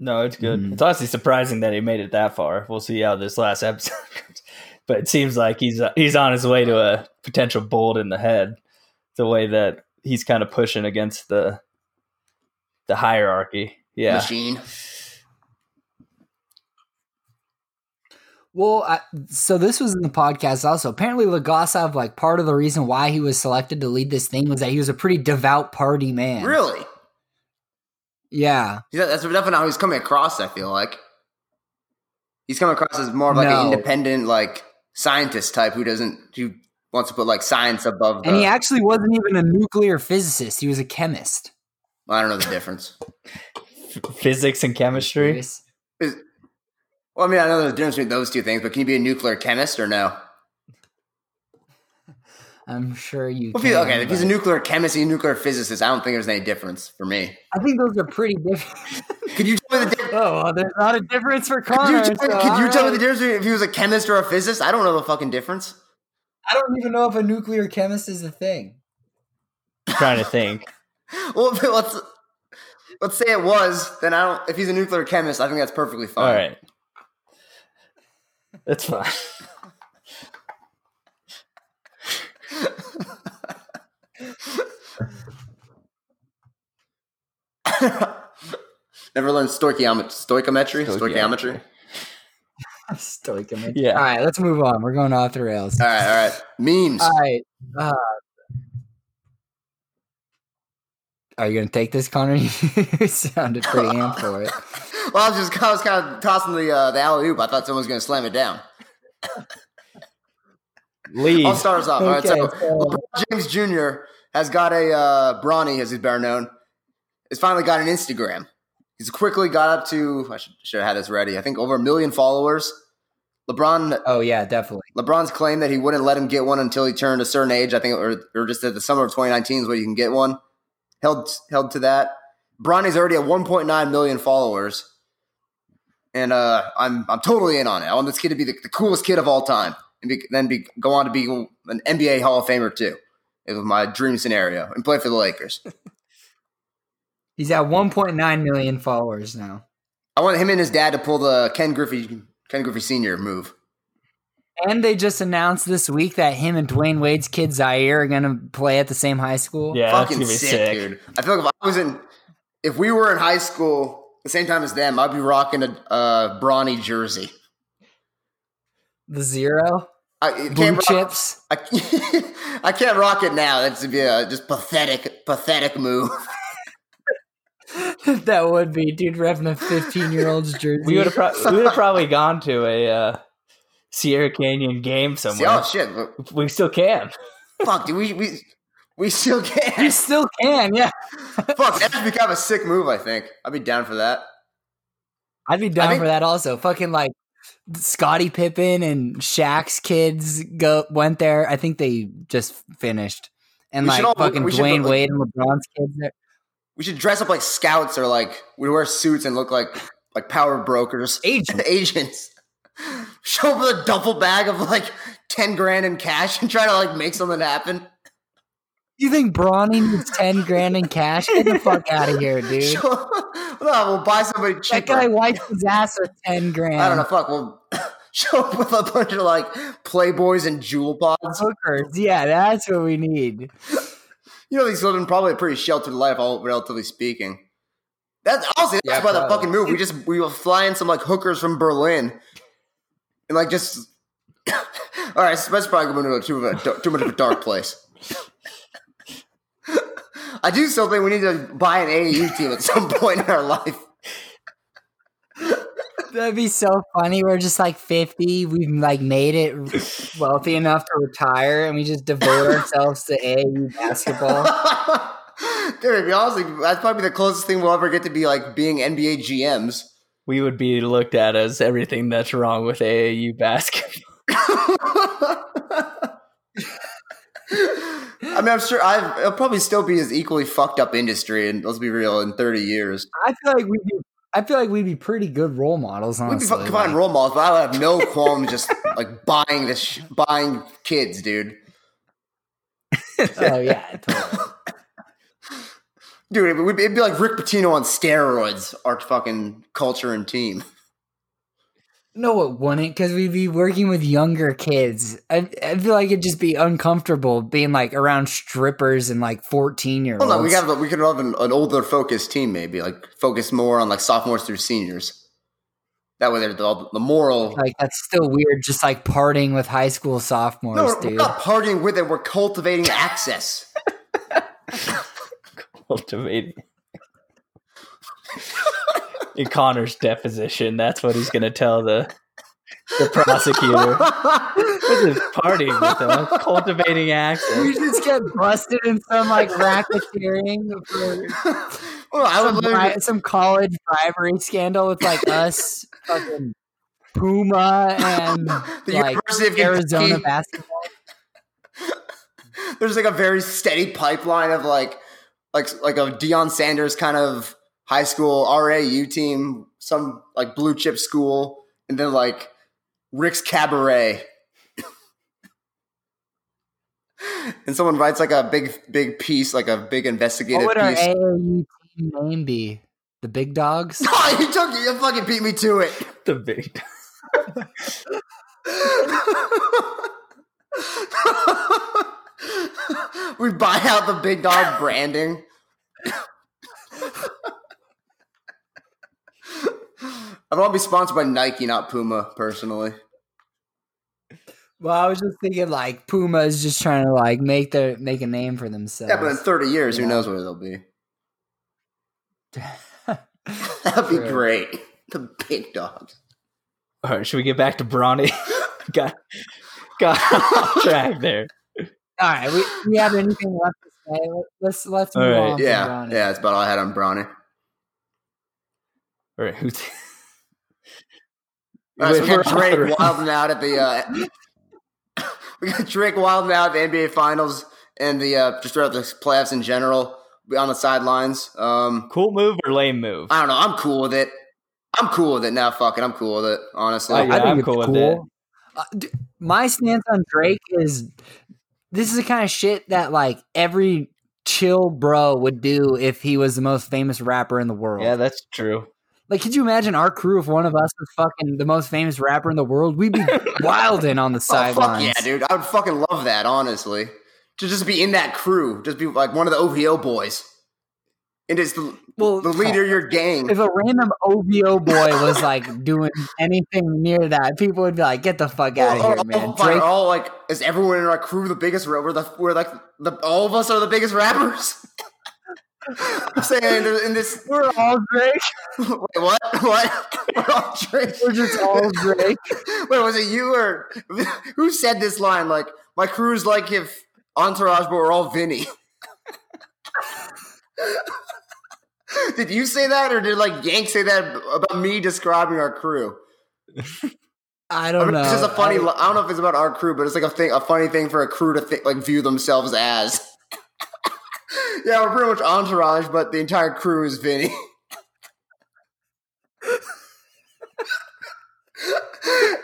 Speaker 4: No, it's good.
Speaker 5: Mm-hmm.
Speaker 3: Mhm.
Speaker 4: It's honestly surprising that he made it that far. We'll see how this last episode comes. But it seems like he's uh, he's on his way to a potential bolt in the head. The way that he's kind of pushing against the the hierarchy. Yeah.
Speaker 5: Machine.
Speaker 3: well, I, so this was in the podcast also. Apparently, Lagosov, like part of the reason why he was selected to lead this thing was that he was a pretty devout party man.
Speaker 5: Really?
Speaker 3: Yeah.
Speaker 5: Yeah, That's definitely how he's coming across, I feel like. He's coming across as more of like an
Speaker 3: No.
Speaker 5: independent, like scientist type who doesn't who wants to put like science above the,
Speaker 3: And he actually wasn't even a nuclear physicist; he was a chemist.
Speaker 5: I don't know the difference.
Speaker 4: Physics and chemistry.
Speaker 3: Curious?
Speaker 5: Well, I mean, I know there's a difference between those two things, but can you be a nuclear chemist or no?
Speaker 3: I'm sure you.
Speaker 5: Well, if you,
Speaker 3: can,
Speaker 5: okay, if he's a
Speaker 3: but
Speaker 5: nuclear chemist, he's a nuclear physicist. I don't think there's any difference for me.
Speaker 3: I think those are pretty different.
Speaker 5: Could you tell me the difference?
Speaker 3: oh, well, there's not a difference for
Speaker 5: Could you,
Speaker 3: Connor.
Speaker 5: tell,
Speaker 3: so
Speaker 5: could you
Speaker 3: all
Speaker 5: tell
Speaker 3: right.
Speaker 5: me the difference between if he was a chemist or a physicist? I don't know the fucking difference.
Speaker 3: I don't even know if a nuclear chemist is a thing.
Speaker 4: trying to think.
Speaker 5: Well, if it- let's let's say it was. Then I don't. If he's a nuclear chemist, I think that's perfectly fine.
Speaker 4: All right. That's fine.
Speaker 5: Never learned stoichiometry. Stoichiometry. Stoichiometry.
Speaker 4: Stoichiometry.
Speaker 3: Stoichiometry.
Speaker 4: Yeah.
Speaker 3: All right, let's move on. We're going off the rails.
Speaker 5: All right. All right. Memes.
Speaker 3: All right. Uh, are you going to take this, Connor? you sounded pretty amped for it.
Speaker 5: Well, I was just I was kind of tossing the uh, the alley oop. I thought someone was going to slam it down.
Speaker 4: Lee.
Speaker 5: I'll start us off. All right, so,
Speaker 3: Okay, so-
Speaker 5: LeBron James Jr. has got a uh, Bronny, as he's better known. Has finally got an Instagram. He's quickly got up to I should, should have had this ready. I think over a million followers. LeBron
Speaker 3: Oh, yeah, definitely.
Speaker 5: LeBron's claim that he wouldn't let him get one until he turned a certain age, I think, or, or just at the summer of 2019 is where you can get one. Held held to that. Bronny's already at 1.9 million followers, and uh, I'm I'm totally in on it. I want this kid to be the, the coolest kid of all time, and be, then be go on to be an NBA Hall of Famer too. It was my dream scenario, and play for the Lakers.
Speaker 3: He's at 1.9 million followers now.
Speaker 5: I want him and his dad to pull the Ken Griffey Ken Griffey Senior move.
Speaker 3: And they just announced this week that him and Dwayne Wade's kid Zaire are going to play at the same high school.
Speaker 4: yeah, that's
Speaker 5: fucking
Speaker 4: gonna be
Speaker 5: sick,
Speaker 4: sick.
Speaker 5: dude. I feel like if I was in, if we were in high school the same time as them, I'd be rocking a uh, Brawny jersey.
Speaker 3: The zero,
Speaker 5: I I
Speaker 3: blue
Speaker 5: can't, rock,
Speaker 3: chips.
Speaker 5: I, I can't rock it now. That's be a just pathetic, pathetic move.
Speaker 3: that would be, dude, repping a 15 year old's jersey.
Speaker 4: We would have pro- we would have probably gone to a uh, Sierra Canyon game
Speaker 5: See, oh
Speaker 4: somewhere.
Speaker 5: shit! look,
Speaker 4: We still can.
Speaker 5: Fuck, dude, we we we still
Speaker 3: you
Speaker 5: can't.
Speaker 3: still can, yeah.
Speaker 5: Fuck, that's become a sick move. I think I'd be down for that.
Speaker 3: I'd be down
Speaker 5: think-
Speaker 3: for that also. Fucking like Scottie Pippen and Shaq's kids go went there. I think they just finished. And
Speaker 5: We
Speaker 3: like
Speaker 5: should all-
Speaker 3: fucking
Speaker 5: we should
Speaker 3: Dwayne
Speaker 5: put, like-
Speaker 3: Wade and LeBron's kids there.
Speaker 5: We should dress up like scouts or like we wear suits and look like like power brokers,
Speaker 3: Agent.
Speaker 5: agents. Show up with a duffel bag of like ten grand in cash and try to like make something happen.
Speaker 3: You think Brawny needs 10 grand in cash? Get the fuck out of here, dude.
Speaker 5: Show, no, we'll buy somebody
Speaker 3: That
Speaker 5: cheaper.
Speaker 3: guy wipes his ass with 10 grand.
Speaker 5: I don't know. Fuck, we'll show up with a bunch of like playboys and jewel pods.
Speaker 3: Hookers. Yeah, that's what we need.
Speaker 5: You know, these living probably a pretty sheltered life, all relatively speaking. That's honestly that's
Speaker 4: Yeah,
Speaker 5: why the
Speaker 4: probably.
Speaker 5: fucking move. We just we will fly in some like hookers from Berlin, and like just. all right, so that's probably going into too, of a, too much of a dark place. I do still think we need to buy an AAU team at some point in our life.
Speaker 3: That'd be so funny. We're just like 50. We've like made it wealthy enough to retire and we just devote ourselves to AAU basketball.
Speaker 4: Uh-huh.
Speaker 5: Dude, to be honest, like, that's probably the closest thing we'll ever get to be like being NBA GMs.
Speaker 4: We would be looked at as everything that's wrong with AAU basketball.
Speaker 5: I mean, I'm sure I've, it'll probably still be as equally fucked up industry, and let's be real, in 30 years,
Speaker 3: I feel like we'd be I feel like we''d be pretty good role models,
Speaker 5: we'd be
Speaker 3: honestly.
Speaker 5: fucking buying role models, but I would have no qualm just like buying this, sh- buying kids, dude.
Speaker 3: oh yeah. totally.
Speaker 5: Dude, it would be, it'd be like Rick Pitino on steroids, our fucking culture and team.
Speaker 3: No, it wouldn't, because we'd be working with younger kids. I, I feel like it'd just be uncomfortable being like around strippers and like fourteen year olds.
Speaker 5: Well, no, we got we could have an, an older focused team, maybe like focus more on like sophomores through seniors. That way, they're the, the moral
Speaker 3: like that's still weird, just like partying with high school sophomores,
Speaker 5: No, we're
Speaker 3: dude.
Speaker 5: not partying with it. We're cultivating access.
Speaker 4: Cultivating. In Connor's deposition, that's what he's going to tell the the prosecutor. This is partying with them, I'm cultivating access.
Speaker 3: We just get busted in some like racketeering for
Speaker 5: well, I would
Speaker 3: some, bri-
Speaker 5: literally,
Speaker 3: some college bribery scandal with like us, fucking Puma and
Speaker 5: the
Speaker 3: like
Speaker 5: University of
Speaker 3: Arizona
Speaker 5: Arizona.
Speaker 3: basketball.
Speaker 5: There's like a very steady pipeline of like, like, like a Deion Sanders kind of high school RAU team, some like blue chip school, and then like Rick's Cabaret. and someone writes like a big, big piece, like a big
Speaker 3: What E,
Speaker 5: investigative
Speaker 3: would our
Speaker 5: piece.
Speaker 3: AAU team name be? The Big Dogs?
Speaker 5: oh, you took it. You fucking beat me to it.
Speaker 4: The big.
Speaker 5: we buy out the big dog branding. I'd want to be sponsored by Nike, not Puma, personally.
Speaker 3: Well, I was just thinking like Puma is just trying to like make their make a name for themselves.
Speaker 5: Yeah, but in 30 years,
Speaker 3: Yeah.
Speaker 5: who knows where they'll be? That'd be
Speaker 3: True.
Speaker 5: great. The big dogs.
Speaker 4: All right, should we get back to Bronny? got got off track there.
Speaker 3: All right, we, we have anything left to say? Let's let's
Speaker 4: All
Speaker 3: move
Speaker 4: right.
Speaker 3: on. from
Speaker 5: Yeah,
Speaker 3: Bronny.
Speaker 5: yeah, that's about all I had on Bronny.
Speaker 4: All right, who's
Speaker 5: All right, so we
Speaker 4: We're
Speaker 5: got
Speaker 4: off the
Speaker 5: Drake
Speaker 4: rails.
Speaker 5: Wilden out at the. Uh, we got Drake Wilden out at the NBA Finals and the uh, just throughout the playoffs in general. Be on the sidelines. Um,
Speaker 4: cool move or lame move?
Speaker 5: I don't know. I'm cool with it. I'm cool with it now. fuck it. I'm cool with it. Honestly,
Speaker 4: Oh, yeah.
Speaker 3: I think
Speaker 4: I'm
Speaker 3: it's
Speaker 4: cool with that.
Speaker 3: Uh, d- my stance on Drake is this is the kind of shit that like every chill bro would do if he was the most famous rapper in the world.
Speaker 4: Yeah, that's true.
Speaker 3: Like, could you imagine our crew if one of us was fucking the most famous rapper in the world? We'd be wilding on the
Speaker 5: Oh, fuck
Speaker 3: sidelines.
Speaker 5: yeah, dude. I would fucking love that. Honestly, to just be in that crew, just be like one of the OVO boys, and it's the,
Speaker 3: Well,
Speaker 5: the leader of your gang.
Speaker 3: If a random OVO boy was like doing anything near that, people would be like, "Get the fuck out of
Speaker 5: Or-
Speaker 3: here,
Speaker 5: or-
Speaker 3: man!"
Speaker 5: or-
Speaker 3: Drake,
Speaker 5: Are all like, is everyone in our crew the biggest? ra- We're the we're like the all of us are the biggest rappers. I'm saying in in this.
Speaker 3: We're all Drake.
Speaker 5: Wait, what? What? We're all Drake.
Speaker 3: We're just all Drake.
Speaker 5: Wait, was it you or who said this line? Like my crew's like if Entourage, but we're all Vinny. did you say that, or did like Yank say that about me describing our crew?
Speaker 3: I don't know.
Speaker 5: This is a funny.
Speaker 3: I,
Speaker 5: li- I don't know if it's about our crew, but it's like a thing, a funny thing for a crew to think, like view themselves as. yeah, we're pretty much entourage, but the entire crew is Vinny.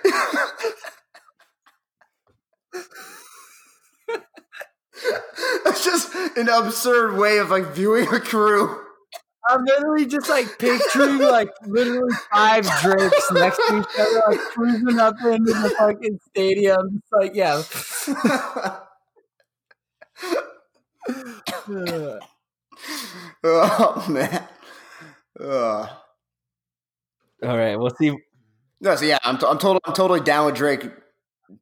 Speaker 5: That's just an absurd way of like viewing a crew.
Speaker 3: I'm literally just like picturing like literally five Drakes next to each other, like cruising up into the fucking stadium. It's like, yeah. Ugh.
Speaker 5: oh man. Ugh.
Speaker 4: All right, we'll see.
Speaker 5: No, so yeah, I'm, t- I'm totally I'm totally down with Drake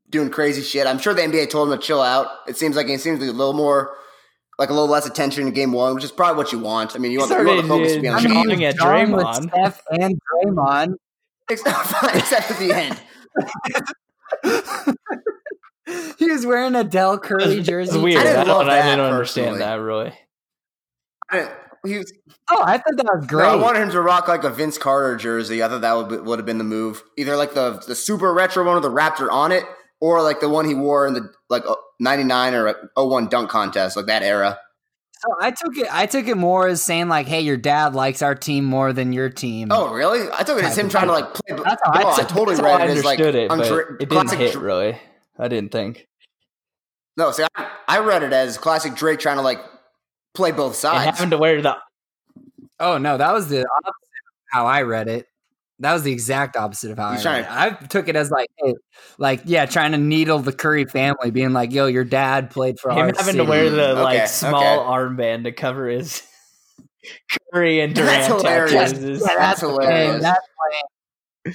Speaker 5: doing crazy shit. I'm sure the NBA told him to chill out. It seems like it seems like a little more, like a little less attention in Game One, which is probably what you want. I mean, you want,
Speaker 4: He's
Speaker 5: you want the
Speaker 4: already
Speaker 5: focus to be on
Speaker 4: I
Speaker 5: the
Speaker 4: mean,
Speaker 5: game,
Speaker 4: Jumping at
Speaker 3: John with
Speaker 4: Draymond.
Speaker 3: Steph and Draymond.
Speaker 5: except, except at the end.
Speaker 3: He was wearing a Del Curry
Speaker 4: It's
Speaker 3: jersey.
Speaker 4: weird.
Speaker 5: I
Speaker 4: I,
Speaker 5: didn't love
Speaker 4: don't. I
Speaker 5: that,
Speaker 4: didn't understand
Speaker 5: personally.
Speaker 4: that really.
Speaker 5: I didn't- He was,
Speaker 3: Oh, I thought that was
Speaker 5: no,
Speaker 3: great.
Speaker 5: I wanted him to rock like a Vince Carter jersey. I thought that would be, would have been the move, either like the the super retro one with the Raptor on it, or like the one he wore in the like '99 or 01 dunk contest, like that era.
Speaker 3: so I took it. I took it more as saying like, "Hey, your dad likes our team more than your team."
Speaker 5: Oh, really? I thought it was him trying to like play.
Speaker 3: That's how I
Speaker 4: oh.
Speaker 5: no, I,
Speaker 3: took-
Speaker 5: totally
Speaker 4: That's how
Speaker 5: read
Speaker 4: I
Speaker 5: it as like
Speaker 4: understood it,
Speaker 5: I'm
Speaker 4: but
Speaker 5: Dra-
Speaker 4: it didn't
Speaker 5: classic
Speaker 4: hit
Speaker 5: Dra-
Speaker 4: really. I didn't think
Speaker 5: No, see, I, I read it as classic Drake trying to like play both
Speaker 4: and
Speaker 5: sides.
Speaker 4: having to wear the
Speaker 3: Oh no, that was the opposite of how I read it. That was the exact opposite of how
Speaker 5: He's
Speaker 3: I read it. I took it as like, hey, like yeah, trying to needle the Curry family, being like, "Yo, your dad played for
Speaker 4: him
Speaker 3: our
Speaker 4: having
Speaker 3: city."
Speaker 4: to wear the
Speaker 5: Okay, okay.
Speaker 4: like small armband to cover his Curry and
Speaker 5: That's
Speaker 4: Durant
Speaker 5: hilarious.
Speaker 4: tattoos.
Speaker 3: Yeah,
Speaker 5: That's hilarious.
Speaker 3: Hey, that's lame.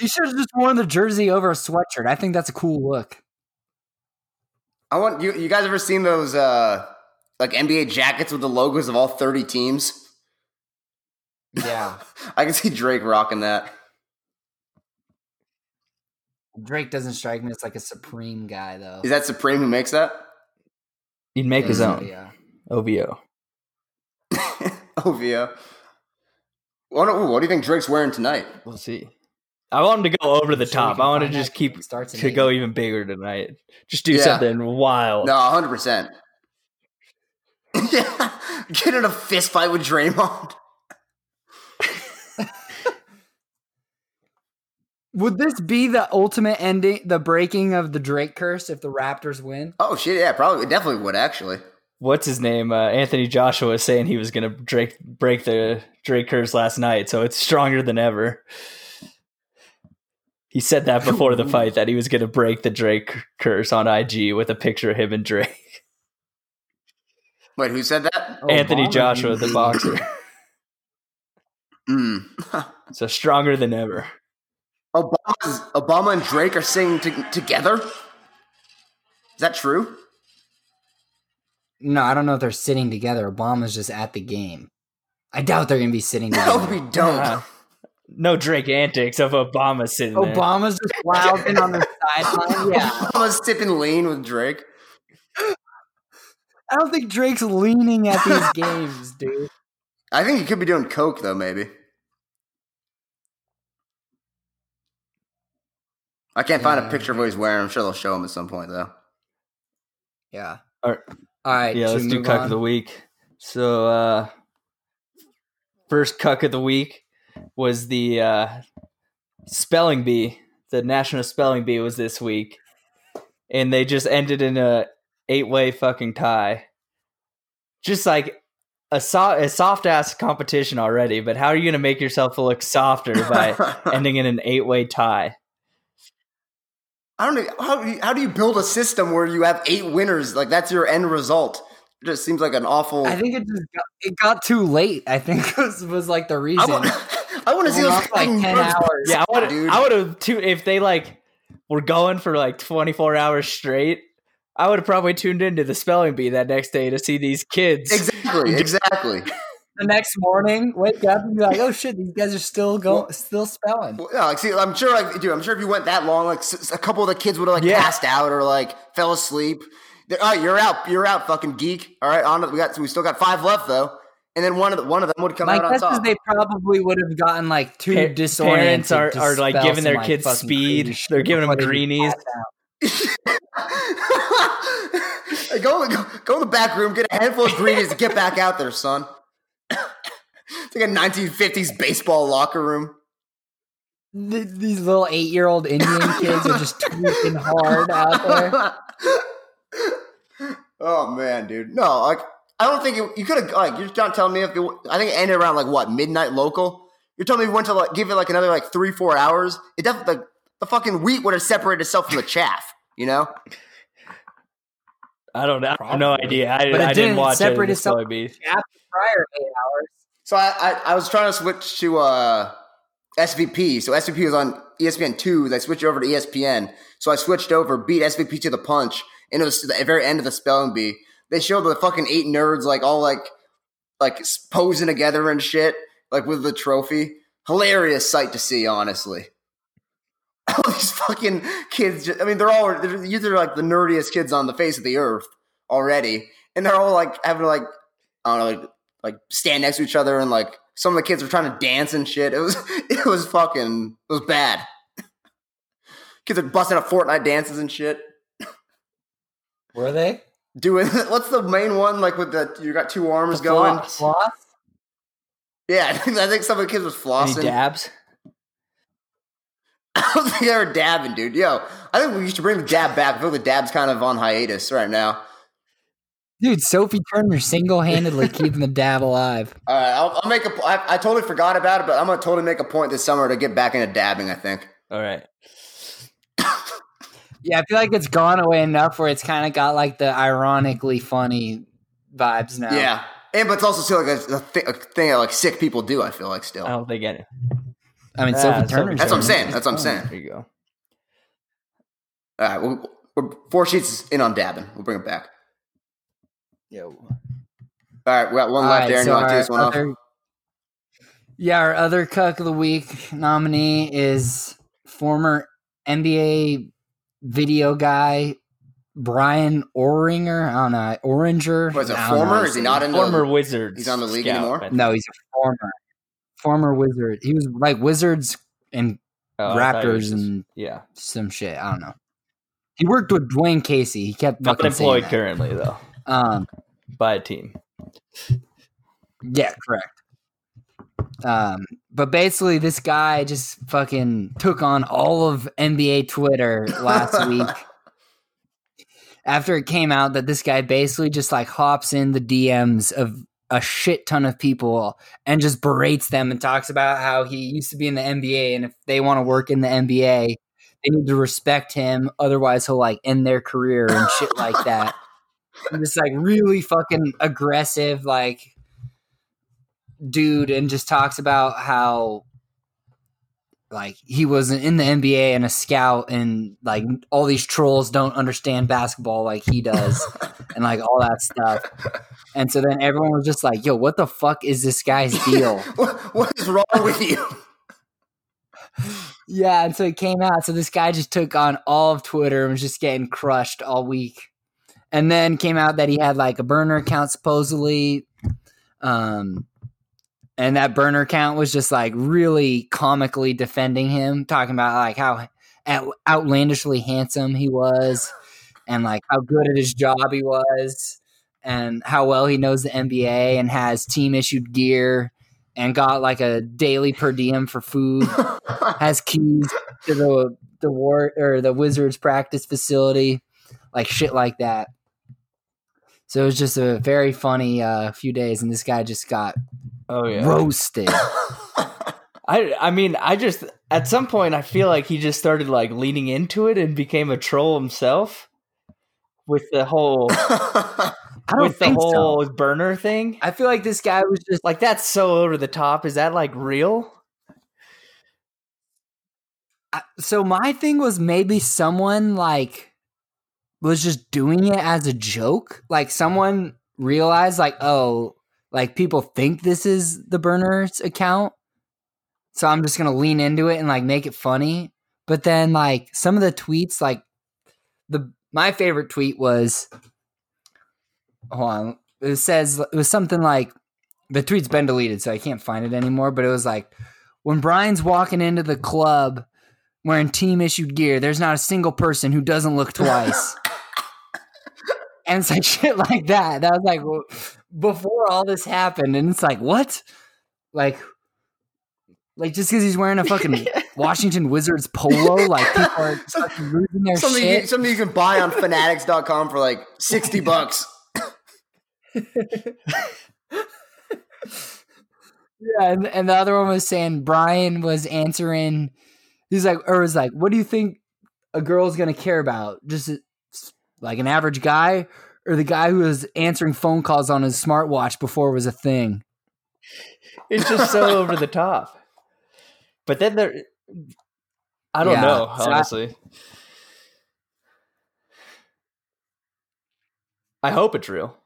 Speaker 3: He should have just worn the jersey over a sweatshirt. I think that's a cool look.
Speaker 5: I want you. You guys ever seen those uh like NBA jackets with the logos of all thirty teams?
Speaker 3: Yeah,
Speaker 5: I can see Drake rocking that.
Speaker 3: Drake doesn't strike me as like a supreme guy though.
Speaker 5: Is that Supreme who makes that?
Speaker 4: He'd make his
Speaker 5: Mm,
Speaker 4: own
Speaker 3: Yeah.
Speaker 4: OVO.
Speaker 5: OVO. Oh, What, ooh, what do you think Drake's wearing tonight?
Speaker 4: We'll see. I want him to go over the
Speaker 3: Sure we
Speaker 4: top.
Speaker 3: can
Speaker 4: I want to
Speaker 3: find out
Speaker 4: just
Speaker 3: if
Speaker 4: keep
Speaker 3: it starts in
Speaker 4: to
Speaker 3: eight.
Speaker 4: go even bigger tonight. Just do
Speaker 5: Yeah.
Speaker 4: something wild.
Speaker 5: No, hundred percent. Yeah, get in a fist fight with Draymond.
Speaker 3: Would this be the ultimate ending, the breaking of the Drake curse if the Raptors win?
Speaker 5: Oh shit! Yeah, probably. It definitely would actually.
Speaker 4: What's his name? Uh, Anthony Joshua is saying he was going to Drake break the Drake curse last night, so it's stronger than ever. He said that before the fight that he was going to break the Drake curse on IG with a picture of him and Drake.
Speaker 5: Wait, who said that?
Speaker 3: Oh,
Speaker 4: Anthony
Speaker 3: Obama,
Speaker 4: Joshua,
Speaker 3: you-
Speaker 4: the boxer.
Speaker 5: Mm.
Speaker 4: So stronger than ever.
Speaker 5: Obama's, Obama and Drake are singing to- together? Is that true?
Speaker 3: No, I don't know if they're sitting together. Obama's just at the game. I doubt they're going to be sitting
Speaker 5: That would
Speaker 3: together.
Speaker 5: be dope.
Speaker 3: Uh,
Speaker 4: Yeah. No Drake antics of Obama sitting there.
Speaker 3: Obama's just lounging on the sideline. Yeah,
Speaker 5: Obama's sipping lean with Drake.
Speaker 3: I don't think Drake's leaning at these games, dude.
Speaker 5: I think he could be doing coke though, maybe. I can't find a
Speaker 3: Yeah.
Speaker 5: picture of what he's wearing. I'm sure they'll show him at some point though.
Speaker 3: Yeah.
Speaker 4: All right.
Speaker 3: All right.
Speaker 4: Yeah,
Speaker 3: should
Speaker 4: let's
Speaker 3: we
Speaker 4: do
Speaker 3: move
Speaker 4: cuck
Speaker 3: on?
Speaker 4: of the week. So uh first cuck of the week was the uh spelling bee. The national spelling bee was this week. And they just ended in a eight way fucking tie. Just like a, so- a soft ass competition already, but how are you gonna make yourself look softer by ending in an eight way tie?
Speaker 5: I don't know how, do you- how do you build a system where you have eight winners? Like that's your end result. It just seems like an awful.
Speaker 3: I think it just got, it got too late. I think was, was like the reason.
Speaker 5: I want to see
Speaker 3: We're
Speaker 5: those
Speaker 3: off, like,
Speaker 5: fucking
Speaker 3: 10
Speaker 5: birds
Speaker 3: hours.
Speaker 4: Yeah, I would.
Speaker 5: dude.
Speaker 4: I would have too if they like were going for like twenty four hours straight. I would have probably tuned into the spelling bee that next day to see these kids
Speaker 5: Exactly. Exactly. Exactly.
Speaker 3: the next morning, wake up and be like, "Oh shit, these guys are still going, still spelling."
Speaker 5: Well, no, like, see, I'm sure, like, dude, I'm sure if you went that long, like, s- s- a couple of the kids would have like
Speaker 4: Yeah.
Speaker 5: passed out or like fell asleep. They're, all right, you're out, you're out, fucking geek. All right, on to- we got, we still got five left though, and then one of the, one of them would come
Speaker 3: My
Speaker 5: out on
Speaker 3: guess is
Speaker 5: top.
Speaker 3: they probably would have gotten like too
Speaker 4: Pa-
Speaker 3: disoriented.
Speaker 4: parents are,
Speaker 3: to
Speaker 4: are like
Speaker 3: spell
Speaker 4: giving
Speaker 3: some,
Speaker 4: their
Speaker 3: like,
Speaker 4: kids
Speaker 3: fucking crazy
Speaker 4: speed.
Speaker 3: shit
Speaker 4: They're giving them
Speaker 3: before they
Speaker 4: greenies.
Speaker 3: pass out.
Speaker 5: Hey, go, go, go in the back room, get a handful of greenies, and get back out there, son. it's like a 1950s baseball locker room.
Speaker 3: Th- these little eight-year-old Indian kids are just tweaking hard out there.
Speaker 5: oh man, dude. No, like I don't think it, you could have. Like you're not telling me if it, I think it ended around like what midnight local. You're telling me we went to like give it like another like three four hours. It definitely like, the fucking wheat would have separated itself from the chaff. You know.
Speaker 4: I don't know. I have no
Speaker 3: Probably.
Speaker 4: idea. I,
Speaker 3: But it
Speaker 4: I
Speaker 3: didn't
Speaker 4: didn't watch
Speaker 3: separate
Speaker 4: it. It's
Speaker 3: itself.
Speaker 4: probably be-
Speaker 3: After prior eight hours,
Speaker 5: So I, I, I was trying to switch to uh, SVP. So SVP was on E ESPN two. I switched over to E ESPN. So I switched over, beat SVP to the punch, and it was the very end of the spelling bee. They showed the fucking eight nerds like all like like s- posing together and shit, like with the trophy. Hilarious sight to see, honestly. All these fucking kids. Just, I mean, they're all they're, these are like the nerdiest kids on the face of the earth already, and they're all like having like I don't know like like stand next to each other and like some of the kids were trying to dance and shit. It was it was fucking it was bad. Kids are busting up Fortnite dances and shit.
Speaker 3: were they?
Speaker 5: Doing what's the main one like with the you got two arms
Speaker 4: The
Speaker 5: going?
Speaker 4: floss.
Speaker 3: Lost?
Speaker 5: Yeah, I think, I think some of the kids was
Speaker 4: Any
Speaker 5: flossing.
Speaker 4: dabs?
Speaker 5: I don't think they were dabbing, dude. Yo, I think we used to bring the dab back. I feel the dab's kind of on hiatus right now.
Speaker 3: Dude, Sophie Turner single-handedly keeping the dab alive.
Speaker 5: All right, Uh, I'll, I'll make a. I, I totally forgot about it, but I'm gonna totally make a point this summer to get back into dabbing. I think.
Speaker 4: All right.
Speaker 3: Yeah, I feel like it's gone away enough where it's kind of got like the ironically funny vibes now.
Speaker 5: Yeah, and but it's also still like a, a, thi- a thing that like sick people do. I feel like still.
Speaker 4: I don't think any.
Speaker 3: I mean,
Speaker 4: Ah,
Speaker 3: Sophie
Speaker 4: Sophie
Speaker 3: Turner.
Speaker 5: That's what I'm saying. That's what I'm saying.
Speaker 4: Oh, There you go.
Speaker 5: All right, we're, we're four sheets in on dabbing. We'll bring it back. All right, we got one left. Aaron, you want to do this one off?
Speaker 3: Yeah, our other cuck of the week nominee is former NBA video guy Brian Oringer. I don't know Oringer.
Speaker 5: Was it
Speaker 3: I don't know.
Speaker 5: former? Is he not in
Speaker 4: Former
Speaker 5: the?
Speaker 4: Wizards.
Speaker 5: he's on the league
Speaker 4: scout,
Speaker 5: anymore?
Speaker 4: I think.
Speaker 3: No, he's a former former Wizard. He was like Wizards and
Speaker 4: Oh, I thought he was
Speaker 3: Raptors
Speaker 4: just-
Speaker 3: and
Speaker 4: yeah.
Speaker 3: some shit. I don't know. He worked with Dwayne Casey. He kept
Speaker 4: Not
Speaker 3: fucking
Speaker 4: employed
Speaker 3: saying that.
Speaker 4: currently though
Speaker 3: Um,
Speaker 4: by a team.
Speaker 3: Yeah, correct. Um, but basically, this guy just fucking took on all of NBA Twitter last week after it came out that this guy basically just like hops in the DMs of a shit ton of people and just berates them and talks about how he used to be in the NBA and if they want to work in the NBA, they need to respect him. Otherwise, he'll like end their career and shit like that. And just like really fucking aggressive, like dude, and just talks about how like he wasn't in the NBA and a scout, and like all these trolls don't understand basketball like he does, and like all that stuff. And so then everyone was just like, "Yo, what the fuck is this guy's deal?"
Speaker 5: What, what is wrong with you?
Speaker 3: Yeah, and so it came out. So this guy just took on all of Twitter and was just getting crushed all week. And then came out that he had like a burner account supposedly. Um and that burner account was just like really comically defending him, talking about like how out- outlandishly handsome he was and like how good at his job he was and how well he knows the NBA and has team issued gear and got like a daily per diem for food has keys to the the war or the Wizards practice facility, like shit like that. So it was just a very funny uh, few days, and this guy just got
Speaker 4: Oh yeah.
Speaker 3: roasted.
Speaker 4: I I mean I just at some point I feel like he just started like leaning into it and became a troll himself with the whole
Speaker 3: I don't
Speaker 4: with the
Speaker 3: think so.
Speaker 4: whole burner thing.
Speaker 3: I feel like this guy was just
Speaker 4: Like that's so over the top. Is that like real?
Speaker 3: I- so. My thing was maybe someone like was just doing it as a joke. Like someone realized, like, oh, like people think this is the Berners account. So I'm just gonna lean into it and like make it funny. But then like some of the tweets, like the my favorite tweet was hold on. It says it was something like the tweet's been deleted, so I can't find it anymore, but it was like when Brian's walking into the club wearing team issued gear, there's not a single person who doesn't look twice. and it's like shit like that. That was like well, before all this happened, and it's like what, like, like just because he's wearing a fucking Washington Wizards polo, like people are fucking losing their
Speaker 5: Something you,
Speaker 3: shit.
Speaker 5: something you can buy on fanatics.com for like 60 bucks.
Speaker 3: yeah, and, and the other one was saying Brian was answering. He's like, or was like, what do you think a girl's gonna care about? Just a- like an average guy, or the guy who was answering phone calls on his smartwatch before it was a thing.
Speaker 4: It's just so over the top. But then there, I don't
Speaker 3: Yeah,
Speaker 4: know
Speaker 3: so I-
Speaker 4: honestly. I hope it's real.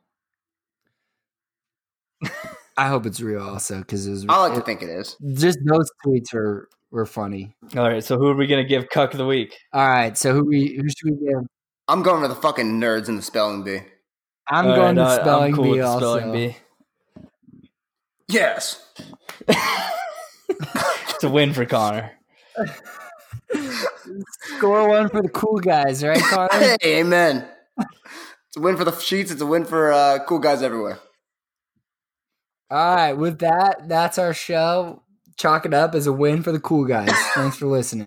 Speaker 3: I hope it's real also because it was
Speaker 5: I like to think it is.
Speaker 3: just those tweets were were funny.
Speaker 4: All right, so who are we gonna give cuck of the week?
Speaker 3: All right, so who we who should we give?
Speaker 5: I'm going to the fucking nerds in the spelling bee.
Speaker 3: I'm
Speaker 4: All
Speaker 3: going
Speaker 4: right,
Speaker 3: to
Speaker 4: I-
Speaker 3: spelling bee
Speaker 4: the
Speaker 3: also.
Speaker 4: bee.
Speaker 5: Yes.
Speaker 4: It's a win for Connor.
Speaker 3: Score one for the cool guys, right, Connor?
Speaker 5: Hey, amen. It's a win for the sheets. It's a win for uh, cool guys everywhere.
Speaker 3: All right, with that, that's our show. Chalk it up as a win for the cool guys. Thanks for listening.